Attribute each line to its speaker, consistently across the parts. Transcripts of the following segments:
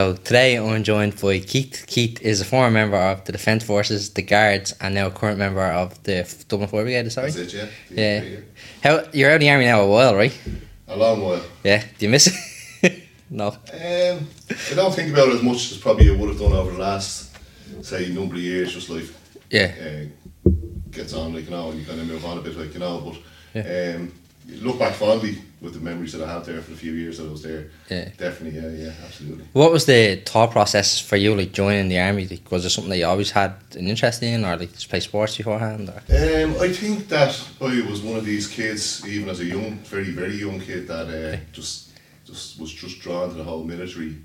Speaker 1: So today I'm joined by Keith. Keith is a former member of the Defence Forces, the Guards, and now a current member of the F- Dublin Fire Brigade. Is that right?
Speaker 2: That's it, yeah.
Speaker 1: Yeah. How you're out of the army now a while, right?
Speaker 2: A long while.
Speaker 1: Yeah. Do you miss it? no.
Speaker 2: Um, I don't think about it as much as probably I would have done over the last, say, number of years. Just life
Speaker 1: Yeah.
Speaker 2: uh, gets on, like, you know, and you kind of move on a bit, like, you know. But um, you look back fondly with the memories that I have there for the few years that I was there.
Speaker 1: Yeah.
Speaker 2: Definitely, yeah, yeah, absolutely.
Speaker 1: What was the thought process for you, like joining the army? Like, was there something that you always had an interest in, or like just play sports beforehand? Or?
Speaker 2: Um, I think that I was one of these kids, even as a young, very very young kid, that uh, just just was just drawn to the whole military,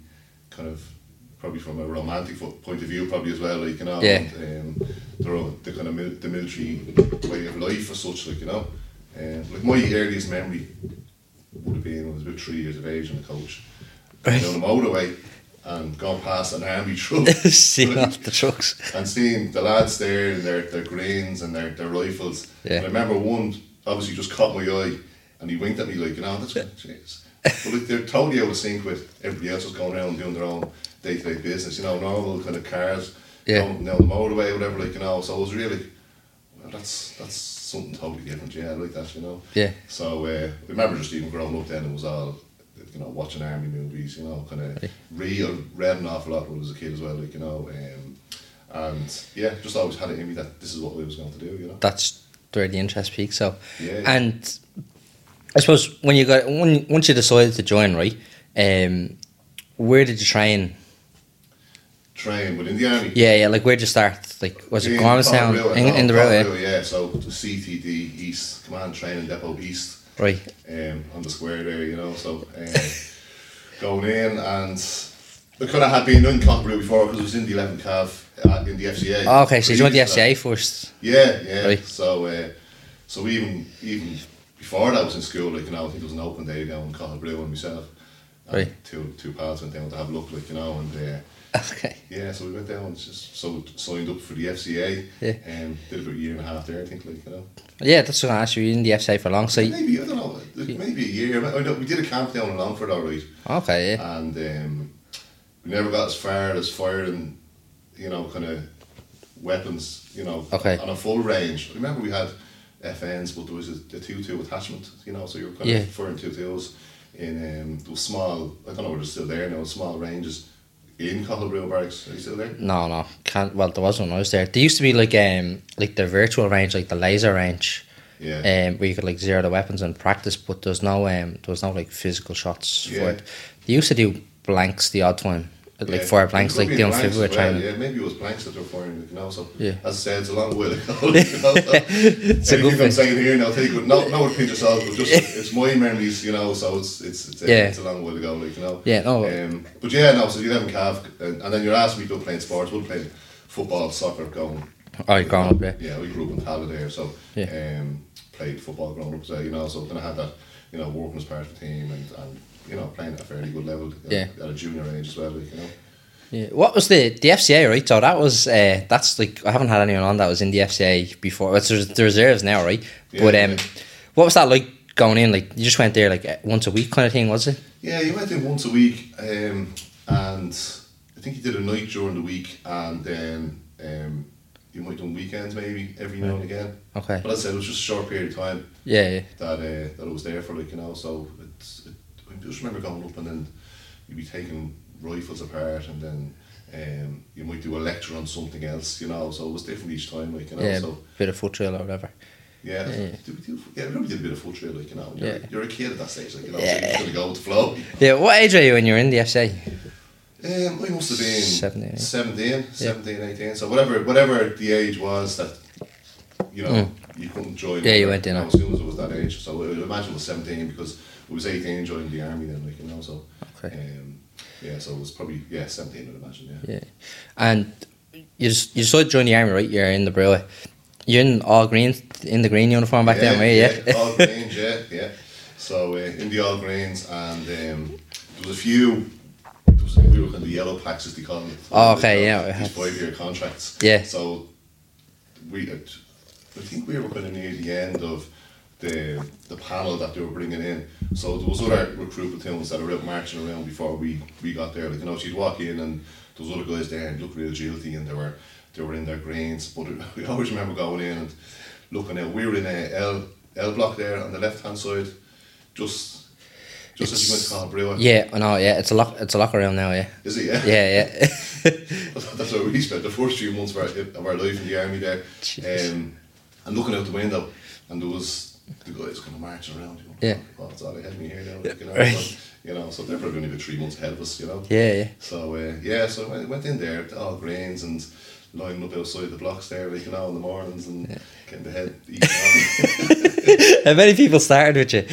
Speaker 2: kind of probably from a romantic fo- point of view, probably as well, like you know,
Speaker 1: Yeah.
Speaker 2: and, um, the, ro- the kind of mil- the military way of life as such, like you know, um, like my earliest memory would have been when I was about three years of age and the coach
Speaker 1: Right.
Speaker 2: down the motorway and gone past an army truck.
Speaker 1: Seeing off the trucks.
Speaker 2: and seeing the lads there and their, their greens and their, their rifles.
Speaker 1: Yeah.
Speaker 2: And I remember one obviously just caught my eye and he winked at me like, you know, that's good, jeez. But like, they're totally out of sync with everybody else was going around doing their own day to day business, you know, normal kind of cars,
Speaker 1: Yeah.
Speaker 2: going down the motorway, whatever, like, you know. So it was really, well, that's that's something totally different, yeah, I like that, you know.
Speaker 1: Yeah.
Speaker 2: So uh, I remember just even growing up then, it was all, you know, watching army movies, you know, kind of real, read an awful lot when I was a kid as well, like, you know. Um, and yeah, just always had it in me that this is what we was going to do, you know.
Speaker 1: That's where the interest peaks. So,
Speaker 2: Yeah, yeah.
Speaker 1: and I suppose when you got when once you decided to join, right? Um, where did you train?
Speaker 2: Train within the army.
Speaker 1: Yeah, yeah. Like where did you start? Like was it
Speaker 2: In
Speaker 1: Gormanstown
Speaker 2: Clonbrua,
Speaker 1: in,
Speaker 2: no,
Speaker 1: in the road?
Speaker 2: Clonbrua, yeah. So the CTD East Command Training Depot East.
Speaker 1: Yeah. Right.
Speaker 2: um, on the square there, you know. So um, going in and I could have had been in Cockeroo before because I was in the 11 calf uh, in the FCA.
Speaker 1: Oh, okay, so you joined the
Speaker 2: Previous to that.
Speaker 1: FCA first.
Speaker 2: Yeah, yeah.
Speaker 1: Right.
Speaker 2: So uh, so even even before that I was in school, like you know, I think there was an open day down in Cockeroo and myself. And
Speaker 1: Right.
Speaker 2: Two two pals went down to have a look, like you know, and. Uh,
Speaker 1: Okay.
Speaker 2: yeah, so we went down and just so signed up for the FCA.
Speaker 1: Yeah.
Speaker 2: Um, did about a year and a half there, I think, like you know.
Speaker 1: Yeah, that's what I asked you. You're in the FCA for long, so you,
Speaker 2: Maybe I don't know, like, maybe a year. I know, we did a camp down in Longford, all right.
Speaker 1: okay, yeah.
Speaker 2: and um, we never got as far as firing, you know, kind of weapons, you know,
Speaker 1: Okay.
Speaker 2: on a full range. Remember, we had FNs, but there was a, a two-two attachment, you know, so you were kind
Speaker 1: Yeah.
Speaker 2: of firing two-twos in um, those small. I don't know whether they're still there now. Small ranges in Cocklebrew Barracks. Are you still there?
Speaker 1: No, no, can't. Well, there was one when I was there. There used to be like um like the virtual range, like the laser range,
Speaker 2: Yeah.
Speaker 1: um, where you could like zero the weapons and practice, but there's no um there was no like physical shots for
Speaker 2: Yeah.
Speaker 1: it. They used to do blanks the odd time, like
Speaker 2: Yeah.
Speaker 1: fire blanks,
Speaker 2: It could
Speaker 1: like
Speaker 2: be
Speaker 1: doing
Speaker 2: blanks
Speaker 1: February
Speaker 2: as well,
Speaker 1: training.
Speaker 2: Yeah, maybe it was blanks that they were firing, you know. So,
Speaker 1: Yeah.
Speaker 2: as I said, it's a long way to go. You know,
Speaker 1: It's
Speaker 2: so
Speaker 1: a
Speaker 2: anything
Speaker 1: good
Speaker 2: I'm
Speaker 1: thing.
Speaker 2: saying here now, take with no, no with pinch of salt, but just it's my memories, you know. So it's it's it's, a-
Speaker 1: Yeah.
Speaker 2: it's a long way to go, like you know.
Speaker 1: Yeah, no.
Speaker 2: Um, but yeah, no. So you haven't calf, and, and then you're asking me to playing sports. We're playing football, soccer, going.
Speaker 1: Oh, you're growing up, yeah.
Speaker 2: Yeah, we grew up in Halliday, so
Speaker 1: Yeah.
Speaker 2: um, played football growing up. So you know, so kind of had that, you know, working as part of the team and. and you know, playing at a fairly good level at-
Speaker 1: Yeah.
Speaker 2: at a junior age as well, like, you know.
Speaker 1: Yeah. What was the the FCA right? So that was uh, that's like I haven't had anyone on that was in the FCA before. Well, It's res- the reserves now, right?
Speaker 2: Yeah,
Speaker 1: but um,
Speaker 2: yeah.
Speaker 1: what was that like going in? Like you just went there like eh, once a week kind of thing, was it?
Speaker 2: Yeah, he went in once a week, um, and I think he did a night during the week, and then um, you might do weekends maybe every now and again.
Speaker 1: Okay.
Speaker 2: But as I said, it was just a short period of time
Speaker 1: Yeah, yeah.
Speaker 2: that uh, that I was there for, like you know. So it's, it, I just remember going up and then you'd be taking rifles apart, and then um, you might do a lecture on something else, you know. So it was different each time, like you know.
Speaker 1: yeah.
Speaker 2: So
Speaker 1: Bit of foot trail or whatever.
Speaker 2: yeah,
Speaker 1: Yeah.
Speaker 2: Did we do, yeah, we probably did a bit of full trail, like you know. You're,
Speaker 1: Yeah.
Speaker 2: you're a kid at that stage, like you know. So
Speaker 1: Yeah.
Speaker 2: you're just gonna go with the flow.
Speaker 1: Yeah. What age are you when you're in the FCA?
Speaker 2: Um, I must have been
Speaker 1: 17,
Speaker 2: 17, 17, 18. So whatever, whatever the age was that, you know, you couldn't join.
Speaker 1: Mm. Yeah, you went in,
Speaker 2: As soon as it was that age, so I would imagine it was seventeen because it was eighteen joining the army then, like you know. So,
Speaker 1: Okay.
Speaker 2: um, yeah, so it was probably yeah seventeen, I'd imagine. Yeah.
Speaker 1: Yeah. And you just, you decided to join the army, right? You're in the brewer. You're in all green in the green uniform back then, were you? Yeah.
Speaker 2: all greens, yeah, yeah. So uh, in the all greens, and um, there was a few. There was, we were kind of yellow packs, as they call them. uh,
Speaker 1: Oh, okay, yeah, we had-
Speaker 2: These five-year contracts.
Speaker 1: Yeah.
Speaker 2: So we, had, I think we were kind of near the end of. the- the the panel that they were bringing in. So there was other recruitment towns that were out marching around before we, we got there. Like you know, she'd walk in and those other guys there and looked real guilty and they were they were in their grains. But we always remember going in and looking at we were in a L L block there on the left hand side, just just as you went to Carl Brewer.
Speaker 1: Yeah, I know. Yeah, it's a lock. It's a locker room now. Yeah,
Speaker 2: Is it? Yeah.
Speaker 1: yeah, yeah.
Speaker 2: That's where we spent the first few months of our, of our life in the army there.
Speaker 1: Jeez.
Speaker 2: Um, and looking out the window, and there was the guys kind of marching around. You know,
Speaker 1: Yeah.
Speaker 2: Oh, it's all they had me here now. You know,
Speaker 1: Right.
Speaker 2: so, you know, so they're probably only about three months ahead of us, you know.
Speaker 1: yeah, yeah.
Speaker 2: So, uh, yeah, so I went in there, to all grains, and lined up outside the blocks there, like, you know, in the mornings, and getting the head eaten on.
Speaker 1: How many people started with you?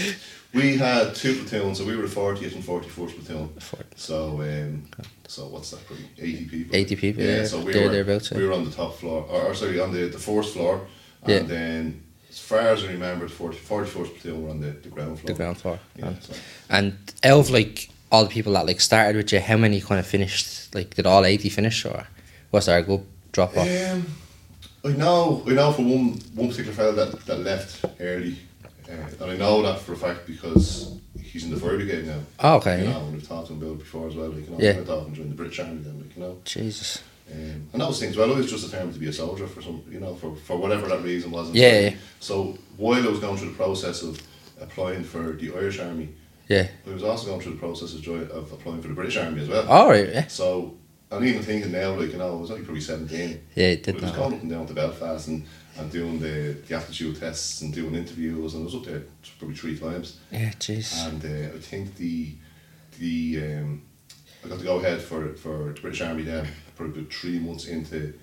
Speaker 2: We had two platoons, so we were the 40th and 41st platoon.
Speaker 1: Fort-
Speaker 2: So, um, so what's that? Probably eighty people.
Speaker 1: 80 people, yeah,
Speaker 2: so we
Speaker 1: there-
Speaker 2: were
Speaker 1: thereabouts, yeah.
Speaker 2: We were on the top floor, or, or sorry, on the, the fourth floor, and
Speaker 1: Yeah.
Speaker 2: then as far as I remember, the 40, 41st platoon were on the, the ground floor.
Speaker 1: The ground floor.
Speaker 2: Yeah, so
Speaker 1: And out of like all the people that like started with you, how many kind of finished? Like, did all eighty finish, or was there a good drop off?
Speaker 2: Um, I know, I know for one one particular fellow that, that left early, uh, and I know that for a fact because he's in the fire brigade now.
Speaker 1: Oh, okay,
Speaker 2: You
Speaker 1: yeah.
Speaker 2: know, and we've talked to him about it before as well. Like, you know,
Speaker 1: Yeah.
Speaker 2: I talked to him during the British Army then, like, you know.
Speaker 1: Jesus.
Speaker 2: Um, and that was things. Well, I was just determined to be a soldier for some, you know, for, for whatever that reason was.
Speaker 1: Yeah, yeah.
Speaker 2: So while I was going through the process of applying for the Irish Army,
Speaker 1: Yeah.
Speaker 2: I was also going through the process of, join, of applying for the British Army as well.
Speaker 1: All right. Yeah.
Speaker 2: So I'm even thinking now, like you know, I was only probably seventeen.
Speaker 1: Yeah, it did
Speaker 2: But I was
Speaker 1: not.
Speaker 2: going up and down to Belfast and, and doing the, the aptitude tests and doing interviews, and I was up there probably three times.
Speaker 1: Yeah. Jeez.
Speaker 2: And uh, I think the the um, I got to go ahead for for the British Army then probably about three months into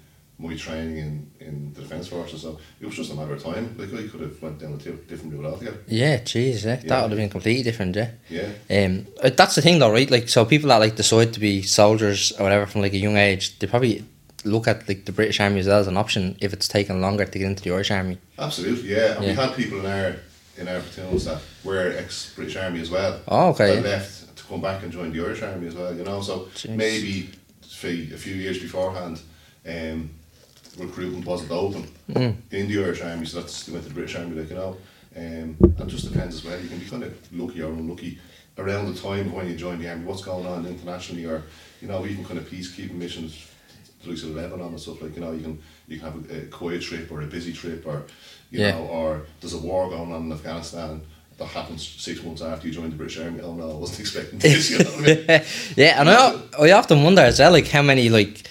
Speaker 2: my training in, in the Defence Forces. So it was just a matter of time. Like I could have went down a di- different route altogether.
Speaker 1: Yeah. Jeez. Yeah. That
Speaker 2: Yeah.
Speaker 1: would have been completely different. Yeah.
Speaker 2: Yeah.
Speaker 1: Um, uh, that's the thing though, right? Like, so people that like decide to be soldiers or whatever from like a young age, they probably look at like the British Army as well as an option if it's taken longer to get into the Irish Army.
Speaker 2: Absolutely, yeah. And
Speaker 1: Yeah.
Speaker 2: we had people in our in our platoons that were ex British Army as well.
Speaker 1: Oh, okay,
Speaker 2: That
Speaker 1: yeah.
Speaker 2: left to come back and join the Irish Army as well, you know. So
Speaker 1: Jeez.
Speaker 2: maybe say, a few years beforehand, um, recruitment wasn't open in the Irish Army, so that's they went to the British Army, like you know. Um, and it just depends as well. You can be kind of lucky or unlucky around the time of when you join the army. What's going on internationally, or you know, even kind of peacekeeping missions the likes of Lebanon and stuff like you know you can you can have a, a quiet trip or a busy trip or you
Speaker 1: Yeah.
Speaker 2: know or there's a war going on in Afghanistan that happens six months after you join the British Army. Oh no, I wasn't expecting this. You know what I mean?
Speaker 1: yeah, and I, I often wonder as well, like how many like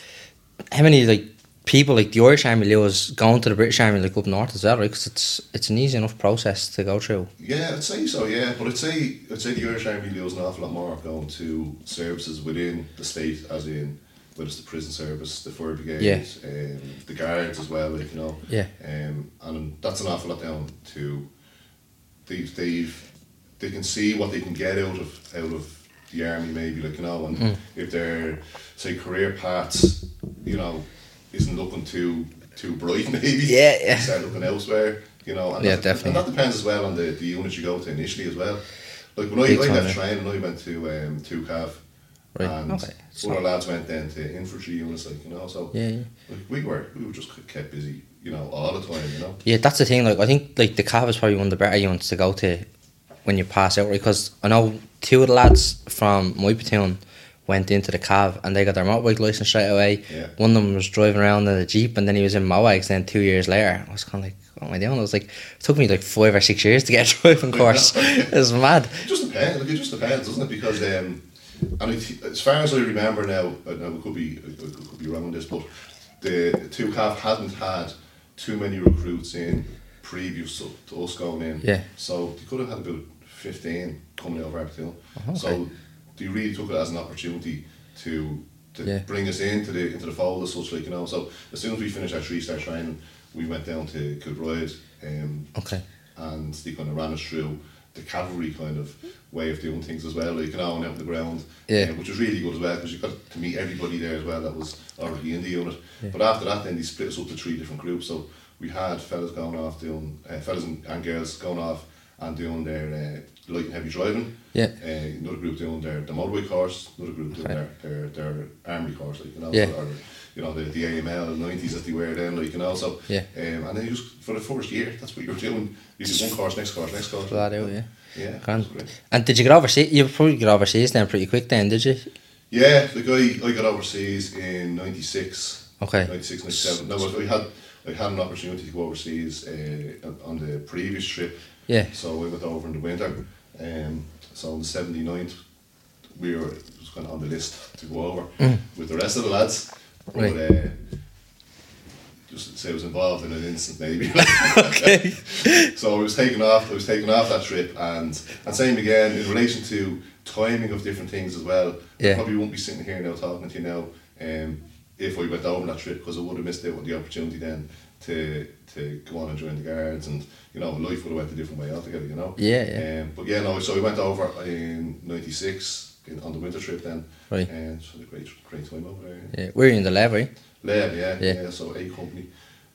Speaker 1: how many like people like the Irish Army lose going to the British Army like up north as well, right? Because it's it's an easy enough process to go through.
Speaker 2: Yeah, I'd say so. Yeah, but I'd say I'd say the Irish Army deals an awful lot more going to services within the state, as in whether it's the prison service, the fire brigade,
Speaker 1: Yeah.
Speaker 2: um, the guards as well. Like you know,
Speaker 1: Yeah.
Speaker 2: um, and that's an awful lot down to they've they've they can see what they can get out of out of the army maybe like you know and
Speaker 1: Mm.
Speaker 2: if their say career paths you know isn't looking too too bright maybe
Speaker 1: Yeah, yeah.
Speaker 2: start looking elsewhere you know and
Speaker 1: Yeah,
Speaker 2: that,
Speaker 1: definitely.
Speaker 2: and that depends as well on the, the unit you go to initially as well like when
Speaker 1: Big
Speaker 2: I, I
Speaker 1: time,
Speaker 2: left
Speaker 1: yeah.
Speaker 2: train and I went to um to Cav
Speaker 1: Right,
Speaker 2: and
Speaker 1: okay, so-
Speaker 2: other lads went then to infantry units like you know so
Speaker 1: Yeah, yeah.
Speaker 2: like, we were we were just kept busy you know all the time you know
Speaker 1: Yeah, that's the thing. Like I think like the cab is probably one of the better units to go to when you pass out, because I know two of the lads from my platoon went into the cab and they got their motorbike license straight away.
Speaker 2: Yeah.
Speaker 1: One of them was driving around in a jeep, and then he was in mowags. Then two years later, I was kind of like, "What am I doing?" I was like, "It took me like five or six years to get a driving course. it's mad."
Speaker 2: It just depends. Like, it just depends, doesn't it? Because um, and it, as far as I remember now, and I could be I could be wrong on this, but the two half hadn't had too many recruits in previous to, to us going in.
Speaker 1: Yeah.
Speaker 2: So they could have had about fifteen coming out of our platoon.
Speaker 1: Oh, okay.
Speaker 2: So they really took it as an opportunity to to
Speaker 1: Yeah.
Speaker 2: bring us into the into the fold as such, like you know. So as soon as we finished our three star training, we went down to Kilbride. Um,
Speaker 1: Okay.
Speaker 2: and they kind of ran us through the cavalry kind of way of doing things as well, like an hour and out on the ground,
Speaker 1: Yeah.
Speaker 2: uh, which was really good as well because you got to meet everybody there as well that was already in the unit. But after that, then they split us up to three different groups. So we had fellas going off doing, uh, fellas and, and girls going off and doing their uh, the light and heavy driving.
Speaker 1: Yeah.
Speaker 2: Uh, another group doing their the motorway course. Another group doing
Speaker 1: Right.
Speaker 2: their, their their army course, like you know,
Speaker 1: Yeah.
Speaker 2: or, you know the, the AML nineties that they wear then, like you know. So
Speaker 1: Yeah.
Speaker 2: Um, and then just for the first year, that's what you're doing. You do one course, next course, next course.
Speaker 1: Flat out, yeah.
Speaker 2: Yeah.
Speaker 1: Grand.
Speaker 2: that's great.
Speaker 1: And did you get overseas? You probably got overseas then pretty quick then, did you?
Speaker 2: Yeah, the guy I got overseas in '96.
Speaker 1: Okay.
Speaker 2: '96, '97. No, I had I had an opportunity to go overseas uh, on the previous trip.
Speaker 1: Yeah.
Speaker 2: So I went over in the winter. Um, so on the 79th, we were it was kind of on the list to go over with the rest of the lads.
Speaker 1: Mm. Right.
Speaker 2: But, uh, just say I was involved in an incident, maybe.
Speaker 1: Okay.
Speaker 2: So I was taken off. I was taken off that trip, and and same again in relation to timing of different things as well.
Speaker 1: Yeah.
Speaker 2: I probably won't be sitting here now talking to you now. Um, if I went over that trip, because I would have missed out on the opportunity then to to go on and join the guards, and you know life would have went a different way altogether. You know.
Speaker 1: Yeah, yeah.
Speaker 2: Um, but yeah, no. So I went over in '96 in, on the winter trip then.
Speaker 1: Right.
Speaker 2: And so it was a great great time over there.
Speaker 1: Yeah. Were you in the lab, right?
Speaker 2: Laird, yeah,
Speaker 1: Yeah.
Speaker 2: yeah, So A company,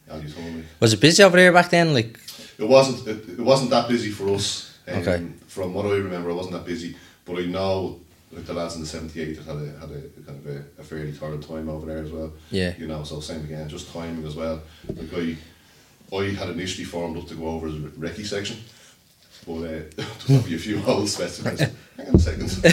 Speaker 2: and you told me.
Speaker 1: Was it busy over there back then? Like,
Speaker 2: It wasn't. It, it wasn't that busy for us. Um,
Speaker 1: Okay.
Speaker 2: From what I remember, it wasn't that busy. But I know like the lads in the seventy eight had a had a kind of a, a fairly torrid time over there as well.
Speaker 1: Yeah.
Speaker 2: You know, so same again, just timing as well. Like I, I had initially formed up to go over the recce section. But uh, there'll be a few old specimens. Hang on a second.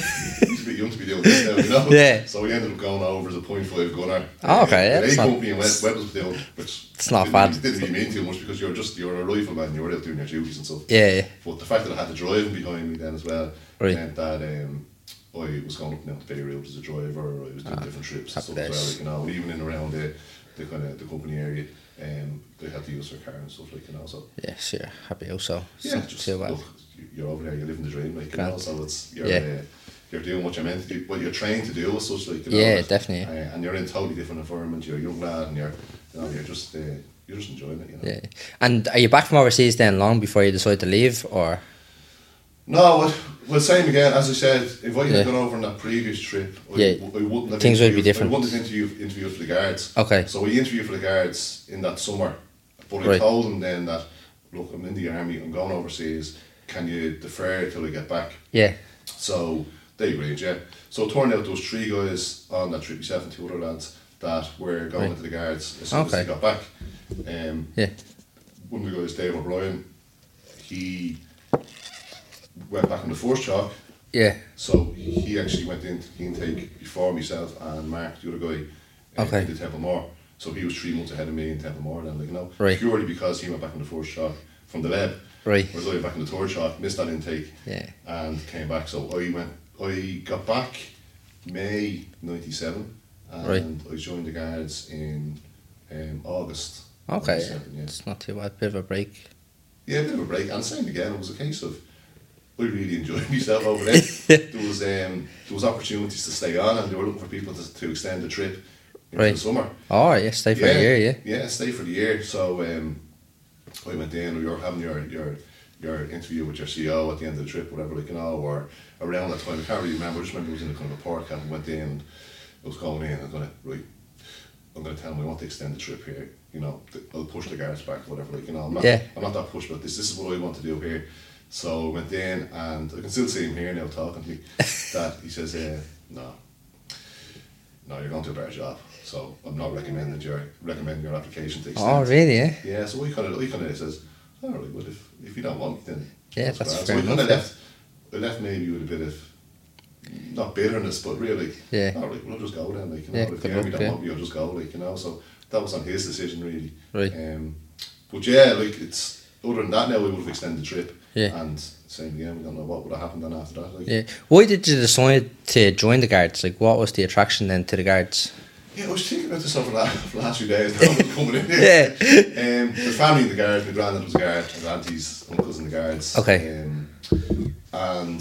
Speaker 2: He's a bit young to be doing this now, you know?
Speaker 1: Yeah.
Speaker 2: So we ended up going over as a point five gunner.
Speaker 1: Oh, okay, yeah,
Speaker 2: They
Speaker 1: that's not-
Speaker 2: company and Wes- Wes was doing, which
Speaker 1: It's not
Speaker 2: didn't
Speaker 1: bad.
Speaker 2: really- didn't really mean too much because you're just you're a rifleman. You're out doing your duties and stuff.
Speaker 1: yeah, yeah.
Speaker 2: But the fact that I had the driving behind me then as well
Speaker 1: Right.
Speaker 2: meant that um, I was going up and down the Bay Road as a driver. I was doing different trips and
Speaker 1: Ah, happy
Speaker 2: stuff as well.
Speaker 1: days.
Speaker 2: Like, you know, and even in around the the kind of the company area, um, they had to use their car and stuff like you know. So
Speaker 1: Yeah, sure. Happy also. It's
Speaker 2: yeah,
Speaker 1: not
Speaker 2: just
Speaker 1: too bad.
Speaker 2: look, you're over there, you're living the dream, like you
Speaker 1: uh, Grand.
Speaker 2: know. So it's you're
Speaker 1: Yeah.
Speaker 2: uh, you're doing what you're meant to do, what you're trained to do, as such, like you know.
Speaker 1: Yeah,
Speaker 2: like,
Speaker 1: definitely.
Speaker 2: Uh, and you're in a totally different environment. You're a young lad, and you're you know you're just uh, you're just enjoying it, you know.
Speaker 1: Yeah. And are you back from overseas then long before you decide to leave or?
Speaker 2: No, well, well, same again. As I said, if I had
Speaker 1: Yeah.
Speaker 2: gone over on that previous trip, I,
Speaker 1: Yeah.
Speaker 2: I wouldn't have
Speaker 1: Things would be
Speaker 2: interviewed-
Speaker 1: different.
Speaker 2: I wouldn't have interviewed, interviewed for the guards.
Speaker 1: Okay.
Speaker 2: So we interviewed for the guards in that summer, but I
Speaker 1: Right.
Speaker 2: told them then that look, I'm in the army, I'm going overseas. Can you defer till I get back?
Speaker 1: Yeah.
Speaker 2: So they agreed, yeah. So it turned out there was three guys on that trip, myself and two other lads, that were going
Speaker 1: Right.
Speaker 2: into the guards as soon as
Speaker 1: Okay.
Speaker 2: they got back. Um,
Speaker 1: Yeah.
Speaker 2: one of the guys, Dave O'Brien, he went back on the force chalk,
Speaker 1: Yeah.
Speaker 2: so he actually went into the intake before myself and Mark, the other guy, uh,
Speaker 1: Okay.
Speaker 2: into Templemore. So he was three months ahead of me in Templemore, then like you know,
Speaker 1: Right.
Speaker 2: purely because he went back on the force chalk from the lab,
Speaker 1: Right.
Speaker 2: whereas I went back on the tour chalk, missed that intake,
Speaker 1: Yeah.
Speaker 2: and came back. So I went, I got back May '97, and
Speaker 1: Right.
Speaker 2: I joined the guards in um, August.
Speaker 1: Okay.
Speaker 2: 97, yeah.
Speaker 1: It's not too bad. Bit of a break.
Speaker 2: Yeah, a bit of a break. And same again, it was a case of I really enjoyed myself over there. there was um, there was opportunities to stay on, and they were looking for people to, to extend the trip into
Speaker 1: Right.
Speaker 2: the summer.
Speaker 1: Oh yeah, stay for a year, yeah.
Speaker 2: Yeah, stay for the year. So um, I went in, or you're having your your your interview with your CEO at the end of the trip, whatever, like you know, or around that time. I can't really remember. I just remember it was in a kind of a park, and I went in. And I was going in. I'm gonna right. I'm gonna tell them I want to extend the trip here. You know, th- I'll push the guards back, whatever. Like you know, I'm not.
Speaker 1: Yeah.
Speaker 2: I'm not that pushed, but this this is what I want to do here. So I went in, and I can still see him here now talking to me. that he says, uh, no, no, you're going to a better job. So I'm not recommending your recommending your application to extend.
Speaker 1: Oh really, yeah.
Speaker 2: Yeah, so we kind of we kind of says, all right, well if if you don't want me, then
Speaker 1: Yeah, that's fair
Speaker 2: grand." So we kind
Speaker 1: enough,
Speaker 2: of left. We left maybe with a bit of not bitterness, but really,
Speaker 1: Yeah.
Speaker 2: All right, well I'll just go then, like you know,
Speaker 1: Yeah,
Speaker 2: if
Speaker 1: good
Speaker 2: the army
Speaker 1: luck,
Speaker 2: don't
Speaker 1: yeah.
Speaker 2: want me, I'll just go, like you know. So that was on his decision, really.
Speaker 1: Right.
Speaker 2: Um, but yeah, like it's other than that now we would have extended the trip.
Speaker 1: Yeah.
Speaker 2: And same again, we don't know what would have happened then after that. Like
Speaker 1: Yeah. Why did you decide to join the guards? Like what was the attraction then to the guards?
Speaker 2: Yeah, I was thinking about this over the last, for the last few days. Now I'm coming in here.
Speaker 1: Yeah.
Speaker 2: Um, the family in the guard, my granddad was a guard, my aunties, uncles in the guards.
Speaker 1: Okay.
Speaker 2: Um, and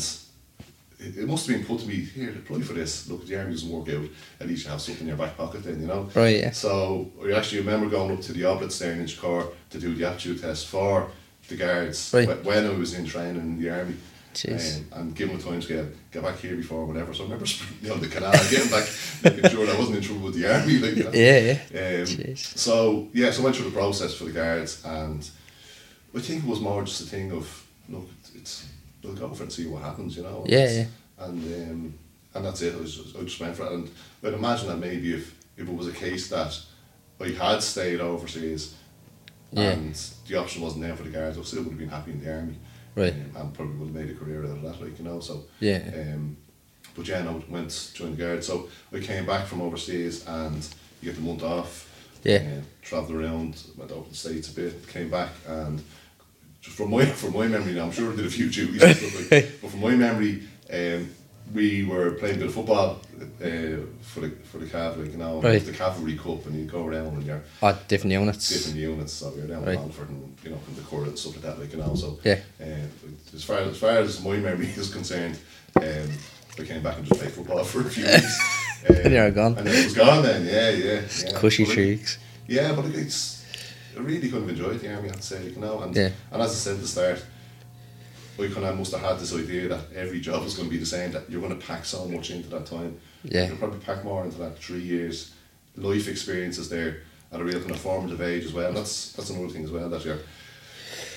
Speaker 2: it, it must have been put to me here apply for this. Look, the army doesn't work out. At least you have something in your back pocket, then you know.
Speaker 1: Right, yeah.
Speaker 2: So I actually remember going up to the Oblats there in Inchcore to do the aptitude test for the guards
Speaker 1: Right.
Speaker 2: wh- when I was in training in the army.
Speaker 1: Jeez.
Speaker 2: Um, and give them a time scale, get back here before whatever. So I remember sprinting down the canal, getting back, making sure that I wasn't in trouble with the army. Like, you know.
Speaker 1: Yeah, yeah.
Speaker 2: Um,
Speaker 1: Jeez.
Speaker 2: so yeah, so I went through the process for the guards, and I think it was more just a thing of look, it's we'll go for it and see what happens, you know.
Speaker 1: Yeah, yeah.
Speaker 2: And um, and that's it. I, was just, I just went for it, and I'd imagine that maybe if if it was a case that I had stayed overseas,
Speaker 1: Yeah.
Speaker 2: and the option wasn't there for the guards, I still would have been happy in the army,
Speaker 1: Right.
Speaker 2: um, and probably would have made a career out of that, like you know. So
Speaker 1: Yeah.
Speaker 2: um, but yeah, no, went joined the guard. So I came back from overseas, and you get the month off.
Speaker 1: Yeah.
Speaker 2: uh, travelled around, went over the states a bit, came back, and just from my from my memory now, I'm sure I did a few duties and stuff like. But from my memory, um, we were playing a bit of football uh, for the for the calf, like you know,
Speaker 1: Right.
Speaker 2: the cavalry cup, and you go around and you're
Speaker 1: Oh, different units.
Speaker 2: different units, so you're down
Speaker 1: Right.
Speaker 2: in Longford and you know, and the court and stuff like that, like you know. So
Speaker 1: Yeah.
Speaker 2: uh, as far as far as my memory is concerned, um, I came back and just played football for a few weeks. Um,
Speaker 1: And you're gone.
Speaker 2: And then it was gone then, yeah, yeah. yeah.
Speaker 1: Cushy
Speaker 2: But it-
Speaker 1: cheeks.
Speaker 2: yeah, but it's I really kind of enjoyed the army. I have to say, like, you know, and
Speaker 1: Yeah.
Speaker 2: and as I said at the start, I kind of must have had this idea that every job is going to be the same. That you're going to pack so much into that time.
Speaker 1: Yeah.
Speaker 2: you'll probably pack more into that three years life experiences there at a real kind of formative age as well. And that's that's another thing as well that you're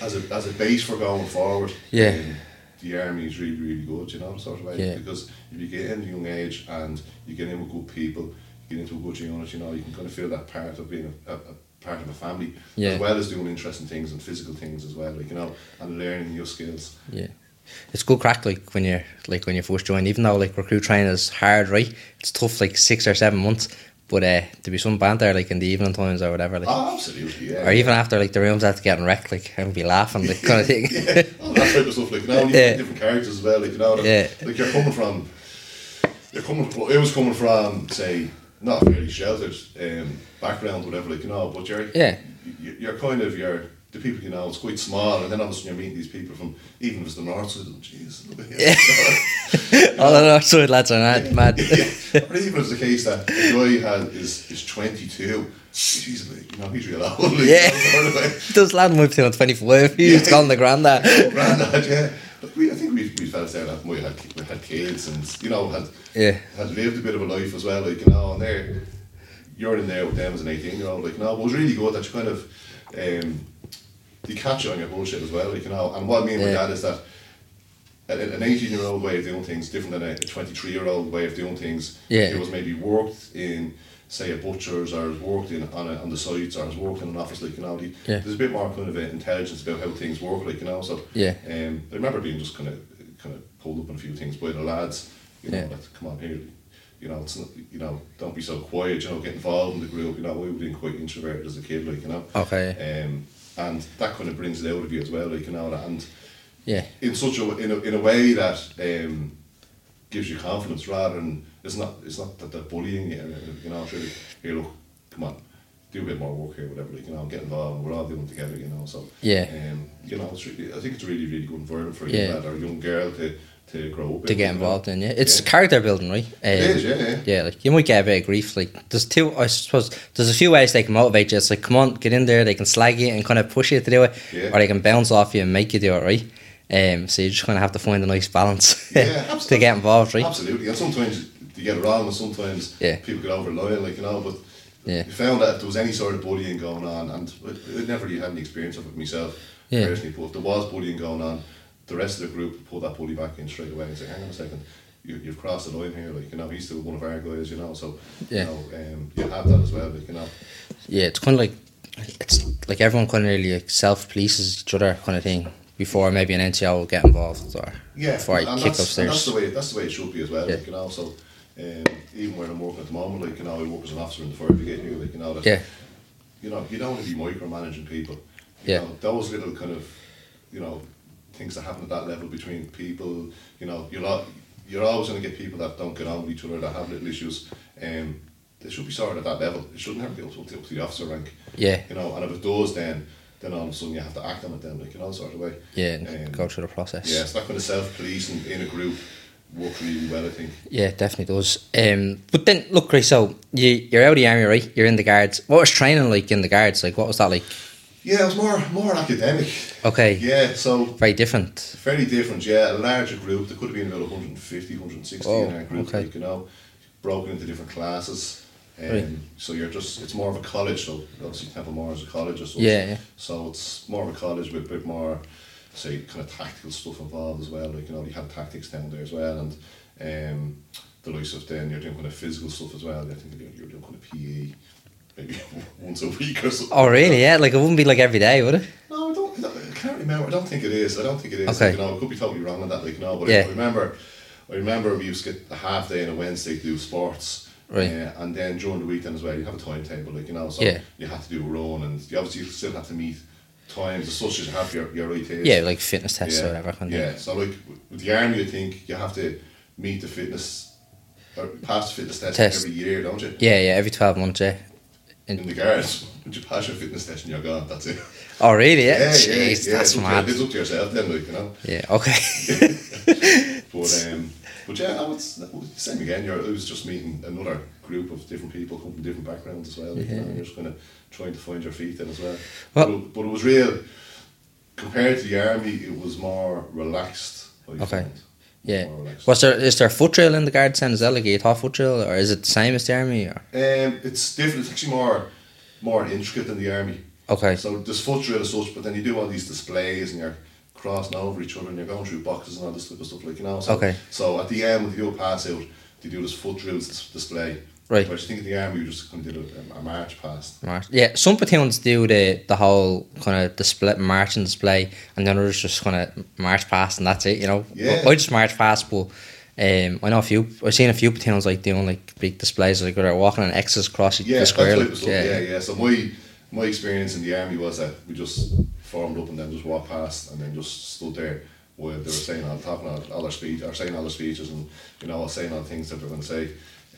Speaker 2: as a as a base for going forward.
Speaker 1: Yeah.
Speaker 2: um, the army is really really good, you know, sort of way.
Speaker 1: Yeah.
Speaker 2: Because if you get in at a young age and you get in with good people, you get into a good unit, you know, you can kind of feel that part of being a, a, a part of a family,
Speaker 1: Yeah.
Speaker 2: as well as doing interesting things and physical things as well, like you know, and learning new skills.
Speaker 1: Yeah. It's good crack like when you're like when you first join, even though like recruit training is hard, right? It's tough like six or seven months. But uh to be some banter like in the evening times or whatever, like
Speaker 2: Oh, absolutely, yeah.
Speaker 1: or even after like the rooms after getting wrecked, like and be laughing, like kind of thing.
Speaker 2: yeah, all that type of stuff. Like, you know, and you
Speaker 1: Yeah.
Speaker 2: get different characters as well. Like, you know, like,
Speaker 1: Yeah.
Speaker 2: like you're coming from, you're coming. From, it was coming from, say, not really sheltered um, background, whatever. Like, you know, but you're,
Speaker 1: Yeah.
Speaker 2: you- you're kind of you're the people you know. It's quite small, and then all of a sudden you're meeting these people from even if it's the north side. Jeez, look at here.
Speaker 1: All the outside lads are mad, mad.
Speaker 2: or even if it's the case that the guy had is is twenty two. Jeez, like, you know, he's real old. Like,
Speaker 1: Yeah.
Speaker 2: You know, sort of like,
Speaker 1: Those lad moved to twenty five. He was calling the granddad.
Speaker 2: granddad, yeah. But we, I think we we felt there that we had uh, we had kids and you know had
Speaker 1: Yeah.
Speaker 2: had lived a bit of a life as well, like you know, and there you're in there with them as an eighteen year old, like no, but it was really good that you kind of um, you catch it on your bullshit as well, like you know. And what I mean by
Speaker 1: Yeah.
Speaker 2: that is that an- an 18 year old way of doing things different than a 23 year old way of doing things
Speaker 1: Yeah.
Speaker 2: it was maybe worked in say a butcher's or has worked in on, a, on the sites or has worked in an office like you know the-
Speaker 1: Yeah.
Speaker 2: there's a bit more kind of uh, intelligence about how things work like you know so
Speaker 1: Yeah.
Speaker 2: um, I remember being just kind of kind of pulled up on a few things by the lads you know
Speaker 1: Yeah.
Speaker 2: like come on here you know it's not, you know don't be so quiet you know get involved in the group you know we were being quite introverted as a kid like you know
Speaker 1: Oh, Okay.
Speaker 2: um, and that kind of brings it out of you as well like you know and
Speaker 1: Yeah.
Speaker 2: in such a in a, in a way that um, gives you confidence rather than it's not it's not that they're bullying you. You know, it's really, here look, come on, do a bit more work here, whatever. Like, you know, get involved. We're all doing it together. You know, so
Speaker 1: Yeah.
Speaker 2: Um, you know, it's really, I think it's a really really good environment for a
Speaker 1: Yeah.
Speaker 2: young lad or a young girl to to grow up
Speaker 1: to get
Speaker 2: in, you know.
Speaker 1: involved in. Yeah, it's
Speaker 2: Yeah.
Speaker 1: character building, right? Um,
Speaker 2: is, yeah, yeah.
Speaker 1: like you might get a bit of grief. Like there's two, I suppose there's a few ways they can motivate you. It's like come on, get in there. They can slag you and kind of push you to do it,
Speaker 2: Yeah.
Speaker 1: or they can bounce off you and make you do it, right? Um, so you just kind of have to find a nice balance
Speaker 2: Yeah,
Speaker 1: to
Speaker 2: absolutely.
Speaker 1: get involved, right?
Speaker 2: Absolutely, and sometimes you get it wrong, and sometimes
Speaker 1: Yeah.
Speaker 2: people get over loyal, like you know. But
Speaker 1: Yeah.
Speaker 2: you found that if there was any sort of bullying going on, and I, I never really had any experience of it myself
Speaker 1: Yeah.
Speaker 2: personally, but if there was bullying going on, the rest of the group would pull that bully back in straight away and say, "Hang on a second, you, you've crossed the line here." Like you know, he's still one of our guys, you know. So
Speaker 1: Yeah.
Speaker 2: you know, um, you have that as well, like you know.
Speaker 1: Yeah, it's kind of like it's like everyone kind of really like self polices each other kind of thing before maybe an NCO will get involved or
Speaker 2: Yeah,
Speaker 1: before I
Speaker 2: and
Speaker 1: kick
Speaker 2: that's, and that's
Speaker 1: upstairs.
Speaker 2: the way that's the way it should be as well.
Speaker 1: Yeah.
Speaker 2: Like, you know, so um, even where I'm working at the moment, like you know, I work as an officer in the fire brigade here. Like you know, that,
Speaker 1: Yeah.
Speaker 2: you know, you don't want to be micromanaging people. You
Speaker 1: Yeah.
Speaker 2: know, those little kind of, you know, things that happen at that level between people. You know, you're not, you're always going to get people that don't get on with each other that have little issues. Um, they should be sorted at that level. It shouldn't ever be up to, up to the officer rank.
Speaker 1: Yeah.
Speaker 2: You know, and if it does, then then all of a sudden you have to act on it. Then like you know, sort of way.
Speaker 1: Yeah, and
Speaker 2: Um,
Speaker 1: go through the process.
Speaker 2: yeah, it's that kind of self policing in a group works really well, I think.
Speaker 1: Yeah, it definitely does. Um, but then look, Chris. So you you're out of the army, right? You're in the guards. What was training like in the guards? Like, what was that like?
Speaker 2: Yeah, it was more more academic.
Speaker 1: Okay,
Speaker 2: Yeah, so
Speaker 1: very different.
Speaker 2: very different. Yeah, a larger group. There could have been about 150, 160 in our
Speaker 1: Oh,
Speaker 2: group,
Speaker 1: okay.
Speaker 2: like, you know, broken into different classes. Um,
Speaker 1: Right.
Speaker 2: So you're just, it's more of a college. So obviously Templemore is a college or something.
Speaker 1: Yeah, yeah.
Speaker 2: So it's more of a college with a bit more say kind of tactical stuff involved as well. Like you know, you have tactics down there as well, and um, the likes of then you're doing kind of physical stuff as well. I think you're, you're doing kind of PE maybe once a week or something.
Speaker 1: Oh, really? Yeah, like it wouldn't be like every day, would it?
Speaker 2: No, I don't. I don't- I can't remember. I don't think it is. I don't think it is.
Speaker 1: Okay.
Speaker 2: Like, you know, I could be totally wrong on that. Like no, but
Speaker 1: Yeah.
Speaker 2: I remember. I remember we used to get a half day and a Wednesday to do sports.
Speaker 1: Right.
Speaker 2: uh, and then during the weekend as well, you have a timetable, like you know, so
Speaker 1: Yeah.
Speaker 2: you have to do a run, and you obviously still have to meet times as such as you have your your right
Speaker 1: Yeah, like fitness tests or whatever. Kind
Speaker 2: yeah.
Speaker 1: of.
Speaker 2: So like w- with the army, I think you have to meet the fitness or pass the fitness test,
Speaker 1: Test.
Speaker 2: every year, don't you?
Speaker 1: yeah, yeah, every 12 months, yeah.
Speaker 2: In the guards, would you pass your fitness test and you're gone? That's it.
Speaker 1: Oh, really? Yeah,
Speaker 2: yeah,
Speaker 1: Jeez, that's
Speaker 2: it's up to-
Speaker 1: mad.
Speaker 2: It's up to yourself then, like you know.
Speaker 1: Yeah, okay.
Speaker 2: But um, but yeah, no, it's that was the same again. You're, it was just meeting another group of different people come from different backgrounds as well. You know, and you're just kind of trying to find your feet then as well.
Speaker 1: Well-
Speaker 2: but, it, but it was real. Compared to the army, it was more relaxed. I
Speaker 1: Okay.
Speaker 2: found.
Speaker 1: yeah.
Speaker 2: More relaxed.
Speaker 1: Was there, is there a foot trail in the guard stand? Is that like a top foot trail or is it the same as the army? Or?
Speaker 2: Um, it's different. It's actually more more intricate than the army.
Speaker 1: Okay.
Speaker 2: So there's foot drill and such, but then you do all these displays and you're crossing over each other and you're going through boxes and all this type of stuff like you know. So,
Speaker 1: Okay.
Speaker 2: So at the end, when they do a pass out, they do this foot drills dis- display.
Speaker 1: Right.
Speaker 2: Whereas I think in the army, you just kind of did a, a march past.
Speaker 1: March. Yeah, some platoons do the the whole kind of display, march and display, and then others just kind of march past, and that's it. You know,
Speaker 2: Yeah.
Speaker 1: I, I just march past, but um, I know a few. I've seen a few platoons like doing like big displays, like where they're walking on X's across the
Speaker 2: Yeah, that
Speaker 1: square.
Speaker 2: type
Speaker 1: like,
Speaker 2: of stuff. Yeah. yeah, So my my experience in the army was that we just formed up and then just walked past and then just stood there where they were saying all talking all, all their speech or saying all their speeches and you know saying all the things that they're going to say.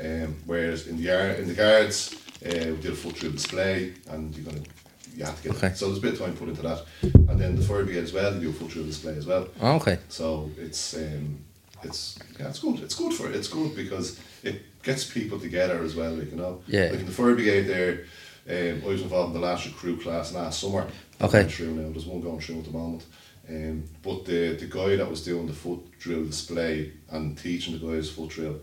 Speaker 2: Um, whereas in the ar- in the guards, uh, we did a full through display and you're going to. You have to get
Speaker 1: Okay.
Speaker 2: so there's a bit of time put into that, and then the fire brigade as well. They do a full through display as well.
Speaker 1: Oh, okay.
Speaker 2: So it's um, it's yeah, it's good. It's good for it. It's good because it gets people together as well. Like you know,
Speaker 1: Yeah.
Speaker 2: Like in the fire brigade, there, um, I was involved in the last recruit class last summer.
Speaker 1: Okay.
Speaker 2: Going through now. There's one going through at the moment. Um, but the the guy that was doing the foot drill display and teaching the guys foot drill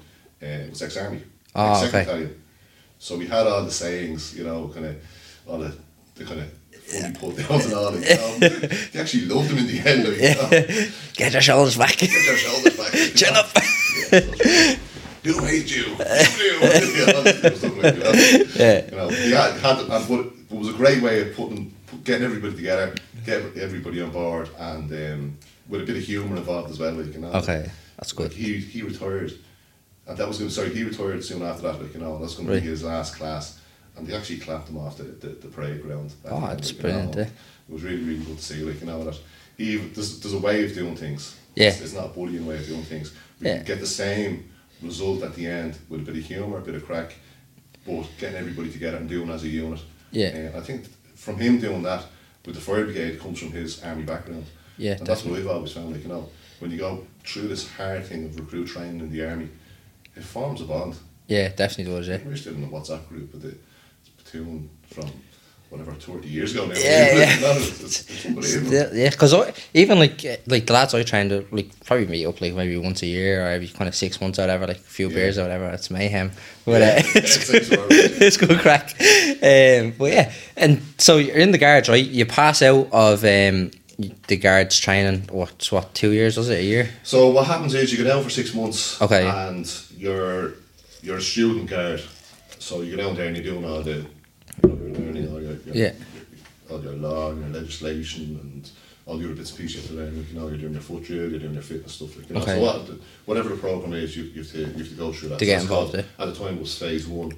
Speaker 2: uh, was ex army.
Speaker 1: Ah,
Speaker 2: ex
Speaker 1: okay.
Speaker 2: Italian. So we had all the sayings, you know, kind of all the, the kind of funny put downs and all. Like, um, they actually loved them in the end. Like, you know.
Speaker 1: Get your shoulders back.
Speaker 2: Get your shoulders back.
Speaker 1: Chin up.
Speaker 2: Yeah. Who hates you? You do. You know, stuff like that.
Speaker 1: Yeah.
Speaker 2: You know, they had, had to- and what it was a great way of putting, put- getting everybody together, getting everybody on board, and um, with a bit of humour involved as well. Like, you know.
Speaker 1: Okay, that's
Speaker 2: Like,
Speaker 1: good.
Speaker 2: he he retired, and that was going. to Sorry, he retired soon after that. Like, you know, that's going to
Speaker 1: Right.
Speaker 2: be his last class, and they actually clapped him off the the, the parade ground.
Speaker 1: Oh,
Speaker 2: Like,
Speaker 1: that's
Speaker 2: you know,
Speaker 1: brilliant, eh?
Speaker 2: It was really really good to see. Like, you know that. He, there's, there's a way of doing things.
Speaker 1: Yeah.
Speaker 2: It's, it's not a bullying way of doing things. We
Speaker 1: Yeah.
Speaker 2: get the same result at the end with a bit of humour, a bit of crack, but getting everybody together and doing as a unit.
Speaker 1: Yeah.
Speaker 2: And I think from him doing that with the fire brigade comes from his army background.
Speaker 1: Yeah,
Speaker 2: And that's what I've always found, like, you know, when you go through this hard thing of recruit training in the army, it forms a bond.
Speaker 1: Yeah, definitely does. Yeah.
Speaker 2: We're still in a WhatsApp group with the platoon from whatever, 30 years ago now.
Speaker 1: Yeah, yeah.
Speaker 2: No, it's, it's, it's unbelievable.
Speaker 1: Still, yeah, because even like eh, like the lads I train to like probably meet up like maybe once a year or every kind of six months or whatever, like a few
Speaker 2: Yeah.
Speaker 1: beers or whatever. It's mayhem, but
Speaker 2: Yeah,
Speaker 1: uh, it's,
Speaker 2: it's- it's
Speaker 1: good,
Speaker 2: alright.
Speaker 1: it's good crack. Um, but yeah, and so you're in the guards, right? You pass out of um, the guards training. What what two years was it? A year?
Speaker 2: So what happens is you go down for six months.
Speaker 1: Okay.
Speaker 2: And you're you're a student guard, so you go down there and you're doing all the you know, you're learning all your, your
Speaker 1: Yeah.
Speaker 2: all your law and your legislation and all your bits and pieces to learn. You know, you're doing your foot drill, you're doing your fitness stuff. Like, you know,
Speaker 1: Okay.
Speaker 2: So what, whatever the program is, you, you, have to, you have to go through that.
Speaker 1: To get
Speaker 2: That's
Speaker 1: involved, eh?
Speaker 2: called- At the time it was phase one.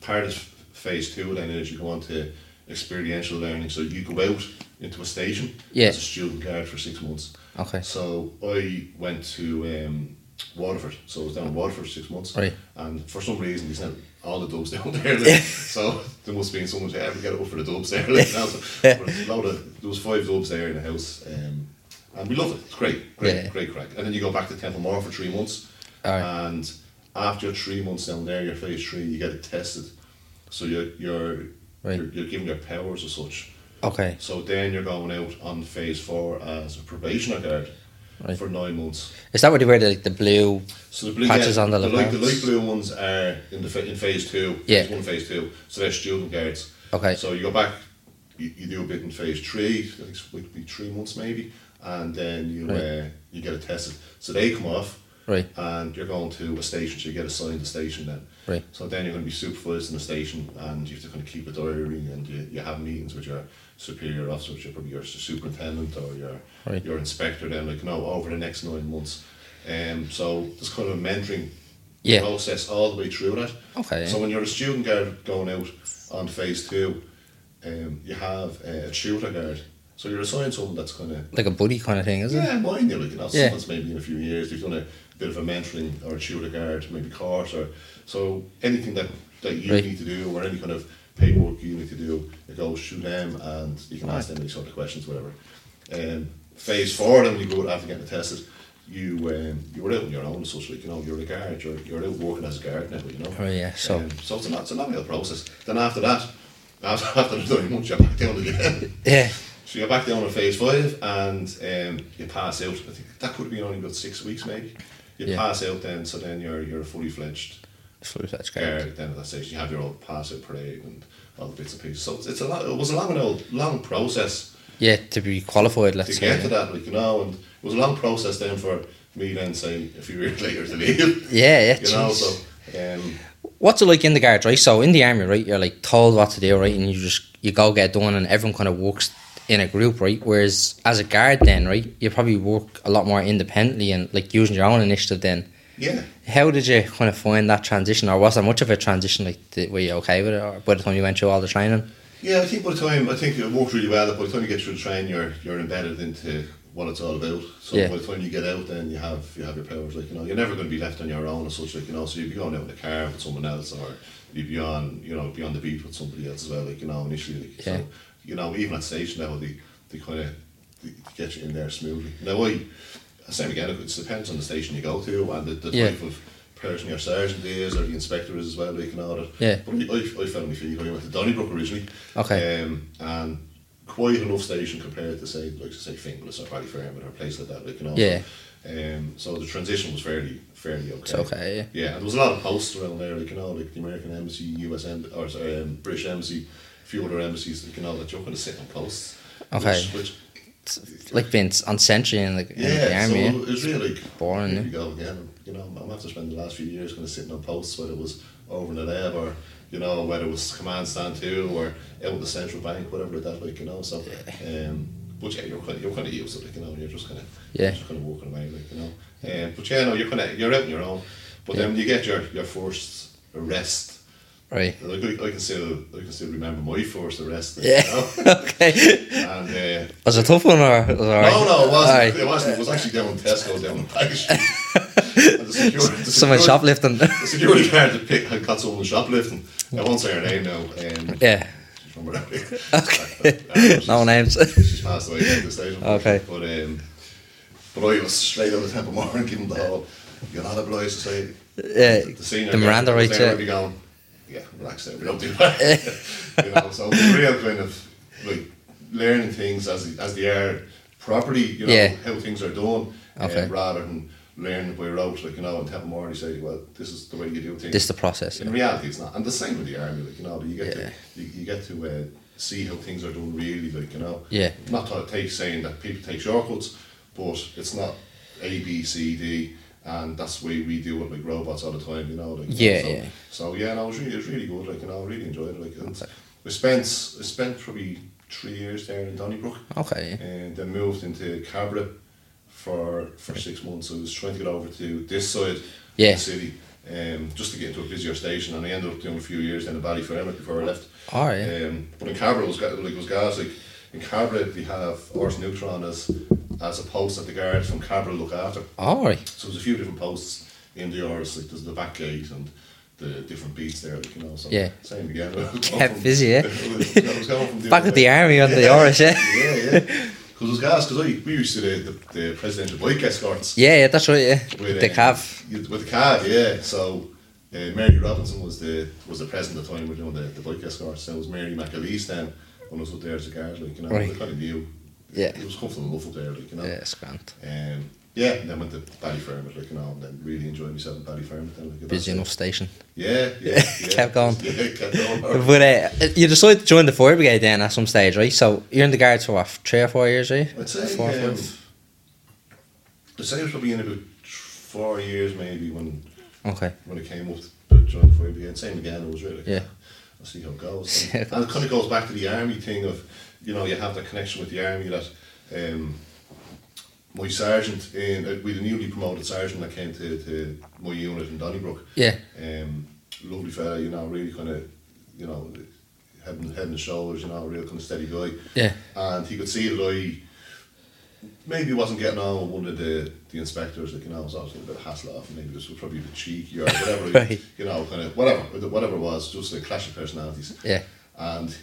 Speaker 2: Part of phase two then is you go on to experiential learning. So you go out into a station
Speaker 1: Yeah.
Speaker 2: as a student guard for six months.
Speaker 1: Okay.
Speaker 2: So I went to um, Waterford. So I was down in Waterford for six months.
Speaker 1: Right.
Speaker 2: And for some reason, they sent all the dubs down there. like, so there must have been someone to ever get up for the dubs there. Like, now, so, but a lot of, there was five dubs there in the house. Um, and we loved it. It's great, great,
Speaker 1: Yeah.
Speaker 2: great crack. And then you go back to Templemore for three months.
Speaker 1: Alright.
Speaker 2: And after three months down there, your phase three, you get it tested. So you're, you're,
Speaker 1: Right.
Speaker 2: you're, you're given your powers as such.
Speaker 1: Okay,
Speaker 2: So then you're going out on phase four as a probationer guard
Speaker 1: Right.
Speaker 2: for nine months.
Speaker 1: is that where they wear the, like, the blue?
Speaker 2: So the blue
Speaker 1: Patches
Speaker 2: yeah,
Speaker 1: on the
Speaker 2: light, the
Speaker 1: lapels.
Speaker 2: light blue ones are in the fa- in phase two.
Speaker 1: Yeah.
Speaker 2: phase one, phase two. So they're student guards.
Speaker 1: Okay.
Speaker 2: So you go back, you, you do a bit in phase three. I think it's like be three months maybe, and then you
Speaker 1: Right.
Speaker 2: uh, you get it tested. So they come off,
Speaker 1: Right.
Speaker 2: and you're going to a station, so you get assigned a station then.
Speaker 1: Right.
Speaker 2: So then you're going to be supervised in the station, and you have to kind of keep a diary, and you, you have meetings with your superior officer, which are probably your superintendent or your
Speaker 1: Right.
Speaker 2: your inspector. Then like no, over the next nine months, um, so there's kind of a mentoring
Speaker 1: Yeah.
Speaker 2: process all the way through that.
Speaker 1: Okay.
Speaker 2: So when you're a student guard going out on phase two, um, you have uh, a tutor guard. So you're assigned someone that's kind of
Speaker 1: Like a buddy kind of thing, is it?
Speaker 2: yeah, mine you like, you know,
Speaker 1: Yeah.
Speaker 2: someone's maybe in a few years, they've done a bit of a mentoring or a tutor guard, maybe course or so anything that, that you
Speaker 1: Right.
Speaker 2: need to do or any kind of paperwork you need to do, it goes through them and you can ask them any sort of questions, whatever. Um, phase four then when you go after getting tested, you um, you were out on your own so like, you know, you're a guard, you're, you're out working as a guard now, you know.
Speaker 1: Oh, yeah, so-
Speaker 2: Um, so it's a, it's a long old process. Then after that, after after the nine months you're back down again.
Speaker 1: Yeah.
Speaker 2: So you're back down on phase five and um, you pass out. I think that could have been only about six weeks, maybe. You
Speaker 1: Yeah.
Speaker 2: pass out then, so then you're you're a fully fledged
Speaker 1: So that's
Speaker 2: guard
Speaker 1: great.
Speaker 2: at the end of that station. You have your old pass out parade and all the bits and pieces. So it's, it's a lot, it was a long and old, long process
Speaker 1: Yeah, to be qualified, let's
Speaker 2: to
Speaker 1: say.
Speaker 2: get to that, like you know, and it was a long process then for me then saying a few years later to leave.
Speaker 1: Yeah, yeah.
Speaker 2: You know,
Speaker 1: jeez.
Speaker 2: so um,
Speaker 1: What's it like in the guard, right? So in the army, right, you're like told what to do, right, and you just you go get it done, and everyone kind of works in a group, right. Whereas as a guard, then right, you probably work a lot more independently and like using your own initiative. Then,
Speaker 2: yeah.
Speaker 1: how did you kind of find that transition, or was there much of a transition? Like, did, were you okay with it, or by the time you went through all the training?
Speaker 2: Yeah, I think by the time I think it worked really well. By the time you get through the train, you're you're embedded into what it's all about. So
Speaker 1: Yeah.
Speaker 2: by the time you get out, then you have you have your powers. Like you know, you're never going to be left on your own as such. Like you know, so you'd be going out in a car with someone else, or you'd be on you know be on the beat with somebody else as well. Like you know, initially, like,
Speaker 1: Yeah.
Speaker 2: so you know, even at station level, they they kind of they, they get you in there smoothly. Now I same again, it depends on the station you go to and the, the
Speaker 1: Yeah.
Speaker 2: type of person your sergeant is or the inspector is as well. Like you know that.
Speaker 1: Yeah.
Speaker 2: But I, I found my feet. I went to Donnybrook originally.
Speaker 1: Okay.
Speaker 2: Um, and quite an off station compared to say like to say Finglas or Ballyfermot or a place like that. Like you know.
Speaker 1: Yeah.
Speaker 2: Um, so the transition was fairly fairly okay.
Speaker 1: It's okay, yeah.
Speaker 2: Yeah, and there was a lot of posts around there, like you know, like the American embassy, U.S. Em- or sorry, um, British embassy, a few other embassies, like you know, that you're going to sit on posts.
Speaker 1: Okay.
Speaker 2: Which, which
Speaker 1: It's like being on sentry in, like, in the
Speaker 2: yeah, so
Speaker 1: army. eh? yeah.
Speaker 2: it was really like,
Speaker 1: Boring,
Speaker 2: Here
Speaker 1: yeah.
Speaker 2: we go again. You know, I'm after spending the last few years kind of sitting on posts, whether it was over in the lab or you know whether it was command stand two or out in the central bank, whatever that like you know. So, um, but yeah, you're kind of, you're kind of used to it, like, you know, you're just kind of
Speaker 1: Yeah.
Speaker 2: just kind of walking away, like you know. Um, but yeah, no, you're kind of you're out on your own. But then you get your your first arrest.
Speaker 1: Right.
Speaker 2: Like I, I can still I can still remember my first arrest. like,
Speaker 1: Yeah.
Speaker 2: You know?
Speaker 1: okay.
Speaker 2: and. Uh,
Speaker 1: Was it a tough one or? Was it all right?
Speaker 2: no, Oh, no, it wasn't.
Speaker 1: Alright.
Speaker 2: It wasn't. It was actually down in Tesco, down in Pike Street. And the security- the
Speaker 1: Someone
Speaker 2: security-
Speaker 1: shoplifting.
Speaker 2: The security guard had picked, had caught someone shoplifting. I won't say her name now. Um,
Speaker 1: yeah.
Speaker 2: just remember that.
Speaker 1: No names.
Speaker 2: She's passed away at the station.
Speaker 1: Okay.
Speaker 2: But um, but I was straight out of Temple Moore and giving the whole. You're not obliged to say.
Speaker 1: Yeah,
Speaker 2: The senior
Speaker 1: Uh, the
Speaker 2: guy
Speaker 1: Miranda
Speaker 2: was
Speaker 1: rights,
Speaker 2: there
Speaker 1: yeah.
Speaker 2: would be going. Yeah, relax there. We don't do that. you know, so it's real kind of like learning things as as they are properly. You know
Speaker 1: Yeah.
Speaker 2: how things are done, uh,
Speaker 1: Okay.
Speaker 2: rather than learning by rote. Like you know, in Temple Moore, you say, well, this is the way you do things.
Speaker 1: This the process.
Speaker 2: In reality, it's not. And the same with the army, like you know, you get
Speaker 1: Yeah.
Speaker 2: to you, you get to uh, see how things are done really, like you know.
Speaker 1: Yeah.
Speaker 2: Not that it takes saying that people take shortcuts, but it's not A B C D, and that's the way we do it like robots all the time, you know. Like,
Speaker 1: Yeah,
Speaker 2: so,
Speaker 1: yeah.
Speaker 2: So yeah, no, it was really, it was really good. Like you know, I really enjoyed it. Like and we spent I spent probably three years there in Donnybrook,
Speaker 1: Okay.
Speaker 2: and then moved into Cabra for for six months. I was trying to get over to this side
Speaker 1: Yeah.
Speaker 2: of the city um, just to get into a busier station, and I ended up doing a few years then in Ballyfermot before I left.
Speaker 1: All right.
Speaker 2: Um, but in Cabra, it was, ga- like, it was gas. Like, in Cabra, they have Ors Neutron as, as a post that the guards from Cabra look after.
Speaker 1: All right.
Speaker 2: So there's a few different posts in the Ors, like there's the back gate and the different beats there, like, you know. So
Speaker 1: Yeah.
Speaker 2: Same again. I was going
Speaker 1: Kept
Speaker 2: from-
Speaker 1: busy, yeah.
Speaker 2: I was going from
Speaker 1: Back
Speaker 2: other
Speaker 1: at the
Speaker 2: way.
Speaker 1: army on the Irish, eh? yeah.
Speaker 2: Yeah, yeah. Because there's gas, because we used to do the, the, the presidential bike escorts.
Speaker 1: Yeah, yeah, that's right, yeah.
Speaker 2: With,
Speaker 1: the
Speaker 2: um,
Speaker 1: Cav.
Speaker 2: you- With the Cav, yeah. So uh, Mary Robinson was the was the president at the time we were doing the, the bike escorts. Then it was Mary McAleese then when I was up there as a guard, like, you know,
Speaker 1: Right.
Speaker 2: I kind of knew.
Speaker 1: Yeah.
Speaker 2: It was comfortable enough up there, like, you know.
Speaker 1: Yeah, it's grand.
Speaker 2: Um, yeah, and then went to Ballyfermot, like, you know, and then really enjoyed myself in Ballyfermot. Then, like,
Speaker 1: Busy
Speaker 2: that's-
Speaker 1: enough station.
Speaker 2: Yeah, yeah. yeah.
Speaker 1: Kept going.
Speaker 2: Yeah, kept going.
Speaker 1: But uh, you decided to join the fire brigade then at some stage, right? So you're in the guards for what, three or four years, right?
Speaker 2: I'd say
Speaker 1: four,
Speaker 2: um,
Speaker 1: five?
Speaker 2: the same was probably in about th- four years maybe when
Speaker 1: Okay.
Speaker 2: when it came up to join the fire brigade. Same again, I was really.
Speaker 1: Yeah.
Speaker 2: I'll see how it goes.
Speaker 1: Yeah,
Speaker 2: and it kind of goes back to the army thing of, you know, you have that connection with the army that um, my sergeant in uh, we had a newly promoted sergeant that came to, to my unit in Donnybrook.
Speaker 1: Yeah.
Speaker 2: Um, lovely fella, you know, really kind of, you know, head and, head and shoulders, you know, real kind of steady guy.
Speaker 1: Yeah.
Speaker 2: And he could see that I maybe wasn't getting on with one of the, the inspectors, like, you know, I was obviously a bit of hassle off, and maybe this was probably a bit cheeky or whatever,
Speaker 1: Right.
Speaker 2: you know, kind of whatever, whatever it was, just a clash of personalities.
Speaker 1: Yeah.
Speaker 2: And uh,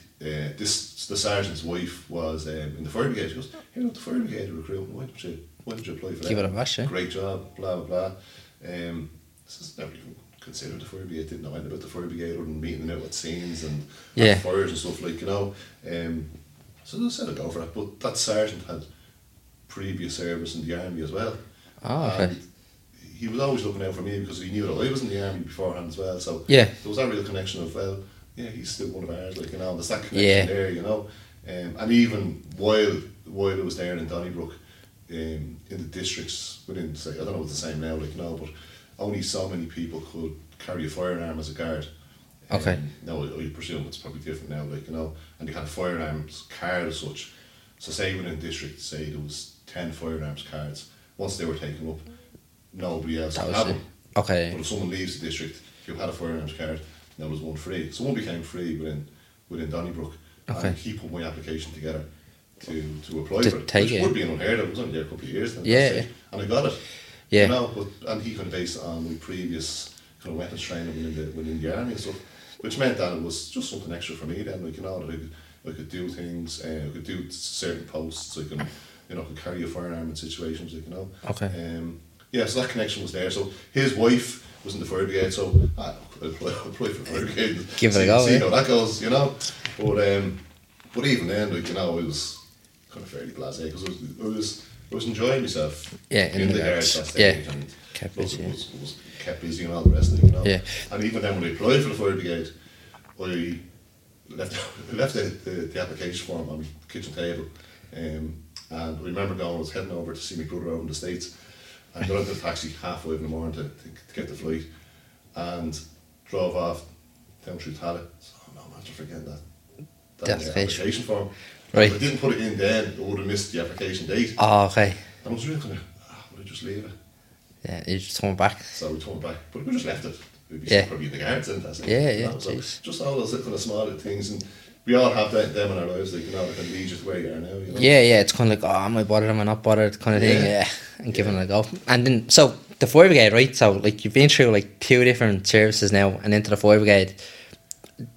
Speaker 2: this the sergeant's wife was um, in the fire brigade. She goes, "Here, the fire brigade recruitment. Why did you Why did you apply for that?
Speaker 1: Give it a bash, eh?
Speaker 2: Great job. Blah blah blah." Um, this is never even considered the fire brigade. Didn't know anything about the fire brigade other than meeting out at scenes and at
Speaker 1: Yeah.
Speaker 2: fires and stuff like you know. Um, so I said I'd go for it. But that sergeant had previous service in the army as well.
Speaker 1: Oh, okay.
Speaker 2: And Um, he was always looking out for me because he knew that I was in the army beforehand as well. So
Speaker 1: Yeah.
Speaker 2: there was that real connection of well, yeah, he's still one of ours. Like you know, there's that connection
Speaker 1: Yeah.
Speaker 2: there. You know, um, and even while while I was there in Donnybrook, um, in the districts within say I don't know if it's the same now. Like you know, but only so many people could carry a firearm as a guard.
Speaker 1: Okay.
Speaker 2: Um, now I, I presume it's probably different now. Like you know, and they had firearms card as such. So say within a district, say there was ten firearms cards. Once they were taken up, nobody else
Speaker 1: That
Speaker 2: could
Speaker 1: was
Speaker 2: have
Speaker 1: it.
Speaker 2: them. But
Speaker 1: Okay.
Speaker 2: if someone leaves the district who had a firearms card, there was one free. So one became free within within Donnybrook.
Speaker 1: Okay.
Speaker 2: And he put my application together to, to apply
Speaker 1: To
Speaker 2: for it.
Speaker 1: take
Speaker 2: which
Speaker 1: it.
Speaker 2: would be an unheard of. It was only there a couple of years then.
Speaker 1: Yeah,
Speaker 2: that's it. And I got it.
Speaker 1: Yeah.
Speaker 2: You know, but and he kind of based it on my previous kind of weapons training within the within the army and stuff. Which meant that it was just something extra for me then, like you know, that I could I could do things, uh, I could do certain posts, I can you know, I could carry a firearm in situations, like you know.
Speaker 1: Okay.
Speaker 2: Um, yeah, so that connection was there. So his wife was in the fire brigade, so I I'll play, I'll play for the fire brigade. and
Speaker 1: Give it a
Speaker 2: see-
Speaker 1: go,
Speaker 2: See
Speaker 1: eh?
Speaker 2: how that goes, you know. But um, but even then, like you know, it was kind of fairly blasé because I was, I was I was enjoying myself.
Speaker 1: Yeah, in the
Speaker 2: garage
Speaker 1: guards,
Speaker 2: that
Speaker 1: yeah.
Speaker 2: stage and
Speaker 1: Kept
Speaker 2: was,
Speaker 1: busy, yeah.
Speaker 2: was, was kept busy and all the rest of it, you know.
Speaker 1: Yeah.
Speaker 2: And even then, when I applied for the fire brigade, I left left the, the, the application form on my kitchen table. Um, and I remember going, I was heading over to see my brother over in the States. And got into the taxi halfway in the morning to, to, to get the flight and drove off down through Tala. So, oh no, man, I forget that. That
Speaker 1: That's
Speaker 2: uh,
Speaker 1: fish.
Speaker 2: application form.
Speaker 1: Right.
Speaker 2: If I didn't put it in then, I would have missed the application date.
Speaker 1: Oh, okay.
Speaker 2: And I was really kind of, ah, would I just leave it?
Speaker 1: Yeah, you just come back.
Speaker 2: So we turned back, but we just left it. We'd be
Speaker 1: Yeah.
Speaker 2: probably in the gardens and that's it.
Speaker 1: Yeah,
Speaker 2: You
Speaker 1: yeah,
Speaker 2: know, so
Speaker 1: jeez.
Speaker 2: just all those little small little things, and we all have that them in our lives, like you know, that can lead you to where you are now. You know?
Speaker 1: Yeah, yeah, it's kind of like, oh, am I bothered? Am I not bothered? Kind of thing,
Speaker 2: Yeah.
Speaker 1: yeah. And giving it a go. And then, so the fire brigade, right? So, like, you've been through like two different services now and into the fire brigade.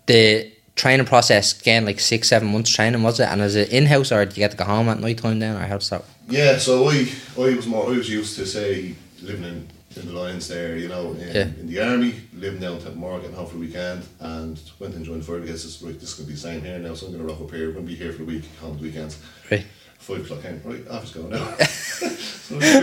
Speaker 1: The training process, again, like six, seven months training, was it? And is it in house or do you get to go home at night time then? Or how's that?
Speaker 2: Yeah, so I, I was more I was used to say living in, in the Lions there, you know, in,
Speaker 1: Yeah.
Speaker 2: in the army, living down Temple Morgan getting home for the weekend and went and joined the fire because this, right, this is gonna be the same here now, so I'm gonna rock up here, I'm gonna be here for the week, home the weekends.
Speaker 1: Right.
Speaker 2: Five o'clock in, right, office going out.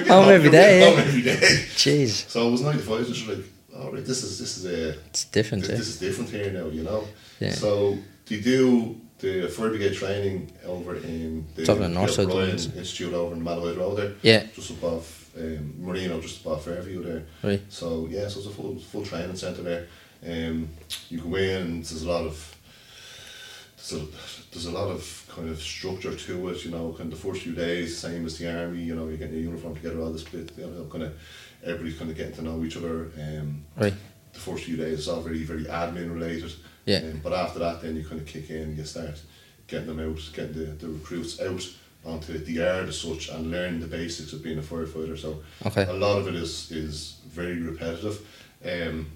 Speaker 1: Home every day, eh?
Speaker 2: Home
Speaker 1: yeah.
Speaker 2: every day.
Speaker 1: Jeez,
Speaker 2: So it was ninety five, just like, all right, this is this is a
Speaker 1: it's different,
Speaker 2: this,
Speaker 1: eh?
Speaker 2: this is different here now, you know.
Speaker 1: Yeah.
Speaker 2: So they do the fire brigade training over in the,
Speaker 1: It's over in Northside,
Speaker 2: O'Brien
Speaker 1: don't it?
Speaker 2: Institute over in Malloy Road there.
Speaker 1: Yeah.
Speaker 2: Just above um, Marino, just above Fairview there.
Speaker 1: Right.
Speaker 2: So yeah, so it's a full full training centre there. Um, you go in and there's a lot of there's a, there's a lot of kind of structure to it, you know, kind of the first few days, same as the army, you know, you're getting your uniform together, all this bit, you know, kind of everybody's kind of getting to know each other. Um,
Speaker 1: Right.
Speaker 2: the first few days is all very, very admin related.
Speaker 1: Yeah.
Speaker 2: Um, but after that, then you kind of kick in, you start getting them out, getting the, the recruits out onto the yard as such and learn the basics of being a firefighter. So
Speaker 1: Okay.
Speaker 2: a lot of it is, is very repetitive. Um,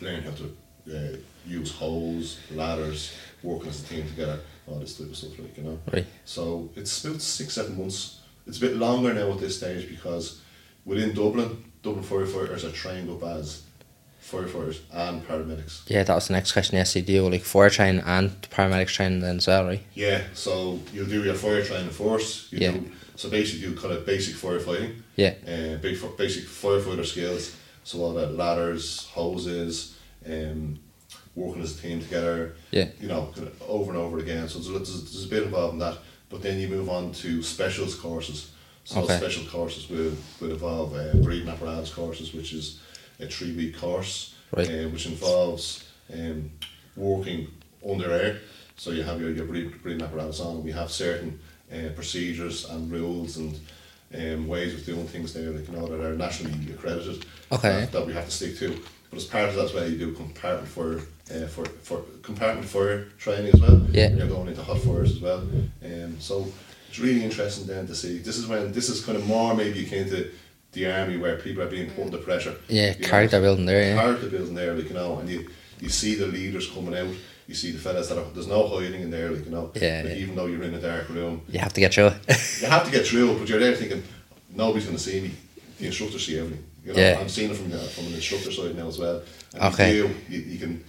Speaker 2: learn how to uh, use hose, ladders, working as a team together, all this type of stuff, like, you know.
Speaker 1: Right.
Speaker 2: So it's about six, seven months. It's a bit longer now at this stage because within Dublin, Dublin firefighters are trained up as firefighters and paramedics.
Speaker 1: Yeah, that was the next question. Yes, you do like fire training and paramedics training then as well, right?
Speaker 2: Yeah, so you'll do your fire training first. You
Speaker 1: Yeah.
Speaker 2: do, so basically, you kind of basic firefighting,
Speaker 1: Yeah.
Speaker 2: uh, big fi- basic firefighter skills. So all that ladders, hoses, um, working as a team together.
Speaker 1: Yeah.
Speaker 2: You know, kind of over and over again. So there's, a- there's, there's a bit involved in that. But then you move on to specials courses. So
Speaker 1: Okay.
Speaker 2: special courses will, will involve uh, breathing apparatus courses, which is a three week course,
Speaker 1: Right.
Speaker 2: uh, which involves um, working under air. So you have your, your breathing, breathing apparatus on, and we have certain uh, procedures and rules and um, ways of doing things there, like you know, that are nationally accredited.
Speaker 1: Okay.
Speaker 2: uh, that we have to stick to. But as part of that, as well, you do compartment fire, uh, for for compartment fire training as well.
Speaker 1: Yeah.
Speaker 2: You're going into hot fires as well, um, so it's really interesting then to see. This is when this is kind of more maybe akin to the army where people are being put under pressure.
Speaker 1: Yeah,
Speaker 2: You know,
Speaker 1: character building there. Yeah.
Speaker 2: character building there, like you know, and you you see the leaders coming out. You see the fellas that are, there's no hiding in there, like you know.
Speaker 1: Yeah,
Speaker 2: Like,
Speaker 1: yeah.
Speaker 2: Even though you're in a dark room,
Speaker 1: You have to get through it.
Speaker 2: you have to get through, but you're there thinking nobody's going to see me. The instructors see everything. You know,
Speaker 1: Yeah.
Speaker 2: I'm seeing it from the, from an instructor side now as well. And
Speaker 1: Okay.
Speaker 2: You, do, you, you can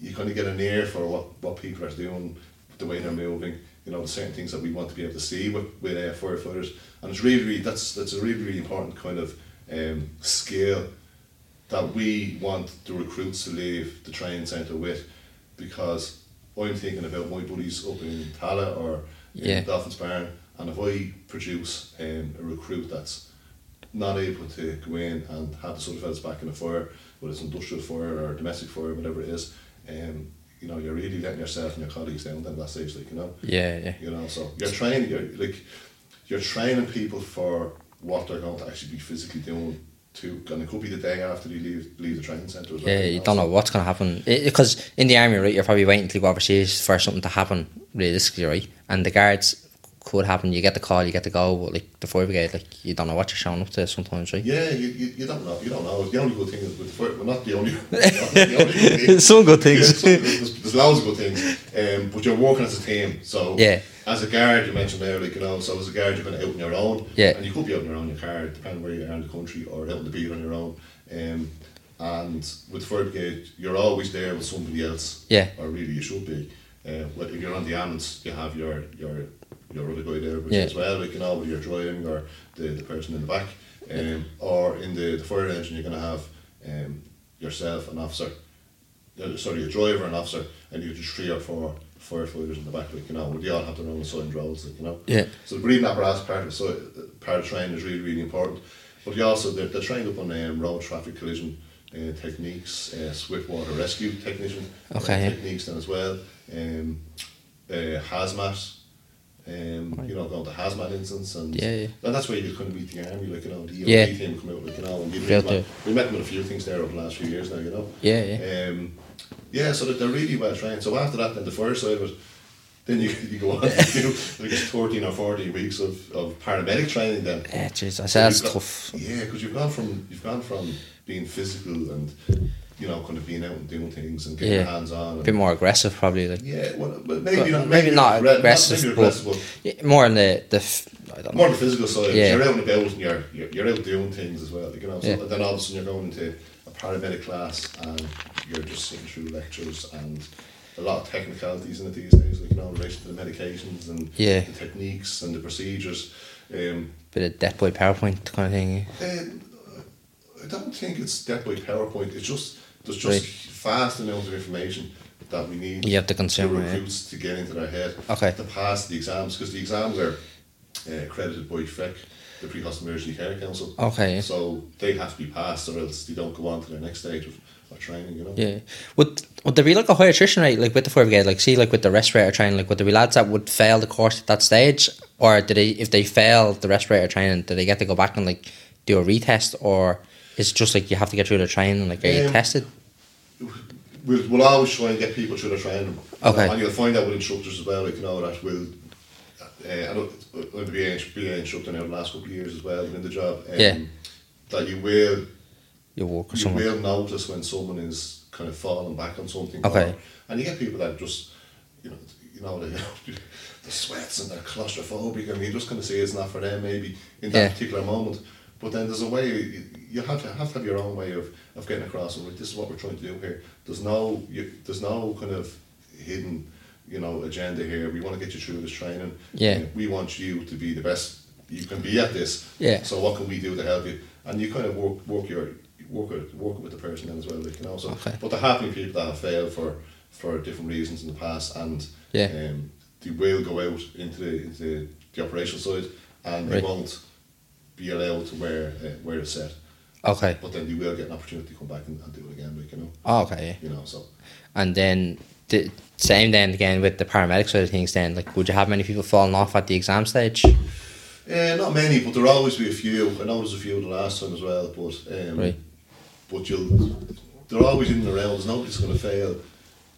Speaker 2: you kind of get an ear for what, what people are doing, the way they're moving. You know, the certain things that we want to be able to see with with uh, firefighters, and it's really, really that's that's a really really important kind of um, skill that we want the recruits to leave the training centre with, because I'm thinking about my buddies up in Tala or in
Speaker 1: Yeah.
Speaker 2: Dolphins Barn, and if I produce um, a recruit that's not able to go in and have the sort of fellas back in the fire, whether it's industrial fire or domestic fire, whatever it is, um, you know, you're really letting yourself and your colleagues down then that stage, like, you know.
Speaker 1: yeah, yeah.
Speaker 2: You know, so you're training you're like you're training people for what they're going to actually be physically doing too and it could be the day after they leave leave the training centre as well.
Speaker 1: Yeah,
Speaker 2: you
Speaker 1: Uh, you
Speaker 2: know,
Speaker 1: don't
Speaker 2: so-
Speaker 1: know what's going to happen. Because in the army, right, you're probably waiting to go overseas for something to happen realistically, right? And the guards could happen. You get the call, you get the go, but like the fire brigade, like you don't know what you're showing up to sometimes, right?
Speaker 2: Yeah, you, you, you don't know. You don't know. The only good thing is with fir- well, not the only. not the only good thing.
Speaker 1: Some good
Speaker 2: Yeah,
Speaker 1: things.
Speaker 2: so there's, there's loads of good things, um, but you're working as a team. So
Speaker 1: Yeah.
Speaker 2: as a guard, you mentioned there, like you know, so as a guard, you're going to out on your own.
Speaker 1: Yeah.
Speaker 2: and you could be out on your own in your car, depending where you are in the country, or out on the beat on your own. Um, and with fire brigade, you're always there with somebody else.
Speaker 1: Yeah.
Speaker 2: or really you should be. Uh, but if you're on the ambulance, you have your your your other guy there with you
Speaker 1: Yeah.
Speaker 2: as well, like you know, with your driving or the, the person in the back, um, or in the, the fire engine, you're going to have um, yourself an officer uh, sorry, a driver and officer, and you just three or four firefighters in the back, like you know, they all have their own assigned roles, like you know.
Speaker 1: Yeah.
Speaker 2: So the breathing apparatus part of so uh, part of training is really really important, but you also they're, they're trained up on um, road traffic collision uh, techniques, uh, swift water rescue technician uh,
Speaker 1: Okay, yeah.
Speaker 2: techniques then as well, um, uh, hazmat. Um, You know, going to hazmat incidents, and
Speaker 1: Yeah, yeah.
Speaker 2: and that's where you kind of meet the army, like you know, the EOD
Speaker 1: Yeah.
Speaker 2: team come out, like you know, and you meet
Speaker 1: Real
Speaker 2: them
Speaker 1: deal.
Speaker 2: at- we met them with a few things there over the last few years now, you know.
Speaker 1: Yeah, yeah.
Speaker 2: Um, yeah, so that they're really well trained. So after that, then the first side was, then you, you go on to do like it's 13 or 14 weeks of, of paramedic training then.
Speaker 1: Yeah, jeez, I
Speaker 2: So
Speaker 1: said that's
Speaker 2: you've got-
Speaker 1: tough.
Speaker 2: Yeah, because you've gone from you've gone from being physical and you know kind of being out and doing things and getting
Speaker 1: Yeah.
Speaker 2: your hands on.
Speaker 1: A
Speaker 2: And,
Speaker 1: bit more aggressive, probably. Like
Speaker 2: yeah, well, but
Speaker 1: But
Speaker 2: maybe not
Speaker 1: maybe not
Speaker 2: re-
Speaker 1: aggressive,
Speaker 2: maybe
Speaker 1: but-
Speaker 2: aggressive, but
Speaker 1: Yeah, more on the the. F- I don't know.
Speaker 2: more the physical side.
Speaker 1: Yeah.
Speaker 2: You're out and about and you're, you're, you're out doing things as well. You know, so
Speaker 1: Yeah.
Speaker 2: then all of a sudden you're going into a paramedic class and you're just sitting through lectures and a lot of technicalities in it these days, like, you know, in relation to the medications and
Speaker 1: Yeah.
Speaker 2: the techniques and the procedures. Um,
Speaker 1: Bit of death by PowerPoint kind of thing.
Speaker 2: um, I don't think it's that by PowerPoint. It's just there's just
Speaker 1: Right.
Speaker 2: fast amounts of information that we need.
Speaker 1: You have to consume,
Speaker 2: the
Speaker 1: yeah.
Speaker 2: recruits to get into their head.
Speaker 1: eh? Okay.
Speaker 2: To pass the exams because the exams are uh, accredited by FEC, the Pre-Hospital Emergency Care Council.
Speaker 1: Okay, yeah.
Speaker 2: So they have to be passed, or else they don't go on to their next stage of, of training. You know.
Speaker 1: Yeah. Would would there be like a high attrition rate like with the fire brigade? Like see like with the respirator training, like would there be lads that would fail the course at that stage? Or do they if they fail the respirator training, do they get to go back and like do a retest or is it just like you have to get through the training, like are you
Speaker 2: Um,
Speaker 1: tested?
Speaker 2: we'll, we'll always try and get people through the training.
Speaker 1: Okay.
Speaker 2: And you'll find out with instructors as well, like, you know, that will. Uh, I don't, I'm the BA, ins- BA instructor now the last couple of years as well, in the job. Um,
Speaker 1: Yeah.
Speaker 2: That you will
Speaker 1: You walk or
Speaker 2: you
Speaker 1: something.
Speaker 2: will notice when someone is kind of falling back on something.
Speaker 1: Okay.
Speaker 2: or- and you get people that just, you know, you know, they, the sweats and they're claustrophobic, and you just kind of say it's not for them maybe in that
Speaker 1: Yeah.
Speaker 2: particular moment. But then there's a way you- you have to have to have your own way of, of getting across. And like, this is what we're trying to do here. There's no you, there's no kind of hidden, you know, agenda here. We want to get you through this training.
Speaker 1: Yeah.
Speaker 2: Uh, We want you to be the best you can be at this.
Speaker 1: Yeah.
Speaker 2: So what can we do to help you? And you kind of work work your work with work with the person then as well, like you know. So,
Speaker 1: Okay.
Speaker 2: but there have been people that have failed for for different reasons in the past, and
Speaker 1: Yeah.
Speaker 2: um, they will go out into the into the, the operational side, and they
Speaker 1: Right.
Speaker 2: won't be allowed to wear uh, wear a set.
Speaker 1: Okay.
Speaker 2: But then you will get an opportunity to come back and, and do it again, like you know,
Speaker 1: Oh, okay.
Speaker 2: you know. So
Speaker 1: And then the same then again with the paramedic side of things. Then like, would you have many people falling off at the exam stage?
Speaker 2: uh, not many, but there'll always be a few. I know there's a few the last time as well, but um,
Speaker 1: Right.
Speaker 2: But you'll they're always in the rails. Nobody's going to fail.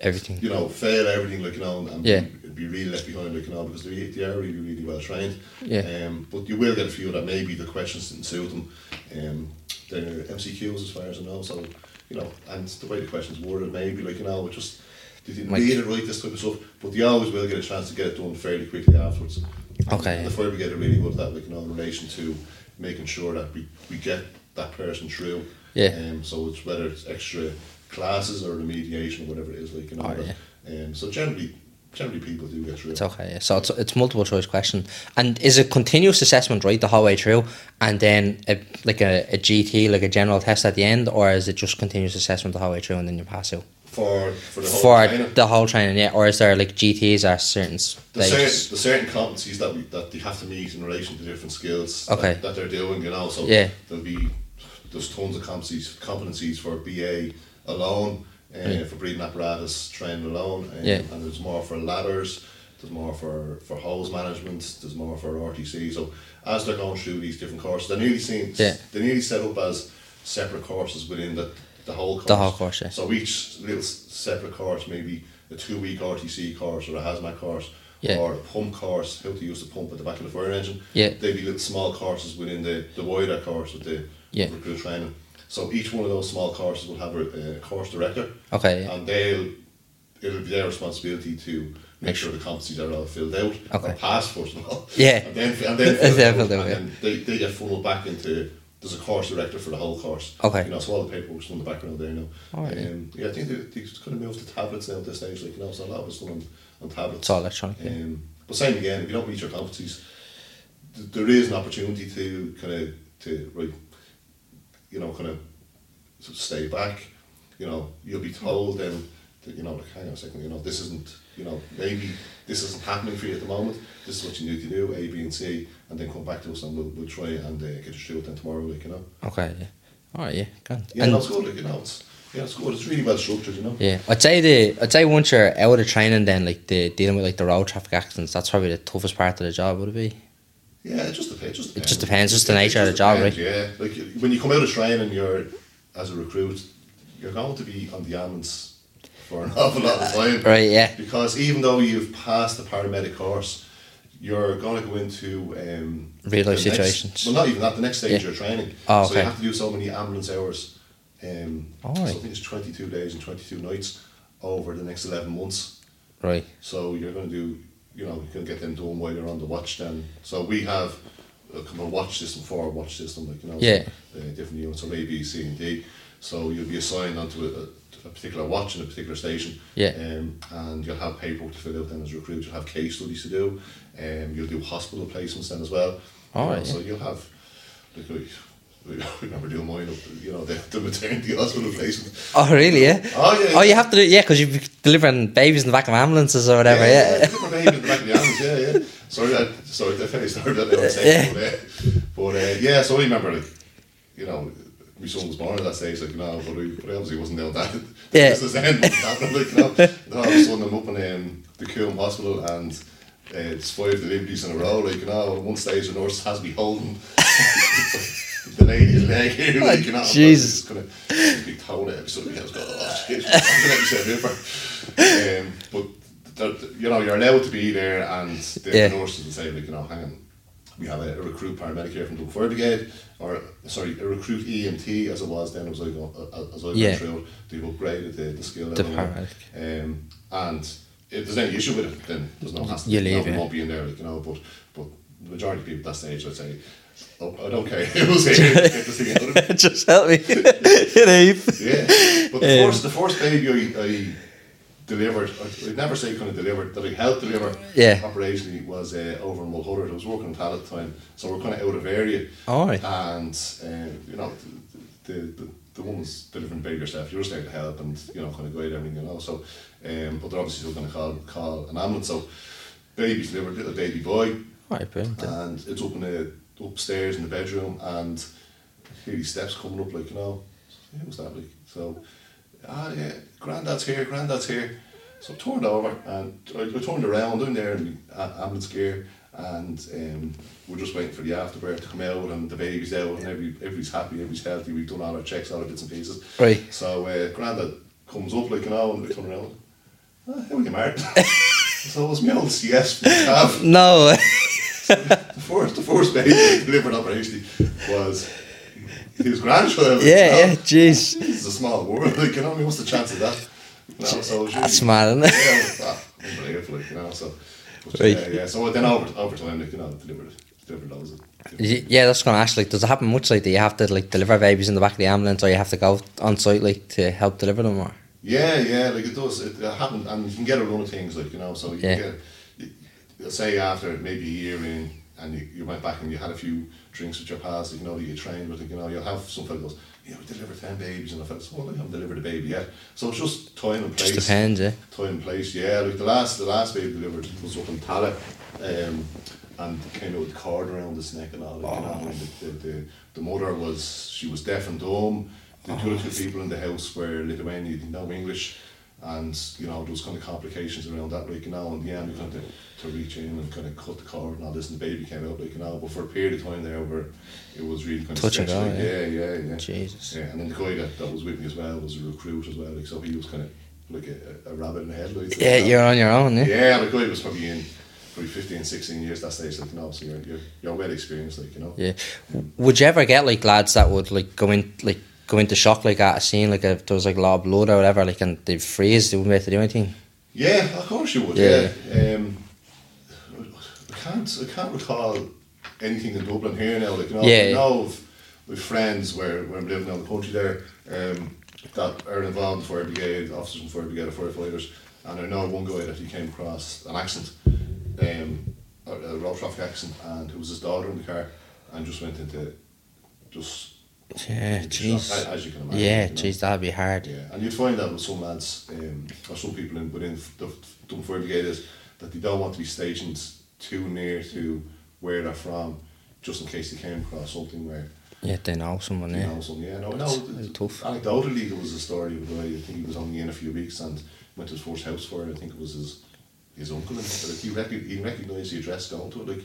Speaker 1: Everything.
Speaker 2: you know, fail everything, like, you know,
Speaker 1: Mm.
Speaker 2: and
Speaker 1: Yeah.
Speaker 2: be, be really left behind, like, you know, because they, they are really, really well trained.
Speaker 1: Yeah.
Speaker 2: Um, but you will get a few that maybe the questions didn't suit them. Um, they're MCQs as far as I know, so, you know, and the way the questions worded, maybe, like, you know, it just, they didn't
Speaker 1: Like-
Speaker 2: need it right, this type of stuff, but they always will get a chance to get it done fairly quickly afterwards.
Speaker 1: Okay.
Speaker 2: And the fire brigade are really good at that, like, you know, in relation to making sure that we, we get that person through.
Speaker 1: Yeah.
Speaker 2: Um, so it's whether it's extra classes or remediation or whatever it is, like you know.
Speaker 1: Oh,
Speaker 2: but, um, so generally, generally people do get through.
Speaker 1: It's okay. Yeah. So it's it's multiple choice question. And is it continuous assessment right the whole way through, and then a, like a, a GT like a general test at the end, or is it just continuous assessment the whole way through and then you pass out
Speaker 2: for for the whole
Speaker 1: for
Speaker 2: training.
Speaker 1: the whole training? Yeah. Or is there like GTs at certain
Speaker 2: the certain,
Speaker 1: stages?
Speaker 2: the certain competencies that we that they have to meet in relation to different skills
Speaker 1: Okay.
Speaker 2: that, that they're doing, you know. So
Speaker 1: Yeah.
Speaker 2: there'll be there's tons of competencies competencies for BA alone, uh, for breathing apparatus training alone, um,
Speaker 1: Yeah.
Speaker 2: and there's more for ladders, there's more for for hose management, there's more for RTC. So as they're going through these different courses, they're nearly seen,
Speaker 1: Yeah.
Speaker 2: they're nearly set up as separate courses within the the whole course.
Speaker 1: The whole course, yeah.
Speaker 2: So each little s- separate course, maybe a two week RTC course or a hazmat course
Speaker 1: Yeah.
Speaker 2: or a pump course, how to use the pump at the back of the fire engine.
Speaker 1: Yeah.
Speaker 2: They'd be little small courses within the, the wider course with the
Speaker 1: Yeah.
Speaker 2: recruit training. So each one of those small courses will have a, a course director
Speaker 1: Okay. yeah.
Speaker 2: and they'll it'll be their responsibility to make sure the competencies are all filled out
Speaker 1: Okay.
Speaker 2: and passed first of all.
Speaker 1: Yeah.
Speaker 2: And then and
Speaker 1: They'll
Speaker 2: then filled out,
Speaker 1: fill them out,
Speaker 2: and
Speaker 1: yeah.
Speaker 2: then they, they get funneled back into there's a course director for the whole course.
Speaker 1: Okay.
Speaker 2: You know, so all the paperwork's in the background there now.
Speaker 1: Alright, yeah.
Speaker 2: um, yeah, I think they, they kind of moved to tablets now at this stage, like you know, so a lot of it's done on, on tablets.
Speaker 1: It's all electronic, yeah.
Speaker 2: Um, but same again, if you don't meet your competencies, th- there is an opportunity to kind of to right, you know, kind of stay back. You know, you'll be told then that you know, like, hang on a second, you know, this isn't, you know, maybe this isn't happening for you at the moment. This is what you need to do, A, B, and C, and then come back to us and we'll, we'll try and uh, get you through it then tomorrow, like you know.
Speaker 1: Okay. Yeah. All right. Yeah. Grand.
Speaker 2: Yeah,
Speaker 1: And-
Speaker 2: no, it's good, like you know, it's yeah, it's good. It's really well structured, you know.
Speaker 1: Yeah, I'd say the I'd say once you're out of training, then like the dealing with like the road traffic accidents, that's probably the toughest part of the job, would it be?
Speaker 2: Yeah, it just depends. Just
Speaker 1: It just depends, just the nature of the job,
Speaker 2: depends, Yeah, like you- when you come out of training, you're as a recruit, you're going to be on the ambulance for an awful lot of time,
Speaker 1: Right, yeah.
Speaker 2: Because even though you've passed the paramedic course, you're going to go into um,
Speaker 1: Real life
Speaker 2: the next-
Speaker 1: situations.
Speaker 2: well, not even that. The next stage
Speaker 1: Yeah.
Speaker 2: of your training,
Speaker 1: Oh,
Speaker 2: so you
Speaker 1: okay.
Speaker 2: have to do so many ambulance hours. Um,
Speaker 1: All
Speaker 2: So I
Speaker 1: right.
Speaker 2: think it's twenty-two days and twenty-two nights over the next eleven months.
Speaker 1: Right.
Speaker 2: So you're going to do, you know, you can get them done while you're on the watch then. So we have a kind of watch system, forward watch system, like, you know,
Speaker 1: Yeah.
Speaker 2: uh, different units of A, B, C, and D. So you'll be assigned onto a, a particular watch in a particular station.
Speaker 1: Yeah.
Speaker 2: Um, and you'll have paperwork to fill out then as a recruit. You'll have case studies to do. Um, you'll do hospital placements then as well.
Speaker 1: All
Speaker 2: You
Speaker 1: right,
Speaker 2: know, So you'll have, like, we, we never do mine, up, you know, the, the maternity hospital placement.
Speaker 1: Oh, really? Yeah.
Speaker 2: Oh, yeah,
Speaker 1: Oh, you
Speaker 2: yeah.
Speaker 1: have to do yeah, because you're delivering babies in the back of ambulances or whatever.
Speaker 2: Yeah,
Speaker 1: Yeah.
Speaker 2: yeah, put my name in the back of the arms, yeah, yeah. Sorry, I, sorry, definitely started that. little section, But, uh, but uh, yeah, so I remember, like, you know, my son was born at that stage, like, you know, but, I, but I obviously wasn't down that.
Speaker 1: Yeah.
Speaker 2: This is the end, what's happening, like, you know. No, I was sending them up in um, the Coombe Hospital and uh, it's five deliveries in a row, like, you know, at one stage the nurse has me holding the lady's leg here, like, you know.
Speaker 1: Oh, Jesus.
Speaker 2: It's gonna be told it. So I was going, oh shit, I'm gonna have to say um, But that, you know, you're allowed to be there, and the
Speaker 1: Yeah.
Speaker 2: nurse doesn't say like, you know, hang on. We have a, a recruit paramedic here from Dublin Fire Brigade, or sorry, a recruit EMT as it was then. It was like uh, as I went
Speaker 1: Yeah.
Speaker 2: through, they've upgraded the, the skill
Speaker 1: The
Speaker 2: level. now. Um, and if there's any issue with it, then there's no hassle.
Speaker 1: You
Speaker 2: No,
Speaker 1: leave,
Speaker 2: we
Speaker 1: yeah.
Speaker 2: won't be in there, like, you know. But but the majority of people at that stage, I'd say, oh, I don't care who's here. Get this thing out of it.
Speaker 1: Just help me. it heap.
Speaker 2: Yeah, but the
Speaker 1: Um,
Speaker 2: first the first baby I, I delivered, I- I'd never say kind of delivered that I helped deliver.
Speaker 1: Yeah.
Speaker 2: Operationally was uh, over in Mulhuddard. I was working in Tal at the time, so we're kind of out of area.
Speaker 1: Alright.
Speaker 2: And uh, you know, the the, the, the woman's delivering baby herself. You're just there to help and you know kind of guide everything you know. So, um, but they're obviously still going to call call an ambulance. So, baby's delivered, little baby boy
Speaker 1: All right, brilliant.
Speaker 2: and it's up in a upstairs eh, in the bedroom and hear these steps coming up like you know who was that like so ah yeah granddad's here granddad's here so I turned over and I, I turned around I'm there in the a- ambulance gear and um, we're just waiting for the afterbirth to come out and the baby's out and every, everybody's happy everybody's healthy we've done all our checks all our bits and pieces
Speaker 1: Right.
Speaker 2: so uh, granddad comes up like you know and I turn around ah, how are you married so it was my old CS from the calf
Speaker 1: No.
Speaker 2: the first, the first baby I delivered up actually was his grandchild.
Speaker 1: yeah,
Speaker 2: you
Speaker 1: yeah,
Speaker 2: know?
Speaker 1: jeez.
Speaker 2: It's a small world, like, you know, I mean, what's the chance of that? No, so it was
Speaker 1: That's
Speaker 2: really-
Speaker 1: mad, isn't it?
Speaker 2: Yeah, it was, ah, unbelievable, like, you know, so. But,
Speaker 1: Right.
Speaker 2: yeah, yeah, so then over, over time, like, you know, delivered, delivered those.
Speaker 1: Y- Yeah, that's going to ask. Like, does it happen much like that? You have to like deliver babies in the back of the ambulance, or you have to go on site like to help deliver them, or
Speaker 2: Yeah, yeah, like it does, it, it happens, and you can get a run of things, like, you know, so you
Speaker 1: Yeah.
Speaker 2: get, you, you- say after maybe a year in, and you, you went back and you had a few drinks with your pals, you know, that you trained with, you know, you'll have some fella goes, yeah, we delivered 10 babies, and I felt, well, I haven't delivered a baby yet. So it's just time and place.
Speaker 1: just depends. Yeah.
Speaker 2: time and place. Yeah, like the last the last baby delivered was up in Tala, um, and came out with a cord around his neck and all. Like, you know, and the, the, the, the mother was she was deaf and dumb.
Speaker 1: Oh.
Speaker 2: The two other two people in the house were Lithuanian, didn't know English, and you know there was kind of complications around that. Like you know, and yeah, we kind of to reach in and kind of cut the cord and all this, and the baby came out. Like you know, but for a period of time there, where it was really kind of
Speaker 1: Touch and
Speaker 2: sketchy,
Speaker 1: go,
Speaker 2: like,
Speaker 1: yeah.
Speaker 2: yeah, yeah, yeah.
Speaker 1: Jesus.
Speaker 2: Yeah, and then the guy that, that was with me as well was a recruit as well, like, so he was kind of like a, a rabbit in the headlights.
Speaker 1: Yeah, you're on your own. Yeah.
Speaker 2: Yeah, the guy was probably in probably 15, 16 years that stage, like, you know, so you're, you're, you're well experienced, like, you know.
Speaker 1: Yeah. Would you ever get like lads that would like go in like go into shock like at a scene like if there was like a lot of blood or whatever like and they freeze they wouldn't be able to do anything.
Speaker 2: Yeah, of course you would.
Speaker 1: Yeah.
Speaker 2: Yeah. Um, I can't. I can't recall anything in Dublin here now. Like you know,
Speaker 1: Yeah.
Speaker 2: I know of my friends where when I'm living out in the country there, um, that are involved in fire brigade officers and fire brigade of firefighters, and I know one guy that he came across an accident, um, a, a road traffic accident, and it was his daughter in the car, and just went into just
Speaker 1: Yeah,
Speaker 2: shock,
Speaker 1: jeez.
Speaker 2: as you can imagine.
Speaker 1: Yeah,
Speaker 2: you know.
Speaker 1: jeez, that'd be hard.
Speaker 2: Yeah, and you'd find that with some lads um, or some people in within the Dublin Fire Brigade is that they don't want to be stationed too near to where they're from, just in case they came across something where
Speaker 1: Yeah, they know someone. eh?
Speaker 2: you
Speaker 1: Yeah.
Speaker 2: know something. Yeah, no, no.
Speaker 1: It's
Speaker 2: it's-
Speaker 1: tough.
Speaker 2: Anecdotally, there was a story of a guy. I think he was only in a few weeks and went to his first house fire. I think it was his his uncle, and but he rec- he recognised the address going to it like.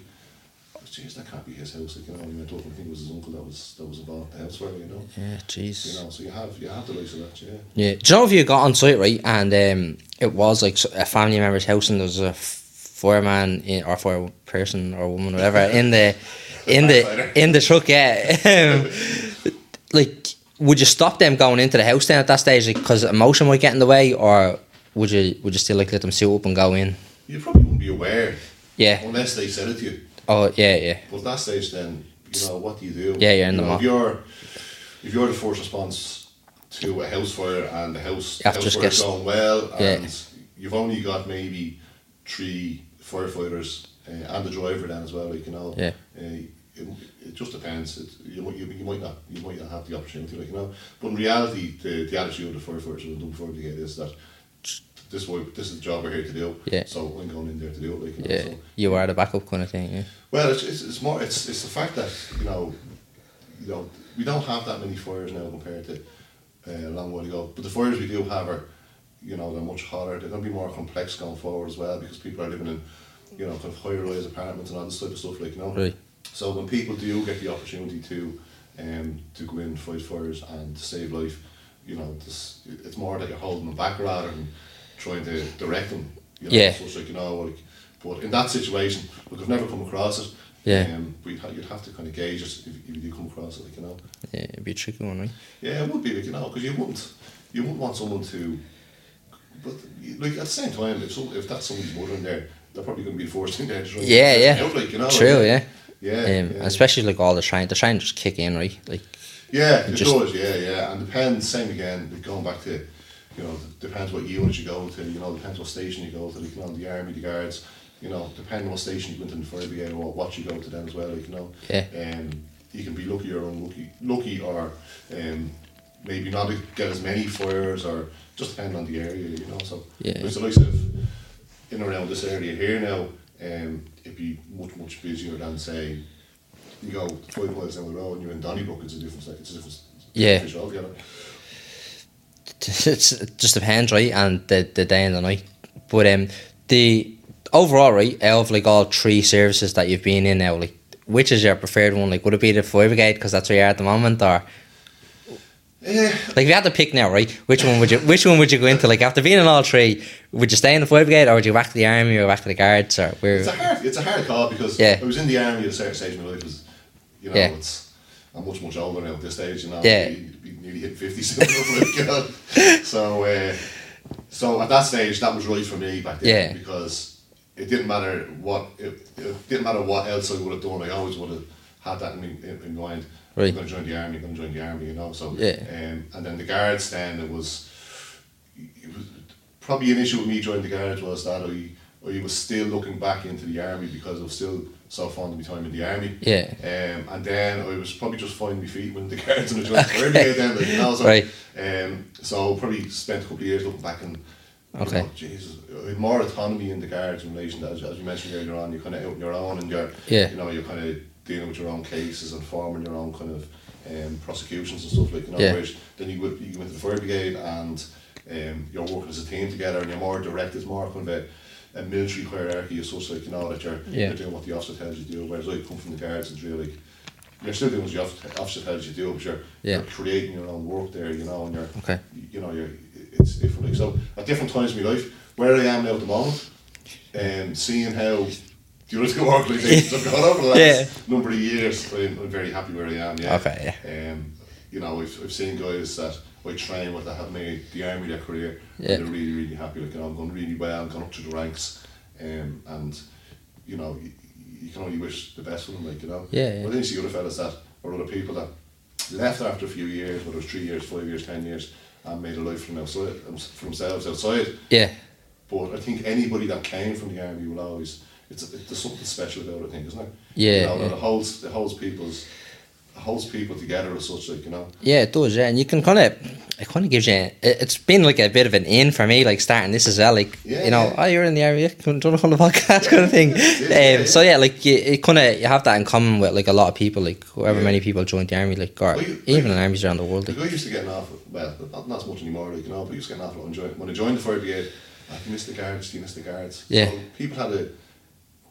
Speaker 2: Jeez, that can't be his house. Like, you know, and he went up and I think it was his uncle that was that was involved in the house fire. You know,
Speaker 1: Yeah,
Speaker 2: you
Speaker 1: jeez.
Speaker 2: know. So you have you have the likes of that, yeah.
Speaker 1: Yeah. Do you know if you got on site right and um, it was like so- a family member's house and there was a f- fireman in, or fire person or woman whatever in the in
Speaker 2: Firefighter.
Speaker 1: the in the truck? Yeah. Um, like, would you stop them going into the house then at that stage because emotion might get in the way, or would you would you still like let them suit up and go in?
Speaker 2: You probably wouldn't be aware.
Speaker 1: Yeah.
Speaker 2: Unless they said it to you.
Speaker 1: Oh yeah, yeah,
Speaker 2: But at that stage then, you know, what do you do?
Speaker 1: Yeah, you're in the
Speaker 2: You know,
Speaker 1: mob.
Speaker 2: If you're, if you're the first response to a house fire and the house,
Speaker 1: You have to
Speaker 2: house
Speaker 1: just
Speaker 2: fire's
Speaker 1: get-
Speaker 2: going well
Speaker 1: Yeah.
Speaker 2: and you've only got maybe three firefighters uh, and the driver then as well, like, you know.
Speaker 1: Yeah.
Speaker 2: Uh, it, it just depends. It, you, might, you, you might not you might not have the opportunity, like you know. But in reality, the, the attitude of firefighters in Dunfermline Brigade is that this is what- this is the job we're here to do.
Speaker 1: Yeah.
Speaker 2: So I'm going in there to do it, like you know.
Speaker 1: yeah.
Speaker 2: So
Speaker 1: You are the backup kind of thing. Yeah.
Speaker 2: well, it's, it's, it's more it's, it's the fact that you know, you know, we don't have that many fires now compared to uh, a long while ago. But the fires we do have are, you know, they're much hotter. They're going to be more complex going forward as well because people are living in, you know, kind of high rise apartments and all this type of stuff. Like you know,
Speaker 1: Right.
Speaker 2: so when people do get the opportunity to, um, to go in and fight fires and save life, you know, this, it's more that you're holding them back rather than trying to direct them. You know,
Speaker 1: Yeah.
Speaker 2: So it's like you know, like, but in that situation, look, I've never come across it.
Speaker 1: Yeah.
Speaker 2: Um, but you'd, ha- you'd have to kind of gauge it if, if you do come across it, like you know.
Speaker 1: yeah, it'd be a tricky one, right?
Speaker 2: Yeah, it would be like you know, because you wouldn't, you wouldn't want someone to. But you- like at the same time, if some, if that's somebody's mother in there, they're probably going to be forced in there. To try and
Speaker 1: Yeah,
Speaker 2: get
Speaker 1: yeah.
Speaker 2: out, like, you know,
Speaker 1: True,
Speaker 2: like,
Speaker 1: yeah.
Speaker 2: Yeah,
Speaker 1: Um,
Speaker 2: yeah.
Speaker 1: Especially like all the trying, the trying to just kick in, right? Like,
Speaker 2: Yeah, it
Speaker 1: Just-
Speaker 2: does. Yeah, yeah, and depends. Same again. like, Going back to, you know, depends what unit you go to. You know, depends what station you go to. Like, you know, the army, the guards. You know, depending what station you went in the fire brigade or what you go to then as well. Like, you know,
Speaker 1: Yeah.
Speaker 2: Um, you can be lucky or unlucky, lucky or, um, maybe not get as many fires or just depend on the area. You know, so
Speaker 1: Yeah.
Speaker 2: There's the likes of in and around this area here now. Um, it'd be much much busier than say you go five miles down the road and you're in Donnybrook, it's a different, se- it's a different
Speaker 1: Yeah.
Speaker 2: fish altogether.
Speaker 1: it's, it just depends, right? And the, the day and the night. But um, the overall, right, out of like all three services that you've been in now, like which is your preferred one? Like, would it be the fire brigade because that's where you're at the moment, or
Speaker 2: Eh,
Speaker 1: like if you had to pick now, right? Which one would you? Which one would you go into? Like after being in all three, would you stay in the fire brigade or would you go back to the army or back to the guards or where?
Speaker 2: It's a hard, it's a hard call because
Speaker 1: Yeah.
Speaker 2: I was in the army at a certain stage of my life. Is you know,
Speaker 1: Yeah.
Speaker 2: it's I'm much much older now at this stage. You know,
Speaker 1: Yeah.
Speaker 2: you- you nearly hit fifty soon. like, God. So, uh, so at that stage, that was right for me back then
Speaker 1: Yeah.
Speaker 2: because it didn't matter what it, it didn't matter what else I would have done. I always would have had that in, me- in, in mind.
Speaker 1: Right.
Speaker 2: I'm going to join the army. I'm going to join the army. You know, so
Speaker 1: Yeah.
Speaker 2: Um, and then the guards. Then it was it was probably an issue with me joining the garage was that I, I was still looking back into the army because I was still so fond of my time in the army.
Speaker 1: Yeah.
Speaker 2: Um, and then I was probably just finding my feet when the guards and I joined the army then, like, you know, so,
Speaker 1: Right.
Speaker 2: um, so probably spent a couple of years looking back and you
Speaker 1: Okay.
Speaker 2: know, Jesus, I had more autonomy in the guards in relation to, as, as you mentioned earlier on, you're kind of out on your own and you're,
Speaker 1: Yeah.
Speaker 2: you know, you're kind of dealing with your own cases and forming your own kind of um, prosecutions and stuff like that.
Speaker 1: Yeah.
Speaker 2: Yeah. Then you would you went to the fire brigade and um, you're working as a team together and you're more direct. It's more kind of a, a military hierarchy. It's such like you know that you're,
Speaker 1: Yeah.
Speaker 2: you're doing what the officer tells you to do. Whereas I come from the guards and really. You're still doing what the officer officer tells you to do, but you're,
Speaker 1: Yeah.
Speaker 2: you're creating your own work there, you know, and you're,
Speaker 1: Okay.
Speaker 2: you know, you're, it's different. Like, so at different times in my life, where I am now at the moment, and um, seeing how the other two organisations have gone over the last
Speaker 1: Yeah.
Speaker 2: number of years, I'm, I'm very happy where I am. Yeah.
Speaker 1: Okay,
Speaker 2: Um, you know, I've, I've seen guys that I train with that have made the army their career.
Speaker 1: Yeah.
Speaker 2: And they're really, really happy. Like, you know, I'm going really well, gone up to the ranks, um, and you know, you, you can only wish the best for them. Like, you know.
Speaker 1: Yeah, yeah.
Speaker 2: But then you see other fellas that or other people that left after a few years, whether it was three years, five years, ten years, and made a life for themselves, for themselves outside.
Speaker 1: Yeah,
Speaker 2: But I think anybody that came from the army will always it's it, there's something special about it, I think, isn't it?
Speaker 1: Yeah,
Speaker 2: You know,
Speaker 1: yeah.
Speaker 2: It holds it holds people's it holds people together as such, like you know.
Speaker 1: yeah, it does. Yeah, and you can kind of. It kind of gives you. it- It's been like a bit of an in for me, like starting this as well. Like
Speaker 2: Yeah,
Speaker 1: you know,
Speaker 2: yeah.
Speaker 1: oh, you're in the army, yeah, come join us on the podcast kind of thing.
Speaker 2: is, yeah,
Speaker 1: um, so yeah, like you, it kind of you have that in common with like a lot of people, like however
Speaker 2: Yeah.
Speaker 1: many people join the army, like or
Speaker 2: Well, you-
Speaker 1: even in armies around the world.
Speaker 2: Like
Speaker 1: Like,
Speaker 2: I used to get an awful well, not, not as much anymore, like you know, but I used to get an awful lot enjoy, when I joined the fire brigade, I missed the guards, you missed the guards.
Speaker 1: Yeah.
Speaker 2: So people had a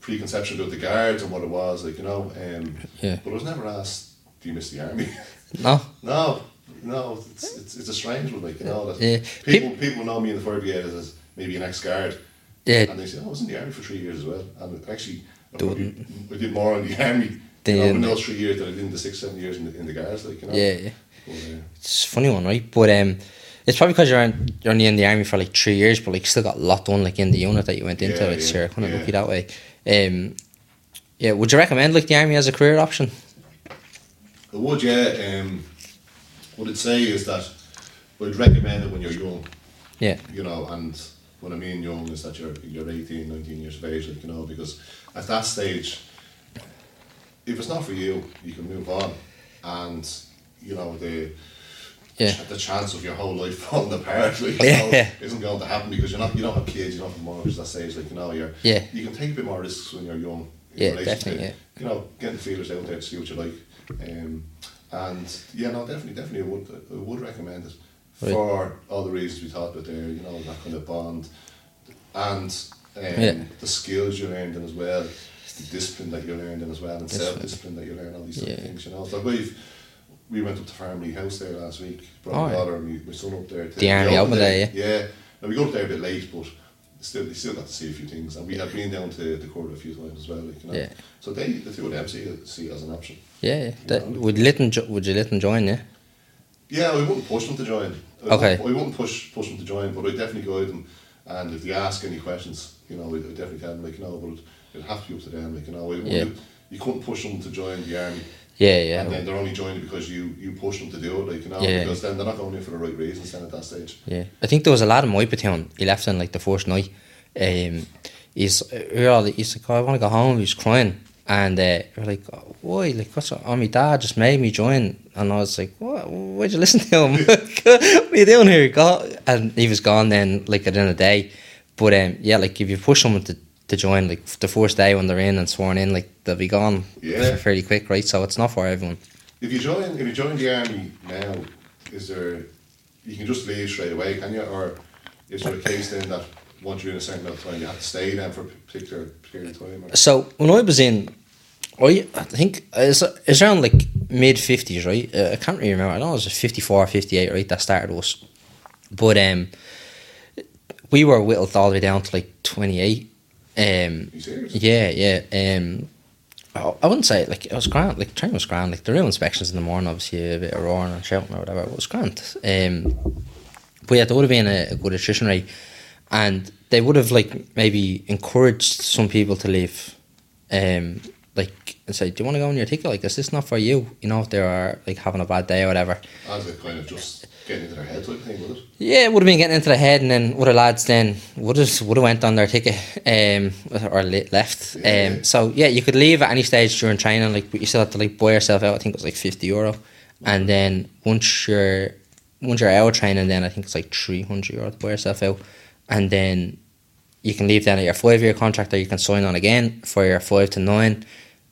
Speaker 2: preconception about the guards and what it was, like, you know, um,
Speaker 1: Yeah.
Speaker 2: but I was never asked, Do you miss the army?
Speaker 1: no,
Speaker 2: No, no, it's, it's, it's a strange one, like, you know, that
Speaker 1: Yeah.
Speaker 2: people, people know me in the fire brigade as, as maybe an ex-guard,
Speaker 1: yeah,
Speaker 2: and they say, oh, I was in the army for three years as well, and actually, I, probably, I did more in the army
Speaker 1: Than
Speaker 2: you
Speaker 1: you
Speaker 2: know, in
Speaker 1: did.
Speaker 2: those three years than I did in the six, seven years in the, in the guards, like, you know.
Speaker 1: yeah, yeah.
Speaker 2: But, uh,
Speaker 1: It's a funny one, right? But um, it's probably because you're, on- you're only in the army for like three years, but like still got a lot done like in the unit that you went into.
Speaker 2: Yeah,
Speaker 1: like, so
Speaker 2: yeah,
Speaker 1: you're kind of
Speaker 2: yeah.
Speaker 1: lucky that way. Um, yeah, would you recommend like the army as a career option?
Speaker 2: I would, yeah. Um, what I'd say is that I'd recommend it when you're young,
Speaker 1: Yeah,
Speaker 2: you know, and what I mean young is that you're, you're 18, 19 years of age, like, you know, because at that stage, if it's not for you, you can move on. And, you know, the
Speaker 1: yeah,
Speaker 2: the chance of your whole life falling apart like,
Speaker 1: Yeah.
Speaker 2: you know, isn't going to happen because you're not, you don't have kids, you don't have mortgages that stage, like, you know, you're,
Speaker 1: Yeah.
Speaker 2: you can take a bit more risks when you're young. in
Speaker 1: Yeah,
Speaker 2: relation
Speaker 1: definitely, yeah.
Speaker 2: you know, get the feelers out there to see what you like. Um, and yeah, no, definitely, definitely, I would, I would recommend it
Speaker 1: Right.
Speaker 2: for all the reasons we talked about there. You know, that kind of bond, and um,
Speaker 1: Yeah.
Speaker 2: the skills you learned in as well, the discipline that you learned in as well, and
Speaker 1: That's
Speaker 2: self discipline that you learn. All these sort
Speaker 1: Yeah.
Speaker 2: of things, you know. So we've we went up to Farmley House there last week. Brought
Speaker 1: Oh,
Speaker 2: my
Speaker 1: yeah.
Speaker 2: daughter and my- my son up there. To
Speaker 1: The Army Open Day,
Speaker 2: yeah. Now we got up there a bit late, but still, they still got to see a few things, and we have been down to the court a few times as well. Like, you know.
Speaker 1: Yeah.
Speaker 2: So they, the two of them see it, see it as an option.
Speaker 1: yeah. yeah. That, would Lytton jo- would you let them join? Yeah,
Speaker 2: Yeah, we wouldn't push them to join. I
Speaker 1: Okay.
Speaker 2: Wouldn't, I wouldn't push push them to join, but I definitely guide them. And if they ask any questions, you know, I definitely tell them like, you know, but it, it'd have to be up to them. Like, you know, I,
Speaker 1: Yeah.
Speaker 2: you couldn't push them to join the army.
Speaker 1: yeah, yeah.
Speaker 2: And then they're only joining because you, you push them to do it, like, you know,
Speaker 1: Yeah.
Speaker 2: because then they're not going in for the right reasons then at that stage.
Speaker 1: Yeah, I think there was a lad in my platoon. He left on like the first night. Um, he's we were all he's like, oh, I want to go home. He was crying, and uh, we're like, oh, why? Like, what's on? Oh, my dad just made me join, and I was like, what? Why'd you listen to him? what are you doing here? Go. And he was gone then, like at the end of the day. But um, yeah, like if you push someone to to join. Like the first day when they're in and sworn in, like they'll be gone
Speaker 2: Yeah.
Speaker 1: fairly quick, right? So it's not for everyone.
Speaker 2: If you join, if you join the army now, is there? You can just leave straight away, can you? Or is there a case then that once you're in a certain amount of time, you have to stay there for a particular period of time? Or?
Speaker 1: So when I was in, I I think it's, it's around like mid fifties, right? Uh, I can't really remember. I know it was 54, 58, right? That started us, but um, we were whittled all the way down to like twenty eight. Um,
Speaker 2: You serious?
Speaker 1: yeah, yeah. Um, I I wouldn't say like it was grand. Like training was grand. Like the real inspections in the morning, obviously a bit of roaring and shouting or whatever. It was grand. Um, but yeah, there would have been a, a good attrition rate, and they would have like maybe encouraged some people to leave, um, like and say, "Do you want to go on your ticket like this? This is not for you." You know, if they are like having a bad day or whatever.
Speaker 2: As it kind of just getting into their head type thing, would it?
Speaker 1: Yeah, it would have been getting into the head, and then other lads then would have would have went on their ticket, um, or le- left.
Speaker 2: Yeah.
Speaker 1: Um, so yeah, you could leave at any stage during training, like but you still had to like buy yourself out. I think it was like fifty euro,
Speaker 2: Mm-hmm.
Speaker 1: and then once you're once you're out of training, then I think it's like three hundred euro to buy yourself out, and then you can leave then at your five year contract, or you can sign on again for your five to nine,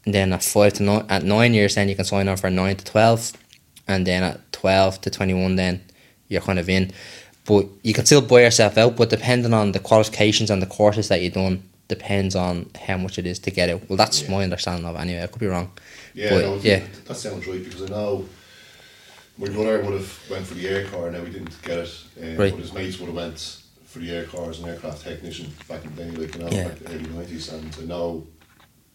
Speaker 1: and then at five to nine at nine years, then you can sign on for nine to twelve, and then at twelve to twenty one, then you're kind of in. But you can still buy yourself out, but depending on the qualifications and the courses that you've done, depends on how much it is to get out. Well, that's
Speaker 2: Yeah.
Speaker 1: my understanding of it anyway. I could be wrong.
Speaker 2: Yeah,
Speaker 1: But,
Speaker 2: no,
Speaker 1: yeah.
Speaker 2: That sounds right because I know my brother would have went for the air car and now he didn't get it. Um,
Speaker 1: Right.
Speaker 2: But his mates would have went for the air car as an aircraft technician back in the day, like you know,
Speaker 1: Yeah.
Speaker 2: back in the early nineties. And I know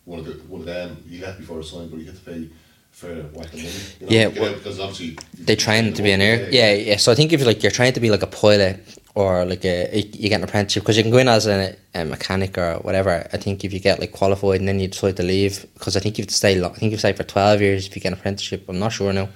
Speaker 2: one of the one of them he left before his time, but he had to pay for whack of money. You know,
Speaker 1: Yeah,
Speaker 2: to get
Speaker 1: well,
Speaker 2: out, because obviously
Speaker 1: They train to be an air. Yeah, yeah. So I think if like you're trying to be like a pilot or like a you get an apprenticeship because you can go in as a, a mechanic or whatever. I think if you get like qualified and then you decide to leave because I think you have to stay. Long, I think you stay for twelve years if you get an apprenticeship. I'm not sure now.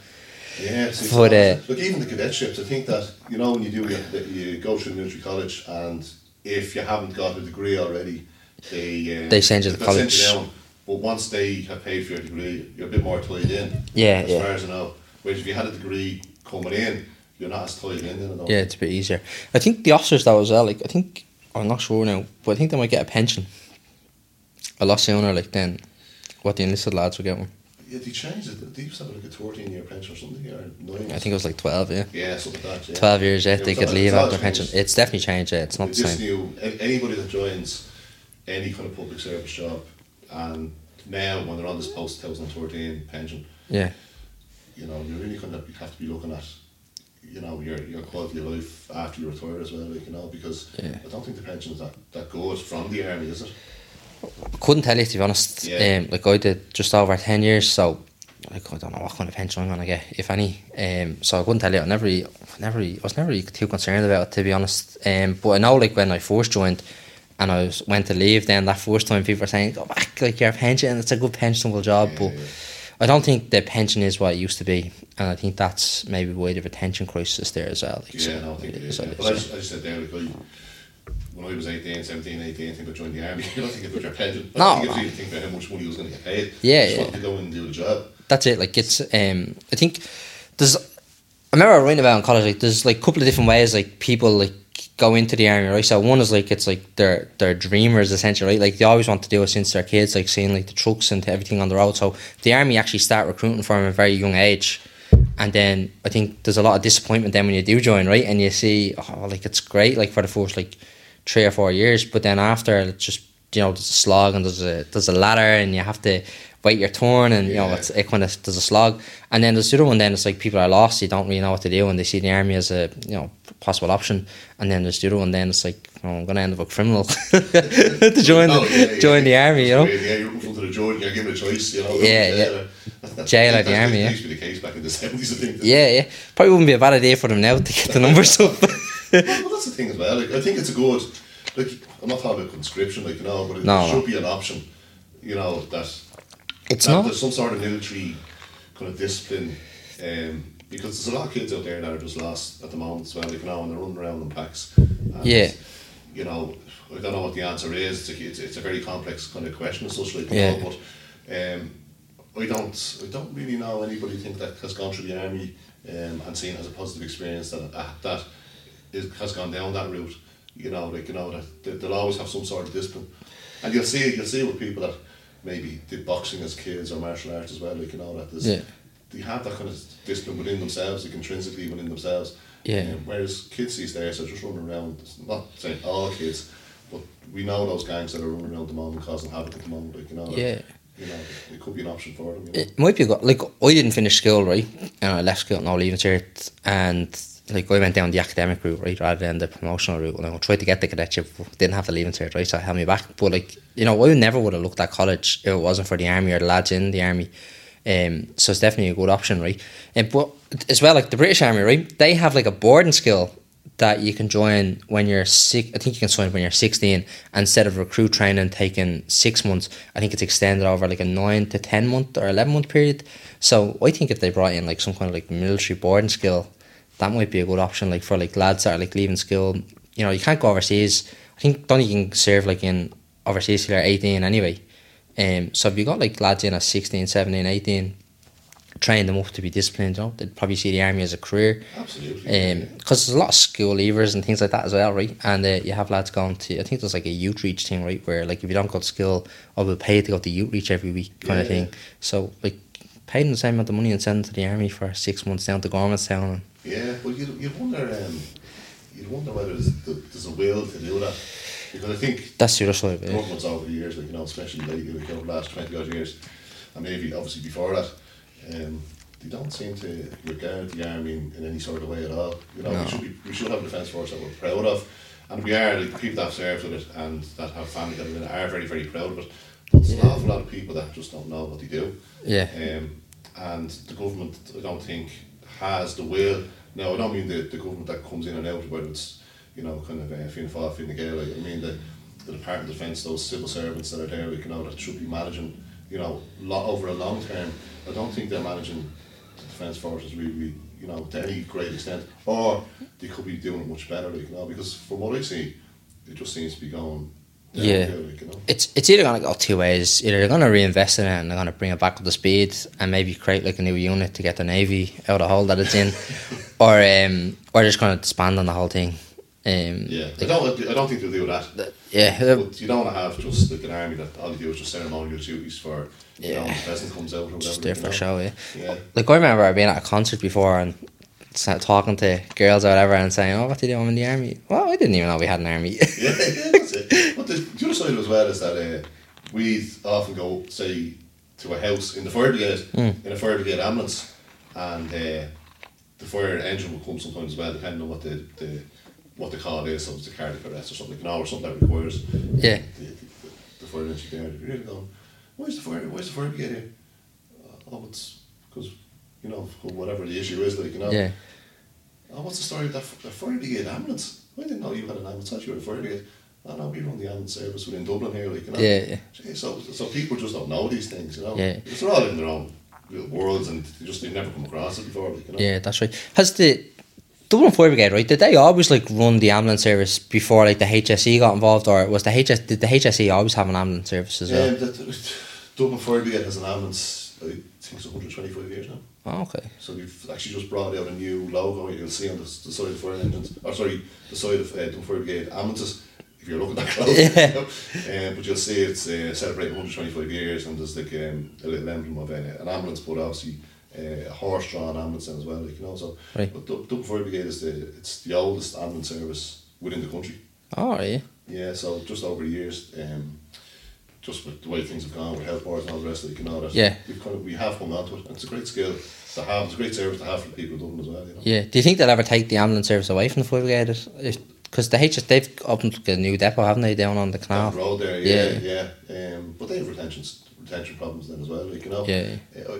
Speaker 2: Yeah, see,
Speaker 1: For the-
Speaker 2: look, even the cadetships, I think that you know when you do your- that you go through military college, and if you haven't got a degree already, they uh,
Speaker 1: They send you to
Speaker 2: they'll send
Speaker 1: college.
Speaker 2: down. But once they have paid for your degree, you're a bit more tied in.
Speaker 1: Yeah,
Speaker 2: as
Speaker 1: yeah.
Speaker 2: far as I know. Whereas if you had a degree coming in, you're not as tied in. Then I don't
Speaker 1: Yeah, it's a bit easier. I think the officers that was there, like I think I'm not sure now, but I think they might get a pension a lot sooner, like then what the enlisted lads would get one.
Speaker 2: Yeah, they changed it. They used to have like a 14 year pension or something, or nine.
Speaker 1: I think it was like twelve, yeah.
Speaker 2: Yeah, something like that. Yeah.
Speaker 1: Twelve years, yeah,
Speaker 2: Yeah,
Speaker 1: they
Speaker 2: it's
Speaker 1: could
Speaker 2: all-
Speaker 1: leave
Speaker 2: it's all
Speaker 1: after pension.
Speaker 2: changed.
Speaker 1: It's definitely changed, yeah, it's not the
Speaker 2: It's just
Speaker 1: same.
Speaker 2: new. a- Anybody that joins any kind of public service job, and now when they're on this post 2014 pension,
Speaker 1: Yeah.
Speaker 2: you know, you really kind of have to be looking at, you know, your your quality of life after you retire as well, like, you know, because
Speaker 1: Yeah.
Speaker 2: I don't think the pension is that that good from the army, is it?
Speaker 1: couldn't tell you to be honest.
Speaker 2: Yeah.
Speaker 1: Um, like I did just over ten years, so like I don't know what kind of pension I'm gonna get, if any. Um, so I couldn't tell you. I never, really, I never, really, I was never really too concerned about it to be honest. Um, but I know like when I first joined, and I was, went to leave, then that first time people were saying, "Go back, like your pension, it's a good pensionable job."
Speaker 2: Yeah,
Speaker 1: but
Speaker 2: yeah.
Speaker 1: I don't think the pension is what it used to be, and I think that's maybe why the retention crisis there as well. Like, so-
Speaker 2: Yeah, no, I think it is.
Speaker 1: so-
Speaker 2: yeah. But I just, I just said there, like, I, when I was 18, 17, 18, I think I joined the army. I don't think about your pension. I
Speaker 1: No.
Speaker 2: don't think I didn't think about how much money I was going to get paid.
Speaker 1: Yeah,
Speaker 2: I just
Speaker 1: yeah.
Speaker 2: wanted to go and do the job.
Speaker 1: that's it. Like it's um, I think there's I remember reading about in college like there's like a couple of different ways like people like go into the army right. So one is like it's like they're they're dreamers essentially right. Like they always want to do it since they're kids like seeing like the trucks and everything on the road. So the army actually start recruiting from a very young age. And then I think there's a lot of disappointment then when you do join, right? And you see, oh, like it's great, like for the first like three or four years, but then after it's just you know there's a slog and there's a there's a ladder and you have to wait your turn and you know
Speaker 2: Yeah.
Speaker 1: it's it kind of there's a slog. And then there's the other one. Then it's like people are lost. They don't really know what to do, and they see the army as a you know possible option. And then there's the other one. Then it's like oh, I'm gonna end up a criminal to join
Speaker 2: Oh,
Speaker 1: the,
Speaker 2: yeah, yeah.
Speaker 1: join the army. You know,
Speaker 2: Yeah, you're in front of the judge, you're given a choice, you know.
Speaker 1: Yeah, yeah.
Speaker 2: That's-
Speaker 1: Jail
Speaker 2: that's-
Speaker 1: or the army,
Speaker 2: That
Speaker 1: yeah.
Speaker 2: used to be the case back in the 70s, I think.
Speaker 1: yeah, yeah. Probably wouldn't be a bad idea for them now to get the numbers up.
Speaker 2: Well, well, that's the thing as well. Like, I think it's a good, like, I'm not talking about conscription, like, you know, but it
Speaker 1: No, no.
Speaker 2: should be an option, you know, that
Speaker 1: it's
Speaker 2: that
Speaker 1: not.
Speaker 2: There's some sort of military kind of discipline um, because there's a lot of kids out there that are just lost at the moment as well. Like now, and they're running around in packs. And,
Speaker 1: Yeah.
Speaker 2: You know, I don't know what the answer is. It's a, it's, it's a very complex kind of question, especially like
Speaker 1: Yeah.
Speaker 2: yeah. but um, I don't I don't really know anybody think that has gone through the army um, and seen it as a positive experience that uh, that is, has gone down that route. You know, like you know that they- they'll always have some sort of discipline. and you'll see you'll see with people that maybe did boxing as kids or martial arts as well, like you know that there's
Speaker 1: Yeah.
Speaker 2: they have that kind of discipline within themselves, like intrinsically within themselves.
Speaker 1: Yeah.
Speaker 2: Um, whereas kids these days are just running around. It's not saying all kids, but we know those gangs that are running around at the moment causing havoc at the moment. Like you know,
Speaker 1: Yeah. Eh,
Speaker 2: you know, it could be an option for them. You know?
Speaker 1: It might be a go- like I didn't finish school right, and I left school at no leaving cert, and like I went down the academic route right rather than the promotional route. And I tried to get the cadetship, but didn't have the leaving cert right, so it held me back. But like you know, I never would have looked at college if it wasn't for the army or the lads in the army. Um, so it's definitely a good option, right? And but as well, like the British Army, right? They have like a boarding skill that you can join when you're six. I think you can sign up when you're 16. Instead of recruit training taking six months, I think it's extended over like a nine to ten month or eleven month period. So I think if they brought in like some kind of like military boarding skill, that might be a good option. Like for like lads that are like leaving school, you know, you can't go overseas. I think don't you can serve like in overseas till you're 18 anyway. Um, so if you got like lads in at 16, 17, 18, train them up to be disciplined, you know, they'd probably see the army as a career
Speaker 2: Absolutely.
Speaker 1: because Um, there's a lot of school leavers and things like that as well, right? And uh, you have lads going to, I think there's like a youth reach thing, right? Where like if you don't go to school, I will pay to go to youth reach every week kind of
Speaker 2: Yeah.
Speaker 1: thing. So like paying the same amount of money and send them to the army for six months down to Gormanstown. And,
Speaker 2: Yeah, well, you you wonder um, you wonder whether there's, there's a will to do that because I think
Speaker 1: that's the other side of
Speaker 2: the
Speaker 1: it.
Speaker 2: governments over the years, like you know, especially lately, like over the last twenty odd years, and maybe obviously before that, um, they don't seem to regard the army in, in any sort of way at all. You know,
Speaker 1: No.
Speaker 2: we should be, we should have a defence force that we're proud of, and we are like the people that have served with it and that have family that are in it are very very proud of it. But there's an awful lot of people that just don't know what they do.
Speaker 1: Yeah.
Speaker 2: Um, and the government, I don't think, has the will. Now, I don't mean the, the government that comes in and out, whether it's, you know, kind of uh, Fianna Fáil, Fianna Gael, like, I mean the, the Department of Defence, those civil servants that are there, like, you know, that should be managing, you know, lot over a long term. I don't think they're managing the Defence Forces really, you know, to any great extent. Or they could be doing it much better, like, you know, because from what I see, it just seems to be going
Speaker 1: Yeah.
Speaker 2: downhill, like, you know.
Speaker 1: It's it's either gonna go two ways. Either they're gonna reinvest in it and they're gonna bring it back up to speed and maybe create like a new unit to get the navy out of the hole that it's in, or um or just gonna disband on the whole thing. Um,
Speaker 2: Yeah, I don't, I don't think they'll do that.
Speaker 1: yeah,
Speaker 2: But you don't want to have just like an army that all you do is just ceremonial duties for you know,
Speaker 1: Yeah.
Speaker 2: the peasant comes out or whatever.
Speaker 1: just there
Speaker 2: you
Speaker 1: for
Speaker 2: know.
Speaker 1: show, yeah.
Speaker 2: Yeah.
Speaker 1: Like I remember being at a concert before and sa- talking to girls or whatever and saying, "Oh, what do you do? I'm in the army." Well, I didn't even know we had an army.
Speaker 2: yeah, yeah, that's it. But the, the other side as well is that uh, we often go, say, to a house in the fire brigade,
Speaker 1: Hmm.
Speaker 2: in a fire brigade ambulance, and uh, the fire engine will come sometimes as well, depending on what the, the what the call is, so it's a cardiac arrest or something, you know, or something that requires
Speaker 1: Yeah.
Speaker 2: the, the, the fire engine there. You're really going, where's the fire? Where's the fire brigade here? Oh, it's because you know whatever the issue is, like you know.
Speaker 1: yeah,
Speaker 2: Oh, what's the story of that f- the fire brigade ambulance? I didn't know you had an ambulance. I thought you were a fire brigade. No, no, we run the ambulance service within Dublin here, like you know.
Speaker 1: Yeah, yeah.
Speaker 2: Gee, so, so people just don't know these things, you know.
Speaker 1: Yeah.
Speaker 2: Because they're all in their own little worlds, and they just they've never come across it before, like you know.
Speaker 1: yeah, that's right. Has the Dublin Fire Brigade right? Did they always like run the ambulance service before like the HSE got involved, or was the HS did the HSE always have an ambulance service as
Speaker 2: Yeah,
Speaker 1: well?
Speaker 2: that, that- Dublin fire brigade has an ambulance. I think it's 125 years now.
Speaker 1: Oh, okay.
Speaker 2: So they've actually just brought out a new logo. You'll see on the, the side of fire engines, or sorry, the side of uh, Dublin Fire Brigade ambulances. If you're looking that close,
Speaker 1: Yeah.
Speaker 2: um, but you'll see it's uh, celebrating 125 years, and there's like um, a little emblem of uh, an ambulance, but obviously uh, a horse-drawn ambulance then as well. Like you know, so
Speaker 1: Right.
Speaker 2: but Dub- Dublin Fire Brigade is the it's the oldest ambulance service within the country.
Speaker 1: All right.
Speaker 2: Yeah, so just over the years, um, just with the way things have gone with health boards and all the rest of it, you know that
Speaker 1: Yeah.
Speaker 2: we've kind of, we have hung on to it. And it's a great skill to have. It's a great service to have for the people of Dublin as well. You know.
Speaker 1: Yeah. Do you think they'll ever take the ambulance service away from the Fire Brigade? Because the HS they've opened like, a new depot, haven't they, down on the
Speaker 2: Down
Speaker 1: canal?
Speaker 2: the road there,
Speaker 1: Yeah.
Speaker 2: yeah, yeah. Um, but they have retention retention problems then as well. Like you know,
Speaker 1: Yeah.
Speaker 2: Uh,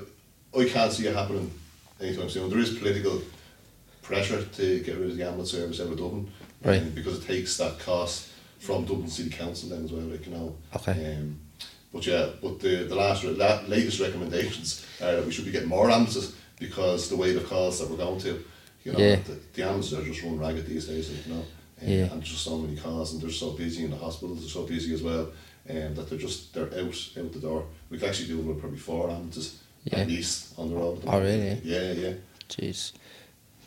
Speaker 2: I, I can't see it happening anytime soon. There is political pressure to get rid of the ambulance service out of Dublin,
Speaker 1: Right.
Speaker 2: um, because it takes that cost from Dublin City Council then as well. Like you know,
Speaker 1: Okay.
Speaker 2: Um, but yeah, but the the last re- la- latest recommendations are that we should be getting more ambulances because the weight of calls that we're going to, you know,
Speaker 1: Yeah.
Speaker 2: the, the ambulances are just run ragged these days. Like, you know. Um,
Speaker 1: Yeah.
Speaker 2: and just so many cars and they're so busy and the hospitals are so busy as well um, that they're just they're out out the door we could actually do it with probably four ambulances
Speaker 1: Yeah.
Speaker 2: at least on the road
Speaker 1: Oh, really?
Speaker 2: yeah yeah
Speaker 1: Jeez,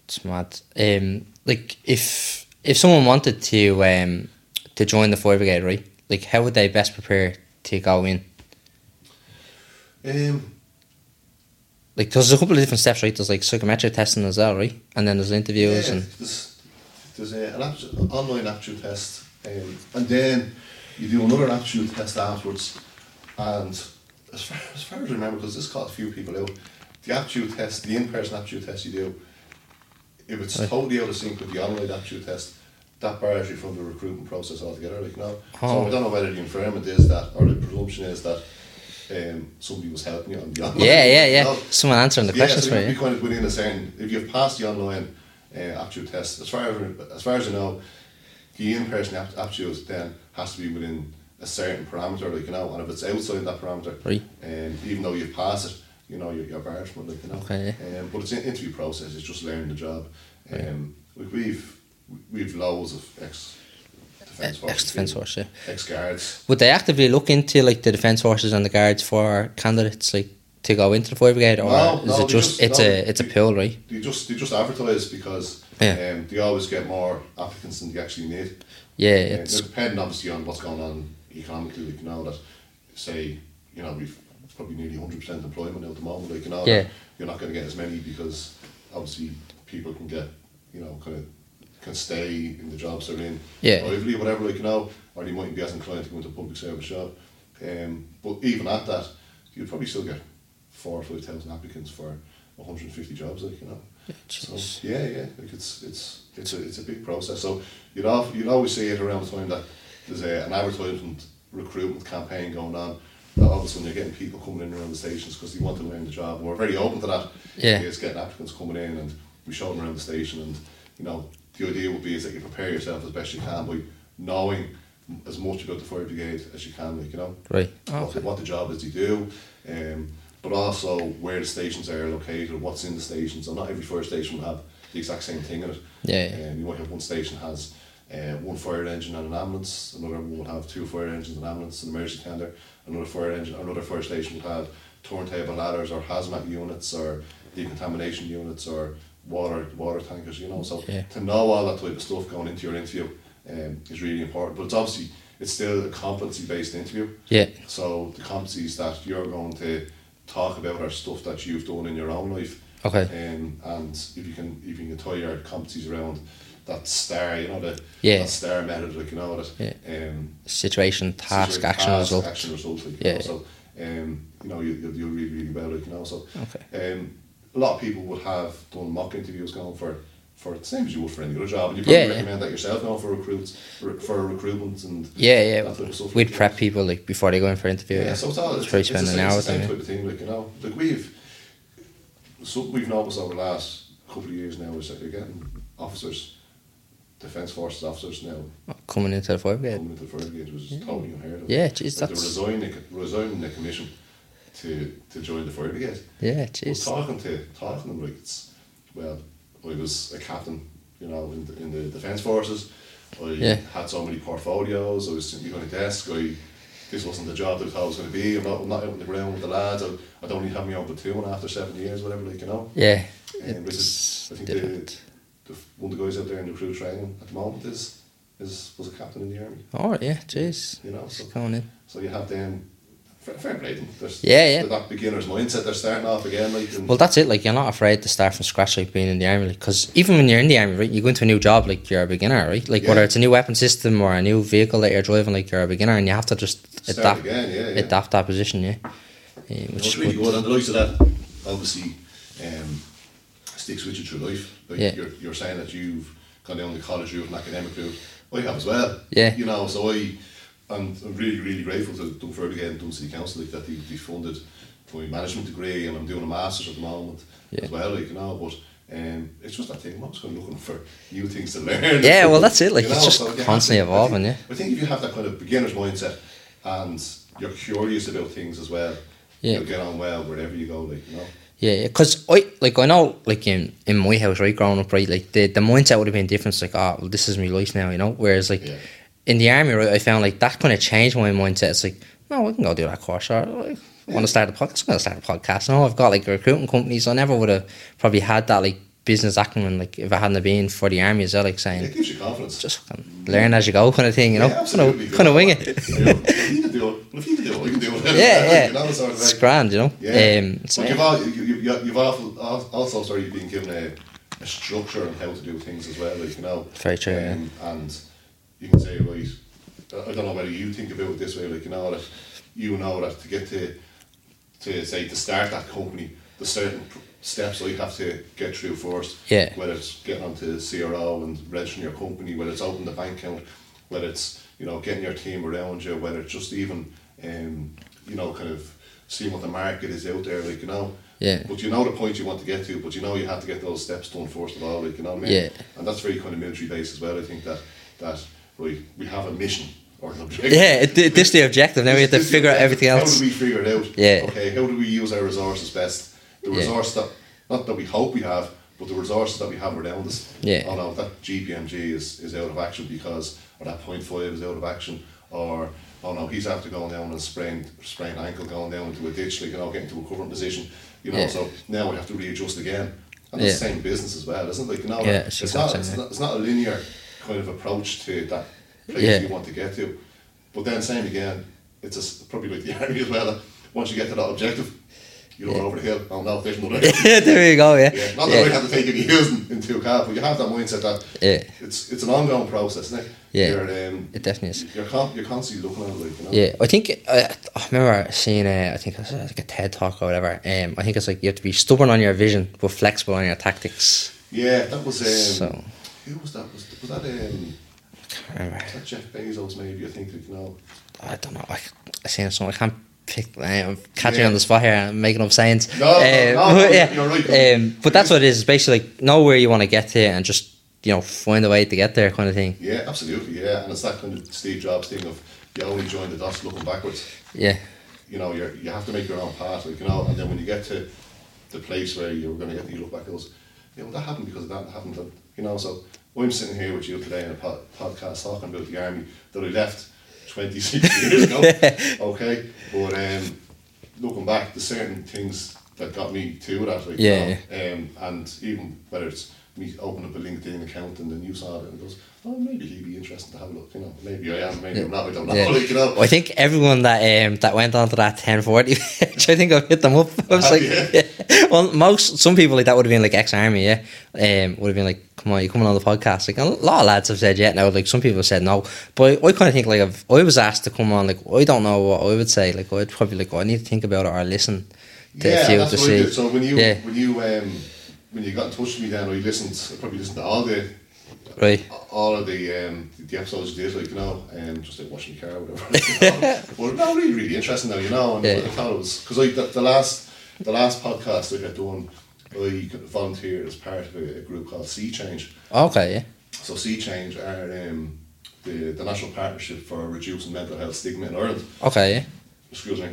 Speaker 1: it's mad. Um, like if if someone wanted to um to join the fire brigade, right? Like, how would they best prepare to go in?
Speaker 2: Um,
Speaker 1: Like, there's a couple of different steps, right? There's like psychometric testing as well, right? And then there's interviews
Speaker 2: yeah,
Speaker 1: and
Speaker 2: there's, there's a, an aptitude, online aptitude test, um, and then you do another aptitude test afterwards. And as far as, far as I remember, because this caught a few people out, the aptitude test, the in person aptitude test you do, if it's
Speaker 1: Right.
Speaker 2: totally out of sync with the online aptitude test, that bars you from the recruitment process altogether. Like, no. So
Speaker 1: Oh.
Speaker 2: I don't know whether the inferment is that or the presumption is that um, somebody was helping you on the online.
Speaker 1: yeah, yeah, yeah.
Speaker 2: No.
Speaker 1: Someone answering the
Speaker 2: Yeah,
Speaker 1: questions
Speaker 2: so
Speaker 1: for
Speaker 2: you
Speaker 1: you.
Speaker 2: be kind of within the same. If you've passed the online uh, aptitude test, as far as as far as I know, the in-person apt- aptitude then has to be within a certain parameter, like you know, and if it's outside that parameter,
Speaker 1: Right.
Speaker 2: um, even though you've passed it, you know, you're, you're barred from it, like you know.
Speaker 1: Okay.
Speaker 2: Um, but it's an interview process. It's just learning the job. Um, like we've we've loads of ex defence force,
Speaker 1: Ex defence Eh, force, yeah.
Speaker 2: ex guards.
Speaker 1: Would they actively look into like the defence forces and the guards for candidates like to go into the fire brigade, or
Speaker 2: No,
Speaker 1: is
Speaker 2: no,
Speaker 1: it
Speaker 2: they
Speaker 1: just,
Speaker 2: just-
Speaker 1: it's
Speaker 2: no,
Speaker 1: a it's a
Speaker 2: they-
Speaker 1: pool, right?
Speaker 2: They just they just advertise because
Speaker 1: Yeah.
Speaker 2: um, they always get more applicants than they actually need.
Speaker 1: Yeah,
Speaker 2: Yeah,
Speaker 1: it's
Speaker 2: it's depending obviously on what's going on economically, like, you know, that say, you know, we've probably nearly 100% employment at the moment, like, you know,
Speaker 1: Yeah.
Speaker 2: that you're not going to get as many because obviously people can get, you know, kind of can stay in the jobs they're in,
Speaker 1: Yeah.
Speaker 2: privately or whatever, like, you know, or they might be as inclined to go into a public service job. Um, but even at that, you'd probably still get four or 5,000 applicants for 150 jobs, like, you know.
Speaker 1: Jeez.
Speaker 2: So, yeah, yeah, like it's it's it's a it's a big process. So you'd al- you'd always see it around the time that there's a, an advertisement recruitment campaign going on. That all of a sudden you're getting people coming in around the stations because they want to learn the job. We're very open to that.
Speaker 1: Yeah.
Speaker 2: it's getting applicants coming in and we show them around the station. And you know the idea would be is that you prepare yourself as best you can by knowing as much about the fire brigade as you can. Like you know
Speaker 1: right.
Speaker 2: what, the- what the job is you do, um, but also where the stations are located, what's in the stations. And not every fire station will have the exact same thing in it.
Speaker 1: Yeah, yeah.
Speaker 2: Um, you might have one station has uh, one fire engine and an ambulance, another one will have two fire engines, an ambulance, an emergency tender, another fire engine, another fire station will have turntable ladders or hazmat units or decontamination units or water water tankers, you know. So
Speaker 1: Yeah.
Speaker 2: to know all that type of stuff going into your interview um, is really important. But it's obviously it's still a competency based interview.
Speaker 1: Yeah,
Speaker 2: So the competencies that you're going to talk about are stuff that you've done in your own life.
Speaker 1: Okay.
Speaker 2: Um, and if you can if you can tie your competencies around that star, you know the
Speaker 1: Yeah.
Speaker 2: that star method, like you know that um
Speaker 1: situation, task,
Speaker 2: situation,
Speaker 1: action,
Speaker 2: task,
Speaker 1: result.
Speaker 2: action result, like, you
Speaker 1: Yeah.
Speaker 2: know, so um you know you you'll do really really well like you know so
Speaker 1: Okay.
Speaker 2: um a lot of people would have done mock interviews going for for the same as you would for any other job, and you probably
Speaker 1: Yeah, yeah.
Speaker 2: recommend that yourself now for recruits for, for recruitment and
Speaker 1: Yeah,
Speaker 2: that type
Speaker 1: yeah.
Speaker 2: of stuff,
Speaker 1: We'd
Speaker 2: like, you know.
Speaker 1: prep people like before they go in for interview.
Speaker 2: Yeah, so it's all it's,
Speaker 1: Try
Speaker 2: it's,
Speaker 1: spend
Speaker 2: the
Speaker 1: an
Speaker 2: same,
Speaker 1: hour with
Speaker 2: it's the same
Speaker 1: them.
Speaker 2: type of thing, like you know, like we've something we've noticed over the last couple of years now is that you're getting officers, defence forces officers now
Speaker 1: yeah. Coming into the fire brigade.
Speaker 2: coming into the fire brigade, which is totally unheard of.
Speaker 1: Yeah, jeez,
Speaker 2: Like,
Speaker 1: that's-
Speaker 2: they're resigning, resigning the commission to to join the fire brigade.
Speaker 1: Yeah,
Speaker 2: Well,
Speaker 1: jeez.
Speaker 2: talking to talking to them like it's well, I was a captain, you know, in the, in the defence forces. I
Speaker 1: Yeah.
Speaker 2: had so many portfolios. I was sitting behind a desk. I this wasn't the job that I thought it was going to be. I'm not, I'm not out on the ground with the lads. I, I don't even have my own platoon after seven years, whatever, like you know.
Speaker 1: Yeah.
Speaker 2: And which
Speaker 1: It's
Speaker 2: is, I think the,
Speaker 1: different.
Speaker 2: the one of the guys out there in the crew training at the moment is is was a captain in the army.
Speaker 1: Oh yeah, jeez.
Speaker 2: You know, so-
Speaker 1: It's going in.
Speaker 2: So you have them. Fair, fair play to them. There's-
Speaker 1: Yeah, yeah.
Speaker 2: That beginner's mindset. They're starting off again, like. And,
Speaker 1: Well, that's it. Like you're not afraid to start from scratch, like being in the army, because even when you're in the army, right, you go into a new job, like you're a beginner, right? Like
Speaker 2: Yeah.
Speaker 1: whether it's a new weapon system or a new vehicle that you're driving, like you're a beginner, and you have to just
Speaker 2: Start
Speaker 1: adapt,
Speaker 2: again, yeah, yeah.
Speaker 1: adapt that position, yeah. Yeah, which
Speaker 2: It's
Speaker 1: is
Speaker 2: really
Speaker 1: good.
Speaker 2: good, and the likes of that obviously um, sticks with you through life. Like
Speaker 1: Yeah.
Speaker 2: you're, you're saying that you've gone down the college route and academic route. I have as well.
Speaker 1: Yeah.
Speaker 2: You know, so I, I'm really, really grateful to Dunfermline Brigade and Dun City Council like, that they, they funded my management degree, and I'm doing a master's at the moment
Speaker 1: Yeah.
Speaker 2: as well. Like you know, but. Um, it's just that thing. I'm always kind of looking for new things to learn.
Speaker 1: Yeah, well, that's it, like,
Speaker 2: You
Speaker 1: it's just
Speaker 2: so you have
Speaker 1: constantly
Speaker 2: I think-
Speaker 1: evolving, yeah.
Speaker 2: I think if you have that kind of beginner's mindset and you're curious about things as well,
Speaker 1: Yeah.
Speaker 2: you'll get on well wherever you go. Like you know,
Speaker 1: Yeah, because I like I know like in, in my house right growing up right like the, the mindset would have been different. It's like oh well, this is my life now you know. Whereas like
Speaker 2: Yeah.
Speaker 1: in the army right I found like that kind of changed my mindset. It's like no I can go do that course. Or, I want to start a podcast. I'm gonna start a podcast. No, I've got like a recruiting company, so I never would have probably had that like business acumen. Like if I hadn't have been for the army as well, like saying
Speaker 2: It gives you confidence.
Speaker 1: just fucking learn as you go kind of thing. You know,
Speaker 2: yeah,
Speaker 1: kind
Speaker 2: absolutely.
Speaker 1: of kind of wing it.
Speaker 2: You know, if you can do it, well, if you can do it, I can do it.
Speaker 1: Yeah,
Speaker 2: You know,
Speaker 1: yeah,
Speaker 2: that sort of
Speaker 1: it's
Speaker 2: thing.
Speaker 1: grand. You know,
Speaker 2: Yeah.
Speaker 1: um, so,
Speaker 2: but
Speaker 1: yeah.
Speaker 2: you've, all, you, you, you- you've also, also started being given a, a structure on how to do things as well, like, you know. Um,
Speaker 1: Very true, yeah.
Speaker 2: And you can say, right, I I don't know whether you think about it this way, like, you know, that you know that to get to, to say, to start that company, the certain pr- steps that you have to get through first.
Speaker 1: Yeah.
Speaker 2: Whether it's getting onto CRO and registering your company, whether it's opening the bank account, whether it's, you know, getting your team around you, whether it's just even, um, you know, kind of seeing what the market is out there, like, you know.
Speaker 1: Yeah.
Speaker 2: But you know the point you want to get to, but you know you have to get those steps done first of all, like, you know what I mean?
Speaker 1: Yeah.
Speaker 2: And that's very kind of military based as well. I think that, that right, we have a mission or an objective.
Speaker 1: yeah, th- this the objective. Now we have to
Speaker 2: This is
Speaker 1: figure out
Speaker 2: the-
Speaker 1: everything
Speaker 2: How
Speaker 1: else.
Speaker 2: do we figure it out?
Speaker 1: Yeah.
Speaker 2: Okay, how do we use our resources best? The
Speaker 1: Yeah.
Speaker 2: resource that, not that we hope we have, but the resources that we have around us.
Speaker 1: Yeah.
Speaker 2: Oh no, that GPMG is, is out of action because, or that point five is out of action, or oh no, he's after going down and sprained sprained ankle, going down into a ditch, like you know, getting to a covering position. You know,
Speaker 1: Yeah.
Speaker 2: so now we have to readjust again. And it's the
Speaker 1: Yeah.
Speaker 2: same business as well, isn't it? Like you know,
Speaker 1: Yeah,
Speaker 2: it's,
Speaker 1: it's
Speaker 2: not,
Speaker 1: exactly
Speaker 2: it's,
Speaker 1: right.
Speaker 2: not, it's not a linear kind of approach to that place
Speaker 1: Yeah.
Speaker 2: you want to get to. But then same again, it's a s probably like the army as well. that Once you get to that objective, you look over the hill. Oh no, there's another.
Speaker 1: yeah, there you go. Yeah,
Speaker 2: yeah, not that
Speaker 1: yeah.
Speaker 2: we have to take any years in, in two car, but you have that mindset that
Speaker 1: Yeah.
Speaker 2: it's it's an ongoing process, isn't it?
Speaker 1: Yeah.
Speaker 2: You're, um,
Speaker 1: It definitely is.
Speaker 2: You're, con- you're constantly looking at it, like, you know.
Speaker 1: Yeah, I think uh, I remember seeing a, I think it was uh, like a TED talk or whatever. Um, I think it's like you have to be stubborn on your vision but flexible on your tactics.
Speaker 2: Yeah, that was. Um,
Speaker 1: So-
Speaker 2: Who was that? Was, was that um,
Speaker 1: I remember,
Speaker 2: was that Jeff Bezos? Maybe I think like, you know.
Speaker 1: I don't know. I, I seen something. I can't pick. I'm catching
Speaker 2: Yeah.
Speaker 1: on the spot here. I'm making up sayings.
Speaker 2: No, no,
Speaker 1: Um,
Speaker 2: no, no,
Speaker 1: but yeah,
Speaker 2: you're right.
Speaker 1: Um, but that's what it is. It's basically like know where you want to get to and just you know find a way to get there, kind of thing.
Speaker 2: Yeah, absolutely. Yeah, and it's that kind of Steve Jobs thing of you only join the dots looking backwards.
Speaker 1: Yeah,
Speaker 2: you know, you're, you have to make your own path, like, you know, and then when you get to the place where you're going to get, you look back and goes, yeah, well, that happened because of that, that happened, that, you know, so I'm sitting here with you today in a pod- podcast talking about the army that I left 26 years ago, okay, but um, looking back, the certain things that got me to that, like, you
Speaker 1: Yeah,
Speaker 2: know, um, and even whether it's me opening up a LinkedIn account and then you saw it and goes, oh, maybe he'd be interested to have a look, you know, maybe I am, maybe I'm not, I don't know,
Speaker 1: yeah.
Speaker 2: like, you know.
Speaker 1: I think everyone that um, that went on to that 1040 page, I think I've hit them up. I was like,
Speaker 2: Yeah.
Speaker 1: well, most some people like that would have been like ex army, yeah, um, would have been like, come on, you coming on the podcast? Like a lot of lads have said yeah now, like some people have said no, but I, kind of think like if I was asked to come on, like I don't know what I would say, like I'd probably like I need to think about it or listen to a
Speaker 2: yeah,
Speaker 1: few
Speaker 2: that's
Speaker 1: to
Speaker 2: what I
Speaker 1: see.
Speaker 2: did. So when you
Speaker 1: yeah,
Speaker 2: when you um, when you got in touch with me then, I listened. I probably listened to all the
Speaker 1: right,
Speaker 2: all of the um, the episodes you did, like you know, um, just like washing your car, or whatever. but no, really, really interesting though, you know. And
Speaker 1: Yeah.
Speaker 2: I thought it was because the, the last the last podcast I had done, I volunteered as part of a, a group called Sea Change.
Speaker 1: okay, yeah,
Speaker 2: So Sea Change are um, the the national partnership for reducing mental health stigma in Ireland
Speaker 1: okay, yeah.
Speaker 2: excuse me.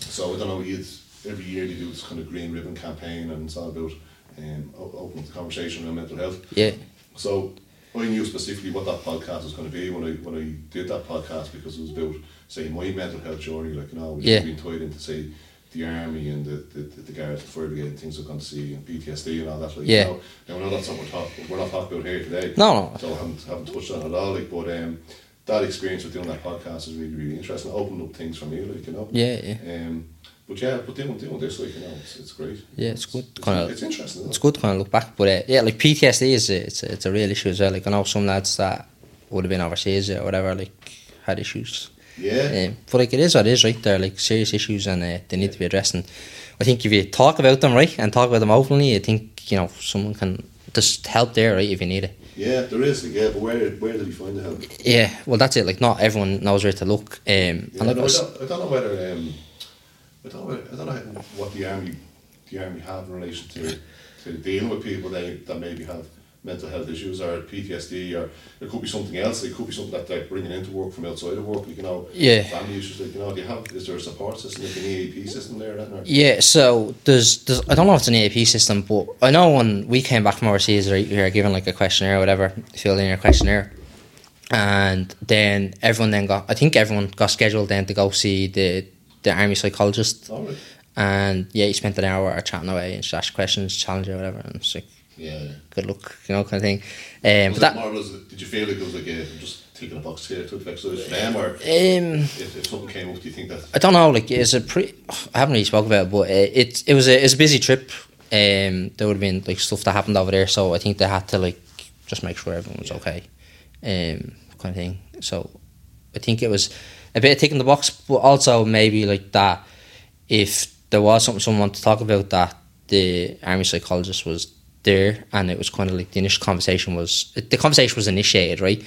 Speaker 2: So I don't know. You'd, every year they do this kind of green ribbon campaign, and it's all about um, o- opening the conversation around mental health.
Speaker 1: yeah.
Speaker 2: So I knew specifically what that podcast was going to be when I when I did that podcast because it was about say my mental health journey, like you know, which
Speaker 1: Yeah.
Speaker 2: being tied into say the army and the the, the, the guards, the fire brigade, and things I've gone to see, and PTSD and all that. Like,
Speaker 1: Yeah.
Speaker 2: You know, now I know that's not what we're talking. We're not talking about here today.
Speaker 1: No, no.
Speaker 2: So I haven't haven't touched on it at all. Like, but um, that experience with doing that podcast is really really interesting. It opened up things for me, like you know.
Speaker 1: Yeah, yeah.
Speaker 2: Um, but yeah, but doing doing this, like you know, it's, it's great.
Speaker 1: Yeah, it's good.
Speaker 2: It's,
Speaker 1: Kinda-
Speaker 2: it's interesting. isn't
Speaker 1: it's
Speaker 2: it?
Speaker 1: good to kind of look back, but uh, yeah, like PTSD is a, it's a, it's a real issue as well. Like I know some lads that would have been overseas or whatever, like had issues.
Speaker 2: Yeah.
Speaker 1: Um, but like it is what it is, right? They're like serious issues and uh, they need to be addressed. And I think if you talk about them, right, and talk about them openly, I think you know someone can just help there, right, if you need it.
Speaker 2: Yeah, there is. Like, yeah, but where where did he find the help?
Speaker 1: Yeah, well that's it. Like not everyone knows where to look. Um, and
Speaker 2: Yeah,
Speaker 1: like
Speaker 2: no,
Speaker 1: I
Speaker 2: I,
Speaker 1: s-
Speaker 2: don't, I don't know whether um, I don't know whether, I don't know what the army the army have in relation to, to dealing with people that that maybe have mental health issues or PTSD or it could be something else. It could be something that they're bringing into work from outside of work. Like, you know,
Speaker 1: Yeah.
Speaker 2: family issues. Like you know, do you have is there a support system, like an EAP system there? Then, or?
Speaker 1: Yeah, so there's, there's I don't know if it's an EAP system, but I know when we came back from overseas, right, we were given like a questionnaire or whatever, fill in your questionnaire, and then everyone then got I think everyone got scheduled then to go see the the army psychologist,
Speaker 2: All right.
Speaker 1: and yeah, he spent an hour chatting away and just asked questions, challenge or whatever, and it's like
Speaker 2: Yeah.
Speaker 1: good luck, you know, kind of thing. Um,
Speaker 2: Was
Speaker 1: but
Speaker 2: that,
Speaker 1: that,
Speaker 2: more, was it, did you feel like it was like a, just taking a box here to exercise for them, or
Speaker 1: um,
Speaker 2: if, if something came up, do you think that?
Speaker 1: I don't know. Like it's a pretty. I haven't really spoken about it, but uh, it it was a it's a busy trip. Um, there would have been like stuff that happened over there, so I think they had to like just make sure everyone was okay, um, kind of thing. So I think it was a bit of ticking the box, but also maybe like that if there was something someone wanted to talk about that the army psychologist was there and it was kind of like the initial conversation was the conversation was initiated right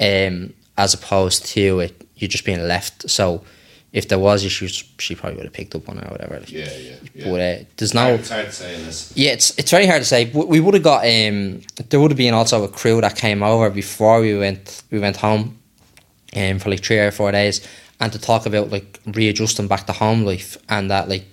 Speaker 1: um as opposed to it you just being left so if there was issues she probably would have picked up on it or whatever like,
Speaker 2: Yeah, yeah, yeah.
Speaker 1: but uh, there's no
Speaker 2: It's hard saying this.
Speaker 1: yeah, it's it's very hard to say. W- We would have got um, there would have been also a crew that came over before we went we went home, um, for like three or four days, and to talk about like readjusting back to home life and that like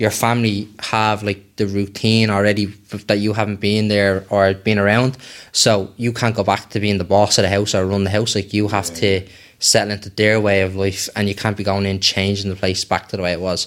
Speaker 1: your family have like the routine already f- that you haven't been there or been around, so you can't go back to being the boss of the house or run the house. Like you have to settle into their way of life, and you can't be going in changing the place back to the way it was.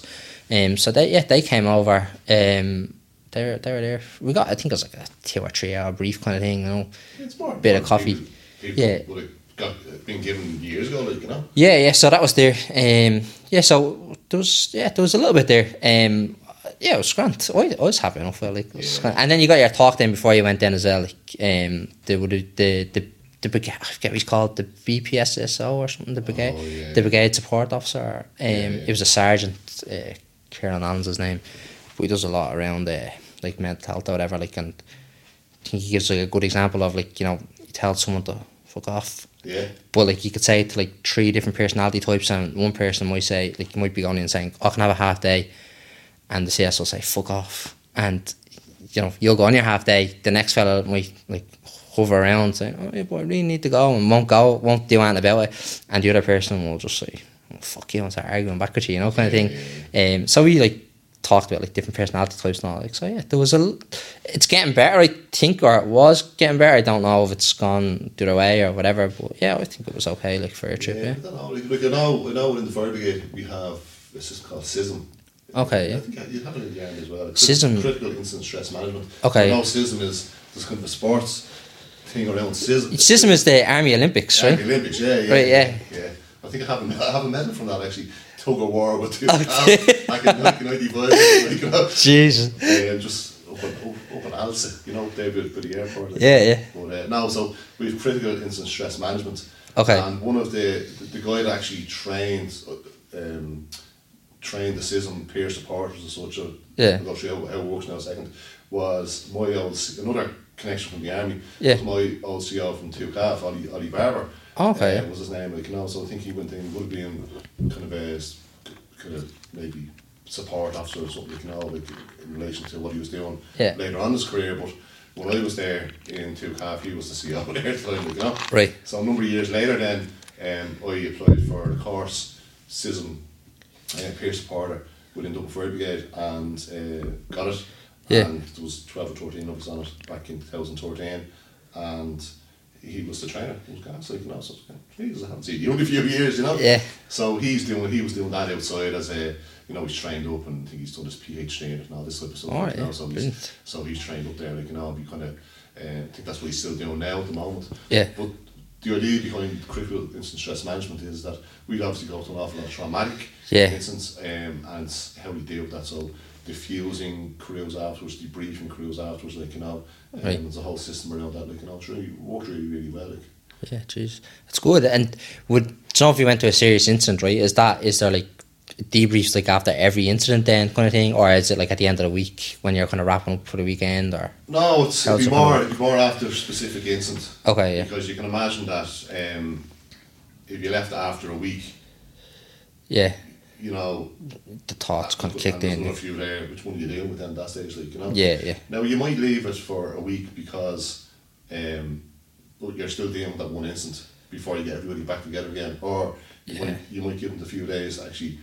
Speaker 1: Um, so they yeah they came over. Um, they were, they were there. We got, I think it was like a two or three hour brief kind of thing, you know.
Speaker 2: It's more
Speaker 1: Bit of coffee.
Speaker 2: People, people
Speaker 1: Yeah.
Speaker 2: would have got, been given years ago, like you know.
Speaker 1: Yeah, yeah. So that was there. Um, yeah, so there was yeah there was a little bit there. Um, yeah, it was grand. I, I was happy enough. Like, it was
Speaker 2: Yeah.
Speaker 1: grand. and then you got your talk then before you went then as well. Like, um, the the the the, the brigade, I forget what he's called, the BPSSO or something. The brigade,
Speaker 2: Oh, yeah.
Speaker 1: the brigade support officer. Um,
Speaker 2: yeah.
Speaker 1: it was a sergeant. Uh, Kieran Allen's his name. But he does a lot around uh, like mental health or whatever. Like, and I think he gives like, a good example of like you know you tell someone to fuck off
Speaker 2: Yeah.
Speaker 1: but like you could say it to like three different personality types, and one person might say like you might be going in saying I can have a half day, and the CS will say fuck off, and you know you'll go on your half day. The next fella might like hover around saying oh yeah, but I really need to go and won't go, won't do anything about it, and the other person will just say "Oh, fuck you and start arguing back with you, you know kind of
Speaker 2: Yeah,
Speaker 1: thing. Um, so we like talked about like different personality types and all. Like so, yeah, there was a. l- It's getting better, I think, or it was getting better. I don't know if it's gone the other way or whatever, but yeah, I think it was okay. Like for a trip, yeah.
Speaker 2: I don't know. Like, like, I know, I know in the fire brigade we have this is called SISM.
Speaker 1: Okay,
Speaker 2: I
Speaker 1: yeah.
Speaker 2: think you have it in the army as well. It's
Speaker 1: SISM.
Speaker 2: Critical incident stress management.
Speaker 1: Okay.
Speaker 2: I know SISM is this kind of a sports thing around SISM.
Speaker 1: System is the Army Olympics,
Speaker 2: Yeah,
Speaker 1: right?
Speaker 2: the Olympics, yeah, yeah,
Speaker 1: Right, yeah.
Speaker 2: yeah. I think I have a, I have a medal from that actually. Tug of war with two
Speaker 1: Okay.
Speaker 2: pals back in 1995. like, you know,
Speaker 1: Jesus.
Speaker 2: and just up in, up, up in Alsa, you know, there by the airport. like.
Speaker 1: Yeah, yeah.
Speaker 2: But uh, now, so we have critical incident stress management.
Speaker 1: Okay.
Speaker 2: And one of the the, the guy that actually trained um, trained the SISM peer supporters and such. uh,
Speaker 1: Yeah.
Speaker 2: I'll go through how, how it works now in a second. Was my old C- another connection from the army.
Speaker 1: Yeah.
Speaker 2: Was my old CO from Two Calf, Ollie, Ollie Barber.
Speaker 1: Okay.
Speaker 2: Uh, was his name like you know? So I think he went in would have been kind of a s- kind of maybe support officer or something like you know like in relation to what he was doing
Speaker 1: Yeah.
Speaker 2: later on in his career. But when I was there in two half, he was the CEO there at the time, like, you know.
Speaker 1: Right.
Speaker 2: So a number of years later, then um, I applied for the course SISM uh, peer supporter within Dublin Fire Brigade and uh, got it.
Speaker 1: Yeah.
Speaker 2: And there was twelve or thirteen of us on it back in two thousand thirteen, and he was the trainer. It was gas, like you know, so it's kind of, Jesus, I haven't seen you in a few years, you know.
Speaker 1: Yeah.
Speaker 2: So he's doing he was doing that outside as a you know he's trained up and I think he's done his PhD in it and all this type of stuff.
Speaker 1: Oh,
Speaker 2: like, you know,
Speaker 1: yeah,
Speaker 2: so
Speaker 1: brilliant.
Speaker 2: he's so he's trained up there, like you know, we kind of uh, think that's what he's still doing now at the moment.
Speaker 1: Yeah.
Speaker 2: But the idea behind critical incident stress management is that we obviously go through an awful lot of traumatic
Speaker 1: Yeah.
Speaker 2: incidents um, and it's how we deal with that. So diffusing crews afterwards, debriefing crews afterwards, like you know, um,
Speaker 1: Right.
Speaker 2: there's a whole system around that, like you know, it's really worked really really well. Like.
Speaker 1: Yeah, jeez, that's good. And would so if you went to a serious incident, right? Is that is there like debriefs like after every incident then kind of thing, or is it like at the end of the week when you're kind of wrapping up for the weekend or?
Speaker 2: No, it's
Speaker 1: How's
Speaker 2: it'd be
Speaker 1: it gonna
Speaker 2: more it'd be more after a specific incident.
Speaker 1: Okay, yeah.
Speaker 2: Because you can imagine that um, if you left after a week,
Speaker 1: Yeah,
Speaker 2: you know,
Speaker 1: the thoughts kind of kicked
Speaker 2: there's another
Speaker 1: in.
Speaker 2: few there. Which one are you dealing with then? That stage, like you know.
Speaker 1: Yeah, yeah.
Speaker 2: Now you might leave it for a week because, um, but you're still dealing with that one incident before you get everybody back together again, or you,
Speaker 1: Yeah.
Speaker 2: might, you might give them a few days to actually,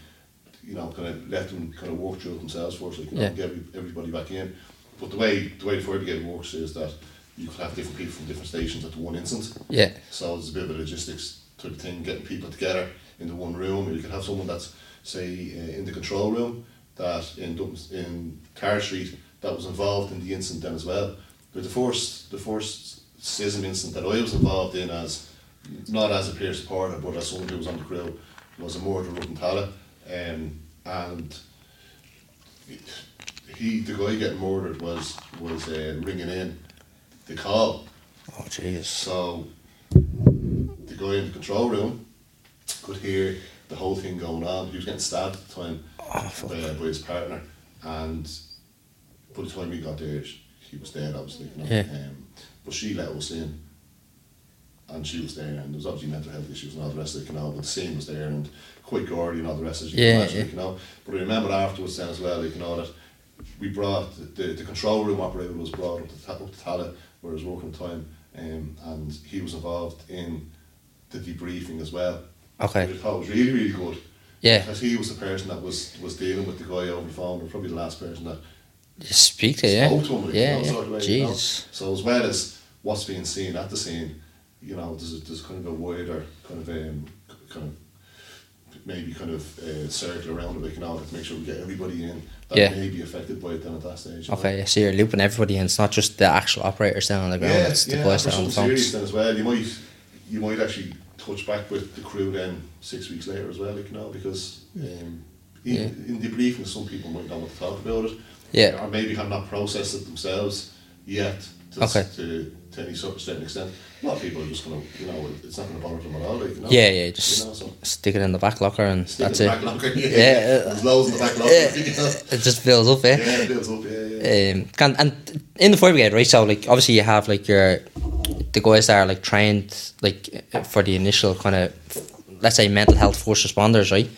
Speaker 2: you know, kind of let them kind of work through it themselves first, like you know,
Speaker 1: Yeah.
Speaker 2: get every, everybody back in. But the way the way the fire brigade works is that you could have different people from different stations at the one incident.
Speaker 1: Yeah,
Speaker 2: So it's a bit of a logistics type of thing, getting people together into one room. Or you could have someone that's, say, uh, in the control room that in Dub- in Car Street that was involved in the incident then as well. But the first, the first schism incident that I was involved in as, not as a player supporter, but as someone who was on the crew, was a murder up in Tala, um, and he, the guy getting murdered was was uh, ringing in the call.
Speaker 1: Oh, jeez.
Speaker 2: So the guy in the control room could hear the whole thing going on. He was getting stabbed at the time
Speaker 1: Oh, fuck.
Speaker 2: by, uh, by his partner, and by the time we got there, sh- he was dead, obviously. You know?
Speaker 1: Yeah.
Speaker 2: um, but she let us in, and she was there, and there was obviously mental health issues and all the rest of it, you know. But the scene was there, and quite gory and all the rest of it, you
Speaker 1: Yeah,
Speaker 2: can imagine,
Speaker 1: yeah.
Speaker 2: like, you know. But I remember afterwards then as well, like, you know, that we brought the, the, the control room operator was brought up to, Ta- up to Tala where he was working time, um, and he was involved in the debriefing as well.
Speaker 1: Okay.
Speaker 2: Which I thought was really, really good.
Speaker 1: Yeah.
Speaker 2: Because he was the person that was, was dealing with the guy over the phone, and probably the last person that
Speaker 1: Just speak to yeah.
Speaker 2: spoke to him. like, you
Speaker 1: Yeah,
Speaker 2: know,
Speaker 1: yeah.
Speaker 2: sort of way, you know.
Speaker 1: Jeez.
Speaker 2: So as well as what's being seen at the scene, you know, there's, a- there's kind of a wider kind of um, kind of maybe kind of uh, circle around it, like, you know, to make sure we get everybody in that
Speaker 1: Yeah.
Speaker 2: may be affected by it then at that stage. you know.
Speaker 1: Okay, yeah, so you're looping everybody in. It's not just the actual operators down on the ground,
Speaker 2: Yeah,
Speaker 1: it's the
Speaker 2: yeah,
Speaker 1: boys
Speaker 2: for
Speaker 1: down on the
Speaker 2: some
Speaker 1: phones.
Speaker 2: serious then as well. You might you might actually touch back with the crew then six weeks later as well, like, you know, because um, in,
Speaker 1: Yeah.
Speaker 2: in debriefing, some people might not want to talk about it.
Speaker 1: Yeah.
Speaker 2: Or maybe have not processed it themselves yet to,
Speaker 1: Okay.
Speaker 2: to, to any sort of certain extent. A lot of people are just going to, you know, it's not going to bother them at all, like, you know.
Speaker 1: Yeah, yeah,
Speaker 2: You know,
Speaker 1: just
Speaker 2: so
Speaker 1: stick it in the back locker and
Speaker 2: stick
Speaker 1: that's
Speaker 2: it. in
Speaker 1: it.
Speaker 2: the Back locker. yeah,
Speaker 1: Yeah, uh,
Speaker 2: There's loads in the back locker.
Speaker 1: yeah.
Speaker 2: you know.
Speaker 1: It just fills up, eh?
Speaker 2: Yeah, it builds up, yeah, yeah.
Speaker 1: um, can, and in the fire brigade, right? So like, obviously you have like your the guys that are like trained like for the initial kind of let's say mental health first responders, right?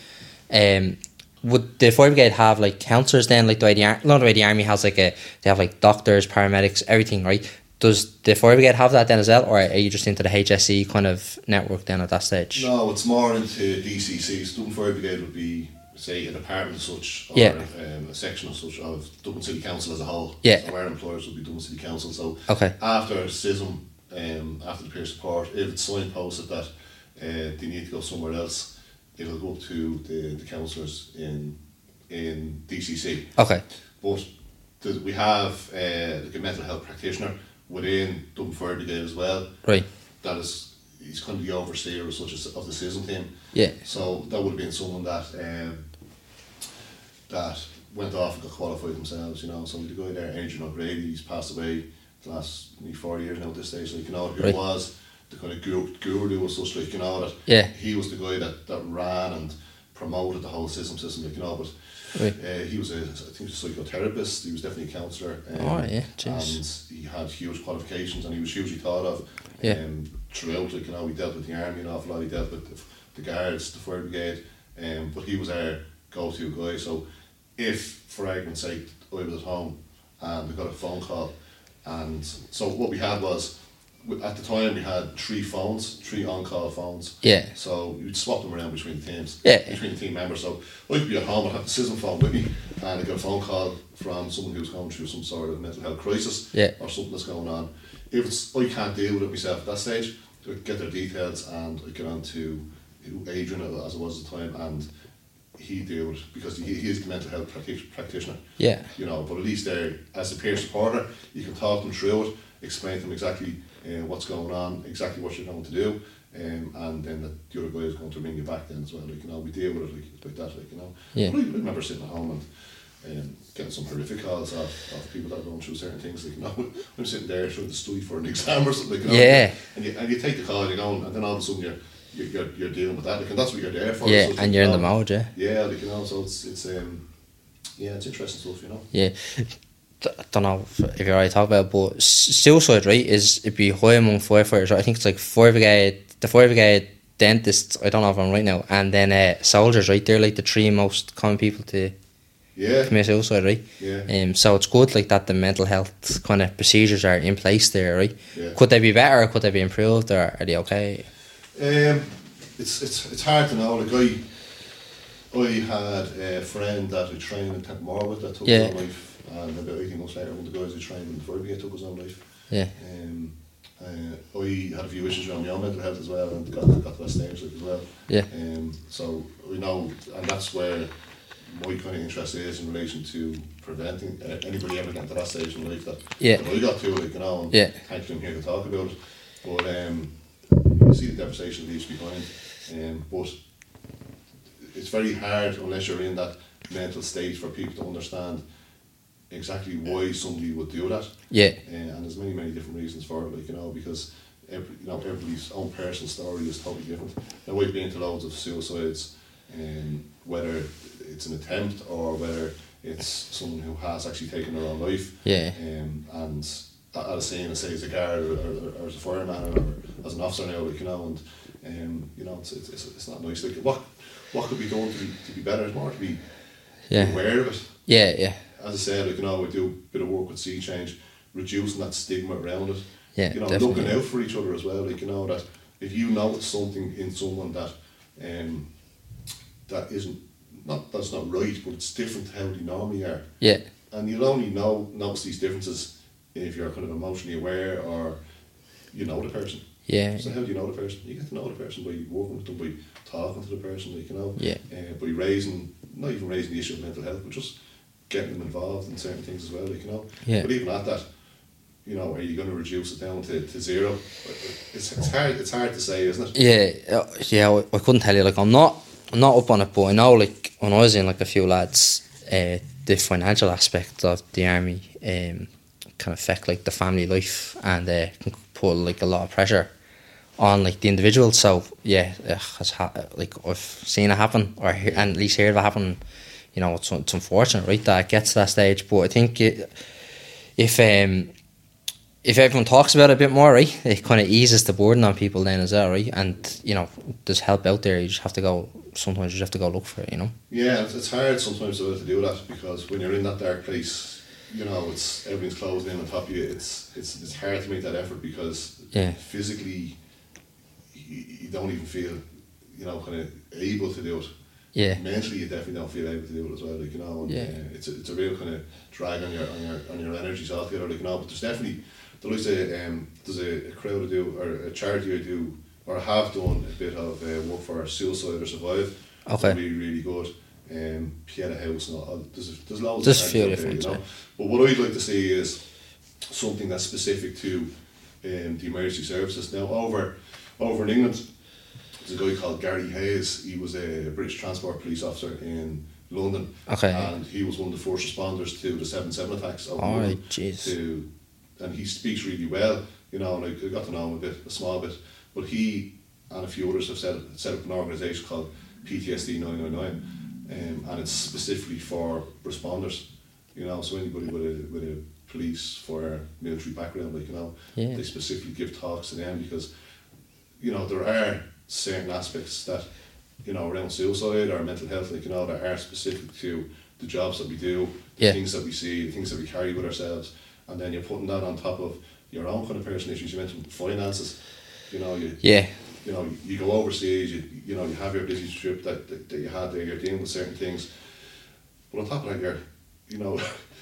Speaker 1: Um, would the fire brigade have like counselors then, like the way the ar- not the way the army has like a they have like doctors, paramedics, everything, right? Does the fire brigade have that then as well, or are you just into the HSE kind of network then at that stage?
Speaker 2: No, it's more into DCC. Student Fire Brigade would be, say, a department as such or
Speaker 1: Yeah.
Speaker 2: um, a section as such of Dublin City Council as a whole.
Speaker 1: Yeah.
Speaker 2: So our employers would be Dublin City Council. So
Speaker 1: Okay.
Speaker 2: after SISM, um, after the peer support, if it's signposted that uh, they need to go somewhere else, it'll go up to the, the councillors in in DCC.
Speaker 1: Okay.
Speaker 2: But th- we have uh, like a mental health practitioner within Dublin Fire Brigade as well
Speaker 1: Right.
Speaker 2: that is he's kind of the overseer as such as of the season team.
Speaker 1: Yeah.
Speaker 2: So that would have been someone that um, that went off and got qualified themselves, you know. So the guy there, Adrian O'Grady, he's passed away the last maybe four years now at this stage, like you know, who
Speaker 1: Right.
Speaker 2: was the kind of guru, guru as such, like you know, that
Speaker 1: Yeah.
Speaker 2: he was the guy that, that ran and promoted the whole system system, like you know, but
Speaker 1: Right.
Speaker 2: uh, he was a I think he was a psychotherapist, he was definitely a counsellor. Um,
Speaker 1: Oh, yeah, jeez.
Speaker 2: and he had huge qualifications and he was hugely thought of
Speaker 1: Yeah.
Speaker 2: um, throughout. Like, you know, he dealt with the army an awful lot, he dealt with the, the guards, the fire brigade, um, but he was our go to guy. So, if for argument's sake, I was at home and we got a phone call, and so what we had was w- at the time we had three phones, three on call phones.
Speaker 1: Yeah.
Speaker 2: So you'd swap them around between teams.
Speaker 1: Yeah.
Speaker 2: Between team members. So I could be at home and have the SISM phone with me and I get a phone call from someone who's going through some sort of mental health crisis
Speaker 1: Yeah.
Speaker 2: or something that's going on. If it's I can't deal with it myself at that stage, I get their details and I get on to who- Adrian as it was at the time and he deal with it because he, he is the mental health practi- practitioner.
Speaker 1: Yeah.
Speaker 2: You know, but at least there, as a peer supporter, you can talk them through it, explain to them exactly uh, what's going on, exactly what you're going to do, um, and then that the other guy is going to ring you back then as well. Like you know, we deal with it like, like that, like you know.
Speaker 1: Yeah.
Speaker 2: But I remember sitting at home and um, getting some horrific calls of, of people that are going through certain things. Like you know, I'm sitting there trying to study for an exam or something. Like, you know,
Speaker 1: Yeah.
Speaker 2: And you, and you take the call, you know, and then all of a sudden you're you're, you're, you're dealing with that, like, and that's what you're there for.
Speaker 1: Yeah,
Speaker 2: So it's
Speaker 1: and
Speaker 2: like,
Speaker 1: you're in the
Speaker 2: um,
Speaker 1: mode, yeah.
Speaker 2: Yeah, like you know, so it's it's um, yeah, it's interesting stuff, you know.
Speaker 1: Yeah. I don't know if, if you already talked about it, but s- suicide rate is it'd be high among firefighters. Right? I think it's like fire brigade, the fire brigade dentists. I don't know if I'm right now, and then uh, soldiers. Right, they're like the three most common people to
Speaker 2: Yeah.
Speaker 1: commit suicide. Right.
Speaker 2: Yeah.
Speaker 1: Um. So it's good like that. The mental health kind of procedures are in place there. Right.
Speaker 2: Yeah.
Speaker 1: Could they be better? Could they be improved? Or are they okay?
Speaker 2: Um, it's it's it's hard to know. Like I, I had a friend that I trained in Tempmore with that took
Speaker 1: Yeah.
Speaker 2: his own life, and about eighteen months later, one of the guys I trained in Verbia took his own life.
Speaker 1: Yeah.
Speaker 2: Um, uh, I had a few issues around my own mental health as well, and got got to that stage like, as well.
Speaker 1: Yeah.
Speaker 2: Um, so we know, and that's where my kind of interest is in relation to preventing uh, anybody ever getting to that stage in life that,
Speaker 1: Yeah.
Speaker 2: that I got to, like, you know, and
Speaker 1: Yeah.
Speaker 2: thankfully I'm here to talk about it. But um, you see the devastation it leaves behind. Um, but it's very hard unless you're in that mental state for people to understand exactly why somebody would do that.
Speaker 1: Yeah.
Speaker 2: Uh, and there's many, many different reasons for it, like, you know, because every, you know, everybody's own personal story is totally different. Now, we've been to loads of suicides, um, whether it's an attempt or whether it's someone who has actually taken their own life.
Speaker 1: Yeah.
Speaker 2: Um, and I was saying, I say as a guard or, or, or as a fireman or as an officer now, like, you know, and, um, you know, it's, it's, it's it's not nice. Like, what, what could be done to be, to be better, more to be
Speaker 1: Yeah.
Speaker 2: aware of it?
Speaker 1: Yeah. Yeah.
Speaker 2: as I said, like, you know, we do a bit of work with Sea Change, reducing that stigma around it.
Speaker 1: Yeah,
Speaker 2: you know,
Speaker 1: definitely.
Speaker 2: looking out for each other as well. Like, you know, that if you notice something in someone that, um, that isn't not that's not right, but it's different to how they normally are,
Speaker 1: Yeah.
Speaker 2: and you'll only know notice these differences if you're kind of emotionally aware or you know the person.
Speaker 1: Yeah.
Speaker 2: So how do you know the person? You get to know the person by working with them, by talking to the person, like you know.
Speaker 1: Yeah.
Speaker 2: Uh, by raising, not even raising the issue of mental health, but just getting them involved in certain things as well, like you know.
Speaker 1: Yeah.
Speaker 2: But even at that, you know, are you going to reduce it down to, to zero? It's, it's hard. It's hard to say, isn't it?
Speaker 1: Yeah, uh, yeah. I- I couldn't tell you. Like, I'm not, I'm not up on it, but I know. Like, when I was in, like a few lads, uh, the financial aspect of the army um, can affect like the family life and uh, can put like a lot of pressure on like the individual. So yeah, uh, has ha- like I've seen it happen, or he- and at least heard it happen. You know, it's, it's unfortunate, right, that it gets to that stage. But I think it, if um, if everyone talks about it a bit more, right, it kind of eases the burden on people then as well, right? And you know, there's help out there. You just have to go. Sometimes you just have to go look for it. You know.
Speaker 2: Yeah, it's, it's hard sometimes though to do that because when you're in that dark place, you know, it's everything's closed in on top of you. It's it's it's hard to make that effort because
Speaker 1: Yeah.
Speaker 2: physically, you, you don't even feel, you know, kind of able to do it.
Speaker 1: Yeah.
Speaker 2: mentally you definitely don't feel able to do it as well like you know and,
Speaker 1: Yeah.
Speaker 2: uh, it's, a, it's a real kind of drag on your on your, on your energies altogether like you know but there's definitely there is a um, there's a, a crowd I do or a charity I do or I have done a bit of uh, work for Suicide or Survive It's
Speaker 1: Okay.
Speaker 2: really really good um, Pieta House and all, all- there's, a, there's loads
Speaker 1: There's a
Speaker 2: of
Speaker 1: few
Speaker 2: charities out there,
Speaker 1: different,
Speaker 2: you know? but what I'd like to see is something that's specific to um, the emergency services now over over in England there's a guy called Gary Hayes. He was a British transport police officer in London.
Speaker 1: Okay.
Speaker 2: And he was one of the first responders to the seven seven attacks. Of
Speaker 1: All right,
Speaker 2: London.
Speaker 1: jeez.
Speaker 2: To, and he speaks really well. You know, and I I got to know him a bit, a small bit. But he and a few others have set up, set up an organisation called PTSD nine nine nine, um, and it's specifically for responders. You know, so anybody with a with a police, fire, military background, like you know,
Speaker 1: Yeah.
Speaker 2: they specifically give talks to them because you know, there are certain aspects that, you know, around suicide or mental health, like, you know, that are specific to the jobs that we do, the
Speaker 1: Yeah.
Speaker 2: things that we see, the things that we carry with ourselves. And then you're putting that on top of your own kind of personal issues. You mentioned finances. You know, you,
Speaker 1: Yeah.
Speaker 2: you know, you go overseas, you, you know, you have your business trip that, that, that you had there, you're dealing with certain things. But on top of that, you're, you know,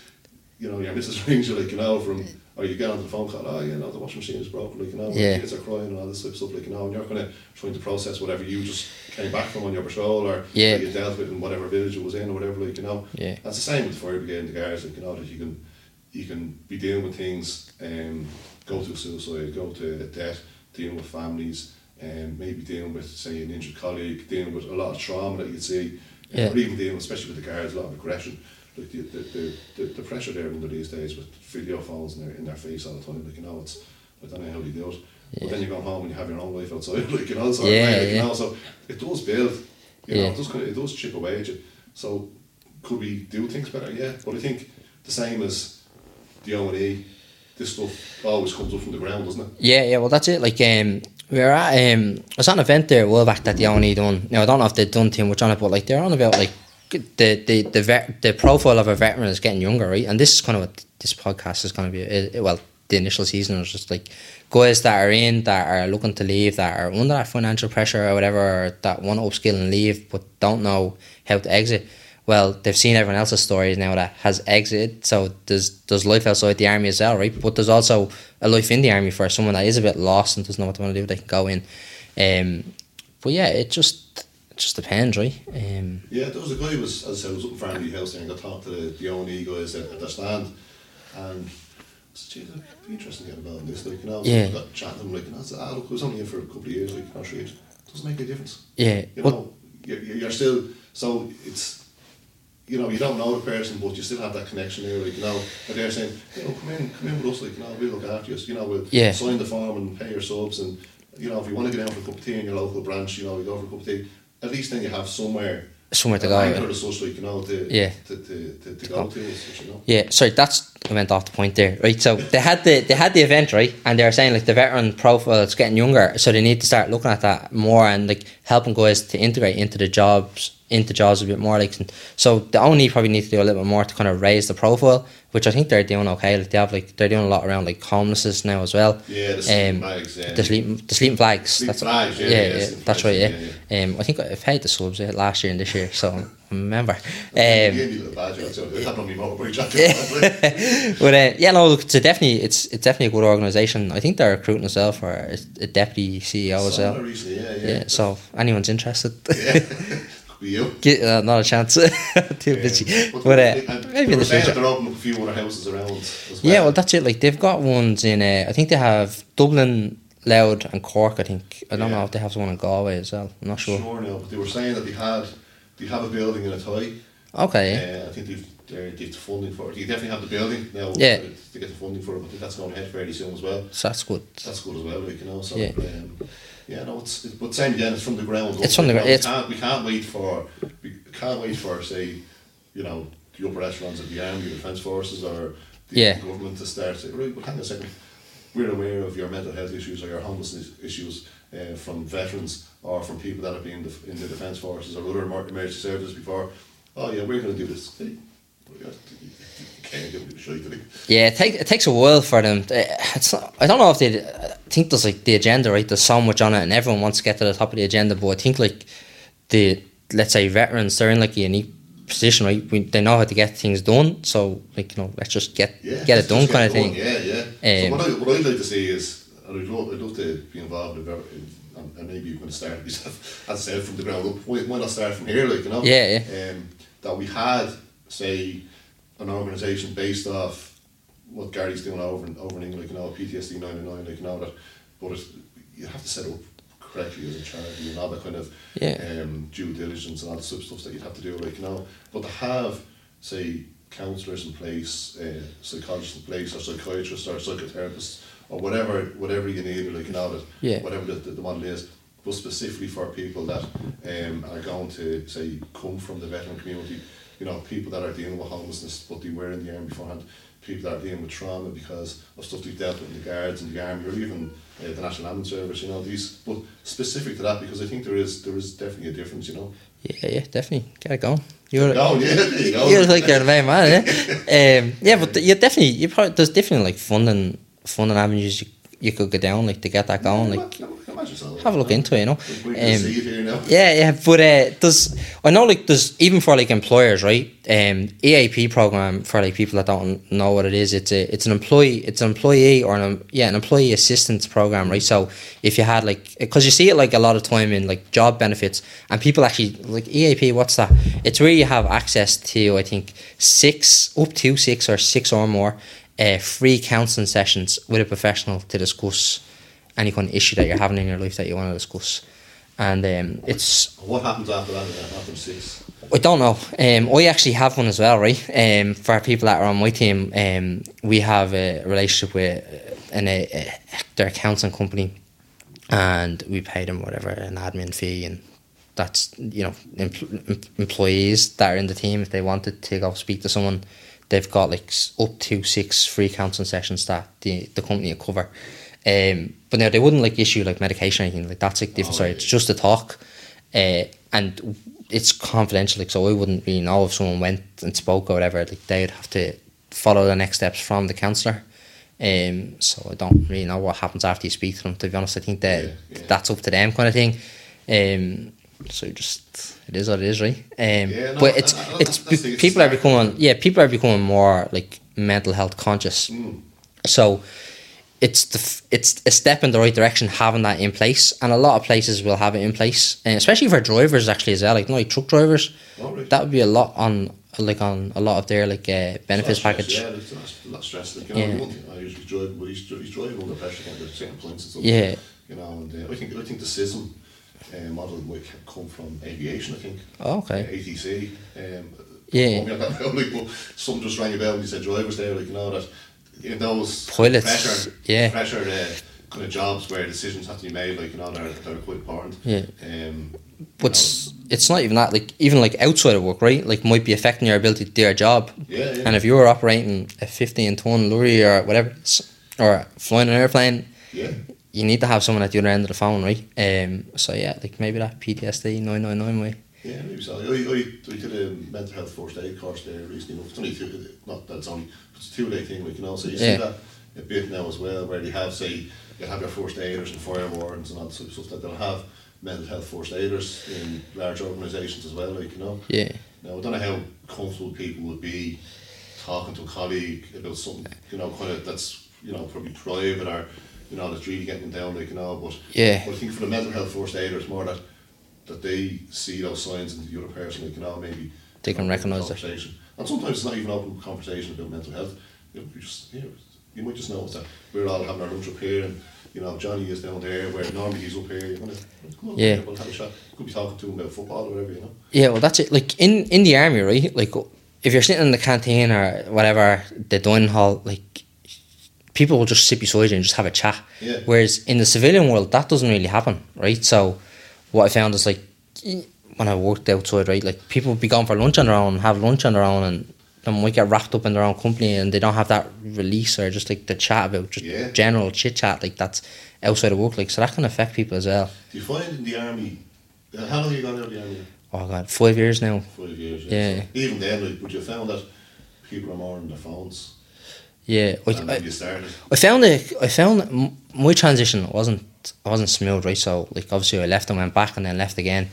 Speaker 2: you know, your Mrs. Ranger, like, you know, from, or you get onto the phone call, oh, you know, the washing machine is broken, like, you know,
Speaker 1: Yeah.
Speaker 2: the kids are crying and all this type of stuff, like, you know, and you're kind of trying to process whatever you just came back from on your patrol or
Speaker 1: Yeah.
Speaker 2: that you dealt with in whatever village it was in or whatever, like, you know.
Speaker 1: Yeah.
Speaker 2: That's the same with the fire brigade and the guards, like, you know, that you can, you can be dealing with things, um, go to suicide, go to death, dealing with families, um, maybe dealing with, say, an injured colleague, dealing with a lot of trauma that you'd see,
Speaker 1: Yeah.
Speaker 2: or even dealing, especially with the guards, a lot of aggression. Like the, the, the, the, the pressure they're under these days with video phones in their, in their face all the time, like, you know, it's, I don't know how they do it. But then you go home and you have your own life outside, like, you know, so,
Speaker 1: Yeah,
Speaker 2: like, you
Speaker 1: yeah.
Speaker 2: know, so it does build, you know,
Speaker 1: Yeah.
Speaker 2: it does, kind of, it does chip away at you. So could we do things better? Yeah, but I think the same as the O and E, this stuff always comes up from the ground, doesn't it?
Speaker 1: Yeah. Yeah. Well, that's it. Like, um, we were at um, I was at an event there a while back that the only done. Now I don't know if they've done too much on it, but like they're on about like the the the vet, the profile of a veteran is getting younger, right? And this is kind of what this podcast is going to be. It, it- well, the initial season was just like guys that are in that are looking to leave that are under that financial pressure or whatever or that want to upskill and leave but don't know how to exit. Well, they've seen everyone else's stories now that has exited. So there's there's life outside the army as well, right? But there's also a life in the army for someone that is a bit lost and doesn't know what they want to do. They can go in. Um, but yeah, it just just depends, right? Um,
Speaker 2: Yeah, there was a guy who was, as I said, was up in Farnley House there and got talked to the, the O&E guys at, at their stand. And I said, geez, it'd be interesting to get involved in this. Like, you know,
Speaker 1: Yeah.
Speaker 2: I got chatting to him, like, and I said, ah, look, I was only here for a couple of years, like, not sure it doesn't make a difference.
Speaker 1: yeah,
Speaker 2: You
Speaker 1: but
Speaker 2: know, you're, you're still, so it's, you know, you don't know the person, but you still have that connection there, like, you know, and they're saying, you know, come in, come in with us, like, you know, we'll look after you, you know, we'll
Speaker 1: Yeah.
Speaker 2: sign the form and pay your subs and, you know, if you want to get down for a cup of tea in your local branch, you know, we go for a cup of tea, at least then you have somewhere
Speaker 1: somewhere to
Speaker 2: a
Speaker 1: go.
Speaker 2: banker
Speaker 1: yeah.
Speaker 2: or such, like, you know, to,
Speaker 1: Yeah.
Speaker 2: to, to, to, to go to, as such, you know.
Speaker 1: Yeah, sorry, that's I went off the point there, right? So they had the they had the event, right? And they were saying like the veteran profile is getting younger, so they need to start looking at that more and like helping guys to integrate into the jobs into jobs a bit more. Like so, the only probably need to do a little bit more to kind of raise the profile, which I think they're doing okay. Like they have like they're doing a lot around like homelessness now as well.
Speaker 2: Yeah, the sleeping
Speaker 1: Um,
Speaker 2: bags, yeah.
Speaker 1: The sleeping the sleeping flags.
Speaker 2: Sleeping
Speaker 1: that's
Speaker 2: flags, yeah, yeah,
Speaker 1: yeah,
Speaker 2: sleeping
Speaker 1: that's right.
Speaker 2: flags,
Speaker 1: Yeah.
Speaker 2: yeah,
Speaker 1: Um, I think I've had the subs yeah, last year and this year, so I remember.
Speaker 2: Yeah,
Speaker 1: Um,
Speaker 2: you need a little badge, that's it. It happened on me motorbike, that's it.
Speaker 1: but uh, yeah, no, look, it's a definitely it's it's definitely a good organisation. I think they're recruiting as well for a, a deputy CEO as
Speaker 2: Somewhere
Speaker 1: well.
Speaker 2: recently, yeah, yeah.
Speaker 1: uh, Yeah, so if anyone's interested,
Speaker 2: Yeah. Could be you.
Speaker 1: get, uh, not a chance. Too busy, but uh, maybe in the future.
Speaker 2: They're opening a few other houses around as well.
Speaker 1: Yeah, well, that's it. Like they've got ones in. Uh, I think they have Dublin, Loud, and Cork. I think I don't
Speaker 2: Yeah.
Speaker 1: know if they have one in Galway as well. I'm not
Speaker 2: sure.
Speaker 1: sure.
Speaker 2: sure now, but they were saying that they had they have a building in a tie.
Speaker 1: Okay.
Speaker 2: Uh, I think they've they're- they've the funding for it. They definitely have the building now.
Speaker 1: Yeah.
Speaker 2: uh, To get the funding for it, I think that's going ahead fairly soon as well.
Speaker 1: So that's good.
Speaker 2: That's good as well, like you know. So
Speaker 1: Yeah.
Speaker 2: um, yeah, no, it's it, but same again. It's from the ground. up,
Speaker 1: It's from the
Speaker 2: like,
Speaker 1: gr-
Speaker 2: you know,
Speaker 1: it's-
Speaker 2: we can't we can't wait for we can't wait for say, you know, the upper echelons of the army, the defence forces, or the
Speaker 1: Yeah.
Speaker 2: government to start. Say, right, well, hang on a second. We're aware of your mental health issues or your homelessness issues uh, from veterans or from people that have been in the, in the defence forces or other emer- emergency services before. Oh yeah, we're going to do this. Hey, you can't give me the shite, like.
Speaker 1: Yeah, it, take, it takes a while for them. Uh, It's not, I don't know if they. I think there's like the agenda, right? There's so much on it, and everyone wants to get to the top of the agenda. But I think like the let's say veterans, they're in like a unique position, right? We, they know how to get things done, so like you know, let's just get
Speaker 2: yeah,
Speaker 1: get
Speaker 2: just-
Speaker 1: it done,
Speaker 2: just
Speaker 1: kind of
Speaker 2: get
Speaker 1: thing.
Speaker 2: it done, Yeah, yeah.
Speaker 1: Um,
Speaker 2: so what, I, what I'd like to see is, and I'd love, I'd love to be involved in, ver- in and, and maybe you can start it yourself, as I said, from the ground up. Why, why not start from here, like, you know?
Speaker 1: Yeah,
Speaker 2: Um, that we had, say, an organisation based off what Gary's doing over in, over in England, like, you know, PTSD 99, like, you know, that, but it's, you have to set it up correctly as a charity and all that kind of
Speaker 1: Yeah.
Speaker 2: um, due diligence and all the sort of stuff that you'd have to do, like, you know, but to have, say, counsellors in place, uh, psychologists in place, or psychiatrists, or psychotherapists, or whatever, whatever you need, or like, you know, that,
Speaker 1: Yeah.
Speaker 2: whatever the, the, the model is, but specifically for people that um, are going to, say, come from the veteran community, you know, people that are dealing with homelessness, but they were in the army beforehand, people that are dealing with trauma because of stuff they've dealt with in the guards and the army, or even uh, the National Ambulance Service, you know, these, but specific to that, because I think there is, there is definitely a difference, you know.
Speaker 1: Yeah, yeah, definitely get it going. You're
Speaker 2: No, yeah, there you go.
Speaker 1: you're like you're the main man, yeah. um, yeah, but you definitely you probably there's definitely like funding funding avenues you, you could go down like to get that going. Like
Speaker 2: Imagine so.
Speaker 1: have a look into it, you know.
Speaker 2: We can
Speaker 1: Um,
Speaker 2: see it here now.
Speaker 1: Yeah, yeah, but uh, does I know like there's even for like employers, right? Um, EAP program for like people that don't know what it is. It's a it's an employee it's an employee or an em- yeah an employee assistance program, right? So if you had like because you see it like a lot of time in like job benefits and people actually like EAP. What's that? It's where you have access to I think six up to six or six or more uh, free counseling sessions with a professional to discuss any kind of issue that you're having in your life that you want to discuss. And um, it's
Speaker 2: What happens after that? After six?
Speaker 1: I don't know. Um, I actually have one as well, right? Um, for people that are on my team, um, we have a relationship with uh, an, a, a, their accounting company, and we pay them whatever an admin fee, and that's you know empl- em- employees that are in the team if they wanted to go speak to someone, they've got like s- up to six free counseling sessions that the the company will cover. Um, but now they wouldn't like issue like medication or anything like that's like different.
Speaker 2: Oh,
Speaker 1: Sorry,
Speaker 2: yeah.
Speaker 1: it's just a talk, uh, and it's confidential. Like, so I wouldn't really know if someone went and spoke or whatever. Like, they'd have to follow the next steps from the counsellor. Um, so I don't really know what happens after you speak to them. To be honest, I think that
Speaker 2: Yeah, yeah.
Speaker 1: uh, that's up to them, kind of thing. Um, so just it is what it is, right? Um,
Speaker 2: Yeah, no,
Speaker 1: but it's
Speaker 2: I- I-
Speaker 1: it's
Speaker 2: that's the-
Speaker 1: people are
Speaker 2: Hmm.
Speaker 1: becoming yeah people are becoming more like mental health conscious. So it's the f- it's a step in the right direction having that in place, and a lot of places will have it in place, and especially for drivers actually as well, like you know, like truck drivers.
Speaker 2: All right.
Speaker 1: That would be a lot on like on a lot of their like uh, benefits
Speaker 2: That's stress,
Speaker 1: package.
Speaker 2: Yeah, that's, that's, that's stress. Like, you
Speaker 1: Yeah.
Speaker 2: know, you won't- I usually drive, but he's, he's driving under pressure like at certain points and stuff.
Speaker 1: Yeah.
Speaker 2: You know, and uh, I think I think the SISM uh, model would c- come from aviation. I think.
Speaker 1: Oh, okay.
Speaker 2: Uh, ATC. Um,
Speaker 1: Yeah.
Speaker 2: I mean, I don't know, like, but some just rang a bell when you said drivers there, like you know that in those
Speaker 1: Pilots,
Speaker 2: pressure,
Speaker 1: yeah.
Speaker 2: pressure uh, kind of jobs where decisions have to be made, like you know, they're, they're quite important.
Speaker 1: Yeah.
Speaker 2: Um, you
Speaker 1: But
Speaker 2: know,
Speaker 1: it's, it's not even that like even like outside of work, right? Like might be affecting your ability to do your job.
Speaker 2: Yeah, yeah.
Speaker 1: And if you were operating a fifteen ton lorry or whatever, it's- or flying an airplane,
Speaker 2: yeah.
Speaker 1: you need to have someone at the other end of the phone, right? Um. So yeah, like maybe that PTSD nine nine nine way.
Speaker 2: Yeah, maybe so. I, I, I did a mental health first aid course there recently. It's only two, not that it's only, it's a two day thing, like, you know, so you
Speaker 1: Yeah.
Speaker 2: see that a bit now as well, where they have, say, you have your first aiders and fire wardens and all that sort of stuff that they'll have mental health first aiders in large organisations as well, like, you know.
Speaker 1: Yeah.
Speaker 2: Now, I don't know how comfortable people would be talking to a colleague about something, you know, kind of that's, you know, probably private or, you know, that's really getting them down, like, you know, but
Speaker 1: Yeah.
Speaker 2: but I think for the mental health first aider, it's more that that they see those signs in the other person, like, you know, maybe
Speaker 1: They can
Speaker 2: open
Speaker 1: recognise it.
Speaker 2: conversation. And sometimes it's not even open conversation about mental health. You, know, you just you, know, you might just notice that we're all having our lunch up here, and you know Johnny is down there, where normally he's up here. You're gonna, come on,
Speaker 1: Yeah.
Speaker 2: we'll have a shot. Could be talking to him about football or whatever, you know.
Speaker 1: Yeah, well, that's it. Like in in the army, right? Like if you're sitting in the canteen or whatever the dining hall, like people will just sit beside you and just have a chat.
Speaker 2: Yeah.
Speaker 1: Whereas in the civilian world, that doesn't really happen, right? So what I found is like when I worked outside, right? Like people would be gone for lunch on their own, have lunch on their own, and they might get wrapped up in their own company, and they don't have that release or just like the chat about just
Speaker 2: Yeah.
Speaker 1: general chit chat like that's outside of work. Like so that can affect people as well.
Speaker 2: Do you find in the army? uh, How long have you gone out of the army?
Speaker 1: Oh god, five years now.
Speaker 2: Five years.
Speaker 1: Yeah.
Speaker 2: So even then, like, but you found that people are more on their phones.
Speaker 1: Yeah, I-
Speaker 2: than
Speaker 1: I-
Speaker 2: when you started.
Speaker 1: I found it. I found m- my transition wasn't. I wasn't smooth, right? So like, obviously, I left and went back, and then left again,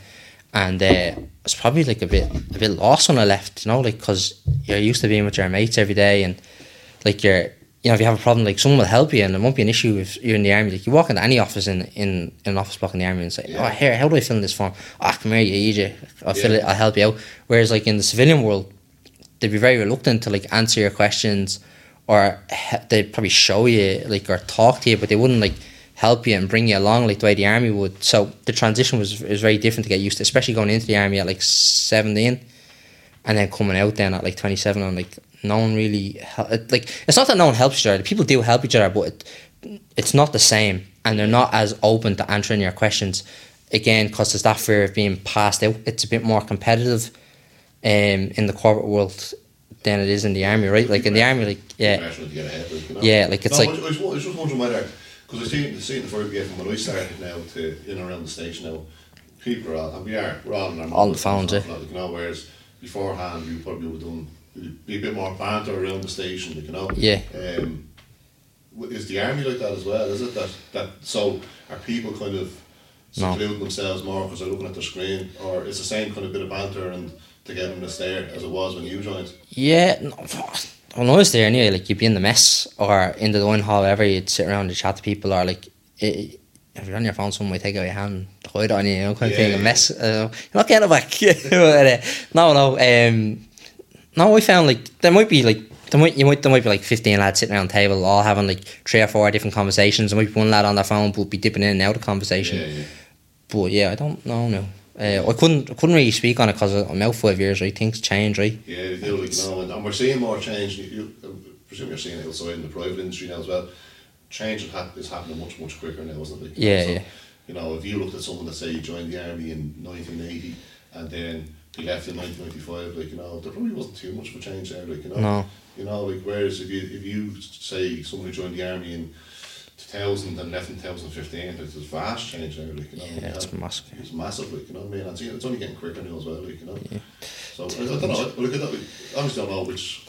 Speaker 1: and uh, I was probably like a bit, a bit lost when I left. You know, like because you're used to being with your mates every day, and like you're, you know, if you have a problem, like someone will help you, and it won't be an issue if you're in the army. Like you walk into any office in in, in an office block in the army and say,
Speaker 2: Yeah.
Speaker 1: "Oh, here, how do I fill in this form? Ah, come here, you idiot. I'll fill
Speaker 2: Yeah.
Speaker 1: it. I'll help you out." Whereas like in the civilian world, they'd be very reluctant to like answer your questions or he- they'd probably show you like or talk to you but they wouldn't like help you and bring you along like the way the army would so the transition was was very different to get used to especially going into the army at like 17 and then coming out then at like 27 and like no one really hel- it- like it's not that no one helps each other people do help each other but it, it's not the same and they're not as open to answering your questions again because there's that fear of being passed out it's a bit more competitive um in the corporate world than it is in the army right like in the army like yeah
Speaker 2: Pressure to get ahead, like, you know?
Speaker 1: Yeah, like, it's
Speaker 2: No,
Speaker 1: like-
Speaker 2: I was, I was- I was just wondering whether because I see see in the first game from when I started now to in and around the station now, people are all and we are we're all on our
Speaker 1: All the
Speaker 2: mobiles
Speaker 1: phones,
Speaker 2: and stuff
Speaker 1: yeah.
Speaker 2: like, that, you know, whereas beforehand we probably would have done it'd be a bit more banter around the station, like, you know.
Speaker 1: Yeah.
Speaker 2: Um, w- is the army like that as well? Is it that that so are people kind of
Speaker 1: No.
Speaker 2: secluding themselves more because they're looking at the screen, or is the same kind of bit of banter and togetherness there as it was when you joined?
Speaker 1: yeah no, when I was there anyway like you'd be in the mess or in the dining hall whatever you'd sit around and chat to people or like it, if you're on your phone someone might take out your hand hide it on you you know kind of
Speaker 2: Yeah,
Speaker 1: thing a
Speaker 2: yeah.
Speaker 1: mess uh, you're not getting it back But, uh, no no um No, I found like there might be like there might you might there might be like fifteen lads sitting around the table, all having like three or four different conversations. There might be one lad on their phone, but be dipping in and out of conversation.
Speaker 2: Yeah, yeah.
Speaker 1: But yeah, I don't know. No, uh, I couldn't I couldn't really speak on it because I'm out five years. Right, things change. Right.
Speaker 2: Yeah, they do, like, you know, and, and we're seeing more change. You, you, I presume you're seeing it outside in the private industry now as well. Change is, hap- is happening much, much quicker now, isn't it? Like,
Speaker 1: Yeah,
Speaker 2: so,
Speaker 1: yeah.
Speaker 2: You know, if you looked at someone that say you joined the army in 1980 and then they left in 1995, like, you know, there probably wasn't too much of a change there, like, you know.
Speaker 1: No.
Speaker 2: You know, like, whereas if you, if you say someone who joined the army in 2000 and left in 2015, like, there's vast change there, like, you know.
Speaker 1: Yeah, it's massive.
Speaker 2: It's massive, like, you know what I mean? And it's- it's only getting quicker now as well, like, you know. So, I, I don't know, I- look at that, I honestly don't know which,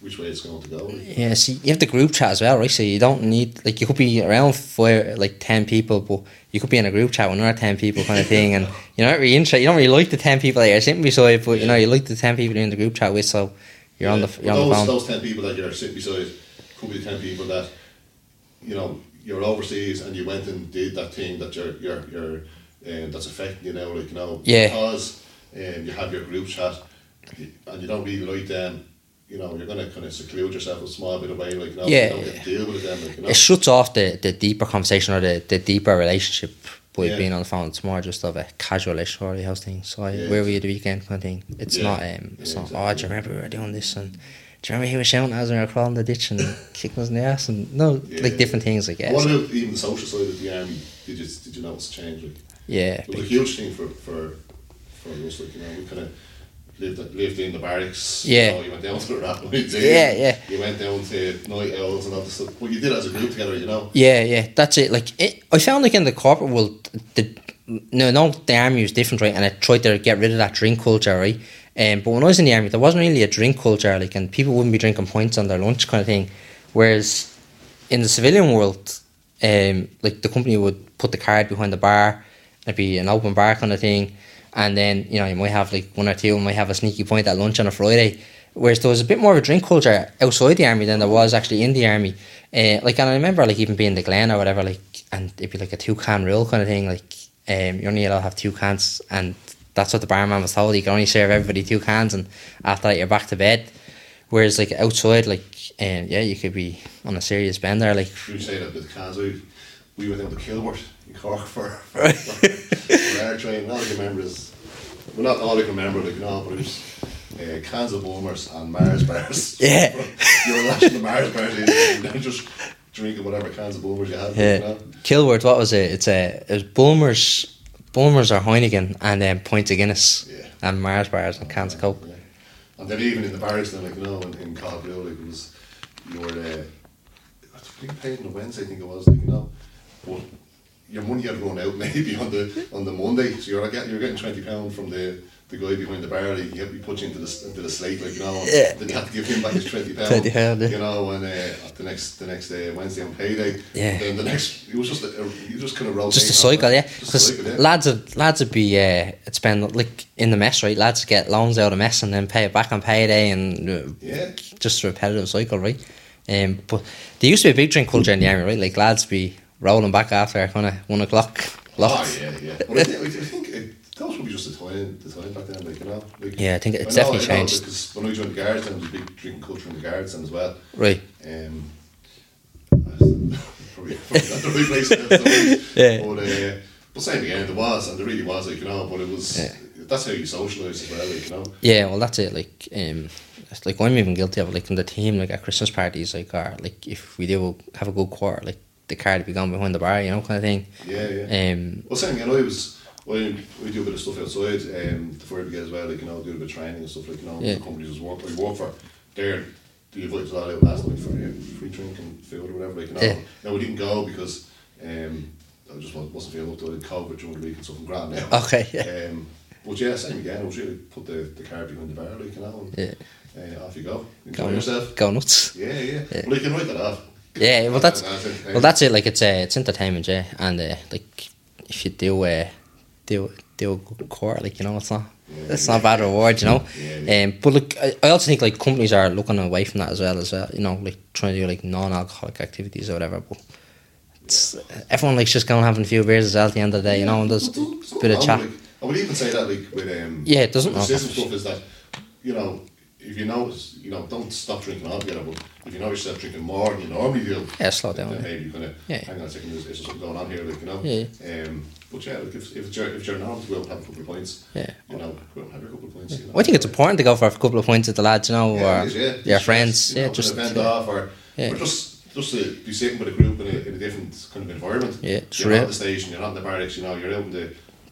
Speaker 2: which way it's going to go. like.
Speaker 1: Yeah, see, you have the group chat as well, right? So you don't need like you could be around for like ten people, but you could be in a group chat with another ten people kind of thing, and you're not really interested. You don't really like the ten people that you're sitting beside, but you know you like the ten people you're in the group chat with. So you're on the
Speaker 2: Yeah,
Speaker 1: you're on the
Speaker 2: those,
Speaker 1: phone.
Speaker 2: Those 10 people that you're sitting beside could be the 10 people that you know you're overseas and you went and did that thing that you're you're you're um, that's affecting you now, like you know,
Speaker 1: Yeah.
Speaker 2: because um, you have your group chat and you don't really like them. You know, you're gonna kind of seclude yourself a small bit away, like you know,
Speaker 1: Yeah.
Speaker 2: you don't get to deal with them, like you know.
Speaker 1: It shuts off the, the deeper conversation or the, the deeper relationship by
Speaker 2: Yeah.
Speaker 1: being on the phone. It's more just of a casual ish or house thing. So I,
Speaker 2: Yeah.
Speaker 1: where were you the weekend kind of thing. It's
Speaker 2: Yeah.
Speaker 1: not um it's
Speaker 2: Yeah,
Speaker 1: not oh do you
Speaker 2: exactly.
Speaker 1: remember we were doing this and do you remember he was shouting as we were crawling the ditch and kicking us in the ass and no
Speaker 2: Yeah,
Speaker 1: like different things I guess.
Speaker 2: What about even the social side of the army? Did you did you notice a change? Like,
Speaker 1: yeah.
Speaker 2: it was a huge thing for for for us. Like you know, we kind of lived lived in the barracks.
Speaker 1: Yeah.
Speaker 2: You, know, you went down to the rapids.
Speaker 1: Yeah, yeah.
Speaker 2: You went down to night owls and all this stuff. But you did it as a group together, you know.
Speaker 1: Yeah, yeah, that's it. Like it, I found like in the corporate world, the no, no, the army was different, right? And I tried to get rid of that drink culture, right? Um, but when I was in the army, there wasn't really a drink culture, like, and people wouldn't be drinking pints on their lunch kind of thing. Whereas in the civilian world, um, like the company would put the card behind the bar, it'd be an open bar kind of thing, and then you know you might have like one or two, might have a sneaky point at lunch on a Friday. Whereas there was a bit more of a drink culture outside the army than there was actually in the army. Uh, like, and I remember like even being the Glen or whatever, like, and it'd be like a two can rule kind of thing. Like, um, you're only allowed to have two cans, and that's what the barman was told. You can only serve everybody two cans, and after that you're back to bed. Whereas like outside, like, um, yeah, you could be on a serious bender, like
Speaker 2: You say that with cans out. We went down to Kilbert in Cork for, for, for our train. All I can remember is, well, not all I can remember, like, you know, but it was uh, cans of Bulmers and Mars bars.
Speaker 1: Yeah.
Speaker 2: you were lashing the Mars bars in and then just drinking whatever cans of Bulmers you had. like, you
Speaker 1: Yeah.
Speaker 2: know.
Speaker 1: Uh, Kilworth, what was it? It's a it was Bulmers Bulmers or Heineken and then Points of Guinness.
Speaker 2: Yeah.
Speaker 1: And Mars bars and cans of Coke.
Speaker 2: Yeah. And then even in the barracks, then like you know, in, in Caldwell, like it was you were uh, I think paid on a Wednesday, I think it was, like you know, but your money had run out maybe on the on the Monday, so you're like yeah, you're getting twenty pound from the. The guy behind the bar, like, he had- he put you into the s- into the slate, like you know. And
Speaker 1: Yeah.
Speaker 2: Then you had to give him back his twenty pound,
Speaker 1: 20 pound, yeah.
Speaker 2: you know. And uh, the next the next uh, Wednesday on payday,
Speaker 1: Yeah.
Speaker 2: Then the next, it was just a, you just kind of rolled.
Speaker 1: Just a cycle, yeah.
Speaker 2: Just a
Speaker 1: Because
Speaker 2: cycle, yeah.
Speaker 1: lads would lads would be uh, it's been like in the mess, right? Lads get loans out of mess and then pay it back on payday and uh,
Speaker 2: Yeah.
Speaker 1: just a repetitive cycle, right? Um, but there used to be a big drink culture in the army, right? Like lads be rolling back after kind of one o'clock.
Speaker 2: Oh
Speaker 1: Locked.
Speaker 2: yeah, yeah. But I think, I think it, that was probably just the time, the time back then, like you know. Like,
Speaker 1: Yeah, I think it's
Speaker 2: know-
Speaker 1: definitely
Speaker 2: I know,
Speaker 1: changed.
Speaker 2: Because when I joined the guards, then there was a big drinking culture in the guards then as well.
Speaker 1: Right.
Speaker 2: Um, probably, probably not the right place. to have stories.
Speaker 1: Yeah.
Speaker 2: But uh, but same again, there was, and there really was, like you know. But it was
Speaker 1: Yeah.
Speaker 2: that's how you socialise as well, like you know.
Speaker 1: Yeah, well, that's it. Like, um, it's like I'm even guilty of it. Like in the team, like at Christmas parties, like, or like if we do have a good quarter, like the card would be gone behind the bar, you know, kind of thing.
Speaker 2: Yeah, yeah.
Speaker 1: Um,
Speaker 2: Well, same. You know, I was. I, we do a bit of stuff outside um, the fire brigade as well. Like you know, do a bit of training and stuff. Like you know,
Speaker 1: Yeah.
Speaker 2: the companies was work. We work for. There, the invited us all out last night for uh, free drink and food or whatever. Like you know,
Speaker 1: Yeah.
Speaker 2: now we didn't go because um, I just wa- wasn't feeling up to it. COVID during the week and stuff. I'm grand now.
Speaker 1: Okay, yeah.
Speaker 2: Um, but yeah, same again. I was really put the the car behind the bar. Like you know, and, uh, off you go. Enjoy
Speaker 1: go nuts.
Speaker 2: yourself.
Speaker 1: Go nuts.
Speaker 2: Yeah, yeah. But you can write that off.
Speaker 1: Yeah, well, that's
Speaker 2: it.
Speaker 1: well, that's it. Like it's uh, it's entertainment, yeah, and uh, like if you do uh, do do a good quarter, like you know, it's not
Speaker 2: Yeah.
Speaker 1: it's not a bad reward, you know.
Speaker 2: Yeah, yeah.
Speaker 1: Um, but look, I, I also think like companies are looking away from that as well, as well. You know, like trying to do like non-alcoholic activities or whatever. But it's, everyone likes just going and having a few beers as well at the end of the day, you know, and there's a bit of
Speaker 2: Well,
Speaker 1: chat.
Speaker 2: Like, I would even say that, like with um,
Speaker 1: Yeah, it doesn't
Speaker 2: with
Speaker 1: matter.
Speaker 2: the system stuff is that you know if you notice, you know, don't stop drinking altogether. But if you notice yourself drinking more than you normally do,
Speaker 1: Yeah, slow down,
Speaker 2: Then
Speaker 1: yeah.
Speaker 2: maybe you're gonna
Speaker 1: Yeah.
Speaker 2: hang on a second. Is, is there something going on here? Like you know.
Speaker 1: Yeah,
Speaker 2: Um, but yeah, like if if it's your if it's your norms, we'll have a couple of points.
Speaker 1: Yeah.
Speaker 2: You know, we'll have a couple of points. You know?
Speaker 1: Well, I think it's important to go for a couple of points at the lads, you know,
Speaker 2: Yeah,
Speaker 1: or
Speaker 2: it is, yeah.
Speaker 1: your
Speaker 2: Just-
Speaker 1: friends,
Speaker 2: you know,
Speaker 1: yeah,
Speaker 2: an
Speaker 1: just
Speaker 2: event off or,
Speaker 1: Yeah.
Speaker 2: or just just to be sitting with a group in a, in a different kind of environment.
Speaker 1: Yeah, it's
Speaker 2: you're
Speaker 1: real.
Speaker 2: not in the station, you're not in the barracks, you know, you're out in the,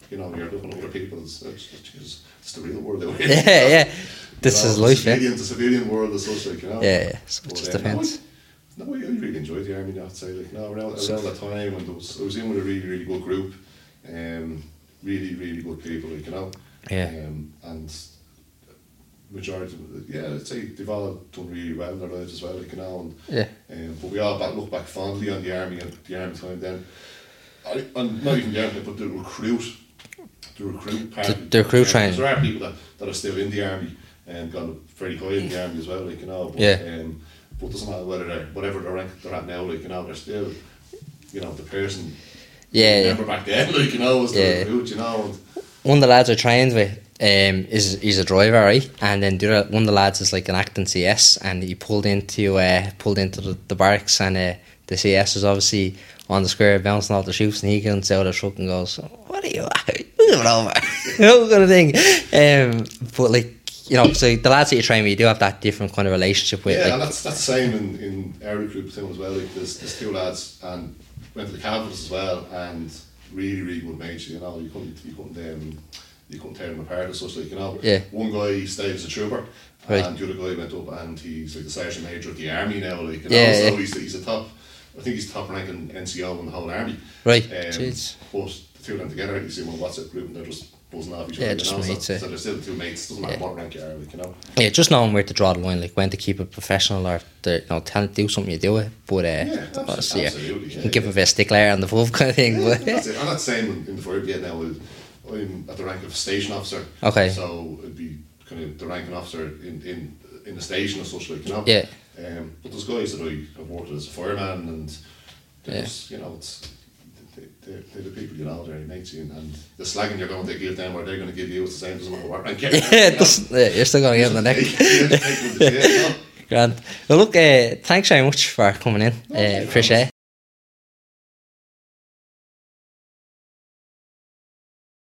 Speaker 2: you know, you're looking at other people. It's, it's, it's, just- it's the real world. out here, you
Speaker 1: yeah,
Speaker 2: know.
Speaker 1: yeah.
Speaker 2: You
Speaker 1: This
Speaker 2: know,
Speaker 1: is life,
Speaker 2: civilian,
Speaker 1: yeah.
Speaker 2: The civilian world is such like you know.
Speaker 1: Yeah, yeah. So it
Speaker 2: But,
Speaker 1: Oh, just
Speaker 2: um,
Speaker 1: depends.
Speaker 2: No, I, no, I really enjoyed the army. I'd say like no around around that time, and there was, I was in with a really really good group, um, really really good people, like you know.
Speaker 1: Yeah.
Speaker 2: Um, and majority, of the- yeah, I'd say they've all done really well in their lives as well, like you know. And,
Speaker 1: Yeah.
Speaker 2: um, but we all back, look back fondly on the army and the army time then. I, and not even the army, but the recruit, the recruit part.
Speaker 1: The- the recruit training.
Speaker 2: There are people that, that are still in the army and gone very high in the army as well, like you know. But,
Speaker 1: Yeah.
Speaker 2: Um, But it doesn't matter whether they're whatever the rank they're at now, like you know, they're still, you know, the person.
Speaker 1: Yeah, yeah.
Speaker 2: Remember back then, like you know, was
Speaker 1: Yeah.
Speaker 2: the route, you know. And,
Speaker 1: one of the lads I trained with um, is he's a driver, right? And then the other, one of the lads is like an acting CS, and he pulled into uh, pulled into the, the barracks, and uh, the CS is obviously on the square bouncing off the shoots, and he comes out of the truck and goes, "What are you? Move it over." no kind of thing. Um, but like. You know, so the lads that you train with, you do have that different kind of relationship with.
Speaker 2: yeah,
Speaker 1: like,
Speaker 2: and that's that's the same in in our group too as well. Like there's, there's two lads and went to the Cavaliers as well, and really really good mates. You know, you couldn't you couldn't um, you couldn't tear them apart as such. Like you know,
Speaker 1: Yeah.
Speaker 2: one guy stayed as a trooper.
Speaker 1: Right.
Speaker 2: And the other guy went up and he's like the sergeant major of the army now, like you
Speaker 1: Yeah,
Speaker 2: know, so
Speaker 1: yeah.
Speaker 2: he's he's a top I think he's top ranking NCO in the whole army.
Speaker 1: Right,
Speaker 2: Um,
Speaker 1: jeez.
Speaker 2: but the two of them together you see them on WhatsApp group and they're just buzzing off each
Speaker 1: Yeah,
Speaker 2: other.
Speaker 1: just
Speaker 2: you know, so-
Speaker 1: mates,
Speaker 2: so,
Speaker 1: eh?
Speaker 2: they're still two mates, doesn't matter what rank you are, like you know.
Speaker 1: yeah, just knowing where to draw the line, like when to keep it professional or to, you know, tell do something you do it. But uh,
Speaker 2: absolutely,
Speaker 1: obviously, yeah,
Speaker 2: absolutely,
Speaker 1: you
Speaker 2: yeah,
Speaker 1: can give a bit of stick layer on the pub kind of thing. but-
Speaker 2: That's it. I'm not saying in- in the verb yet now. is I'm at the rank of station officer.
Speaker 1: Okay.
Speaker 2: So it'd be kind of the ranking officer in in, in the station or such like you know.
Speaker 1: Yeah.
Speaker 2: Um, but those guys that I have worked with as a fireman and
Speaker 1: Yeah.
Speaker 2: there's you know it's they, they, they're the people you know they're your mates you, and the slagging you're going to give them or they're going to give you it's the same doesn't matter what rank you're in,
Speaker 1: yeah,
Speaker 2: you
Speaker 1: it doesn't- yeah, you're still going to get in the
Speaker 2: know?
Speaker 1: neck.
Speaker 2: You have to take what you get, you know?
Speaker 1: Grant. Well, look, uh, thanks very much for coming in.
Speaker 2: Okay,
Speaker 1: uh, appreciate it.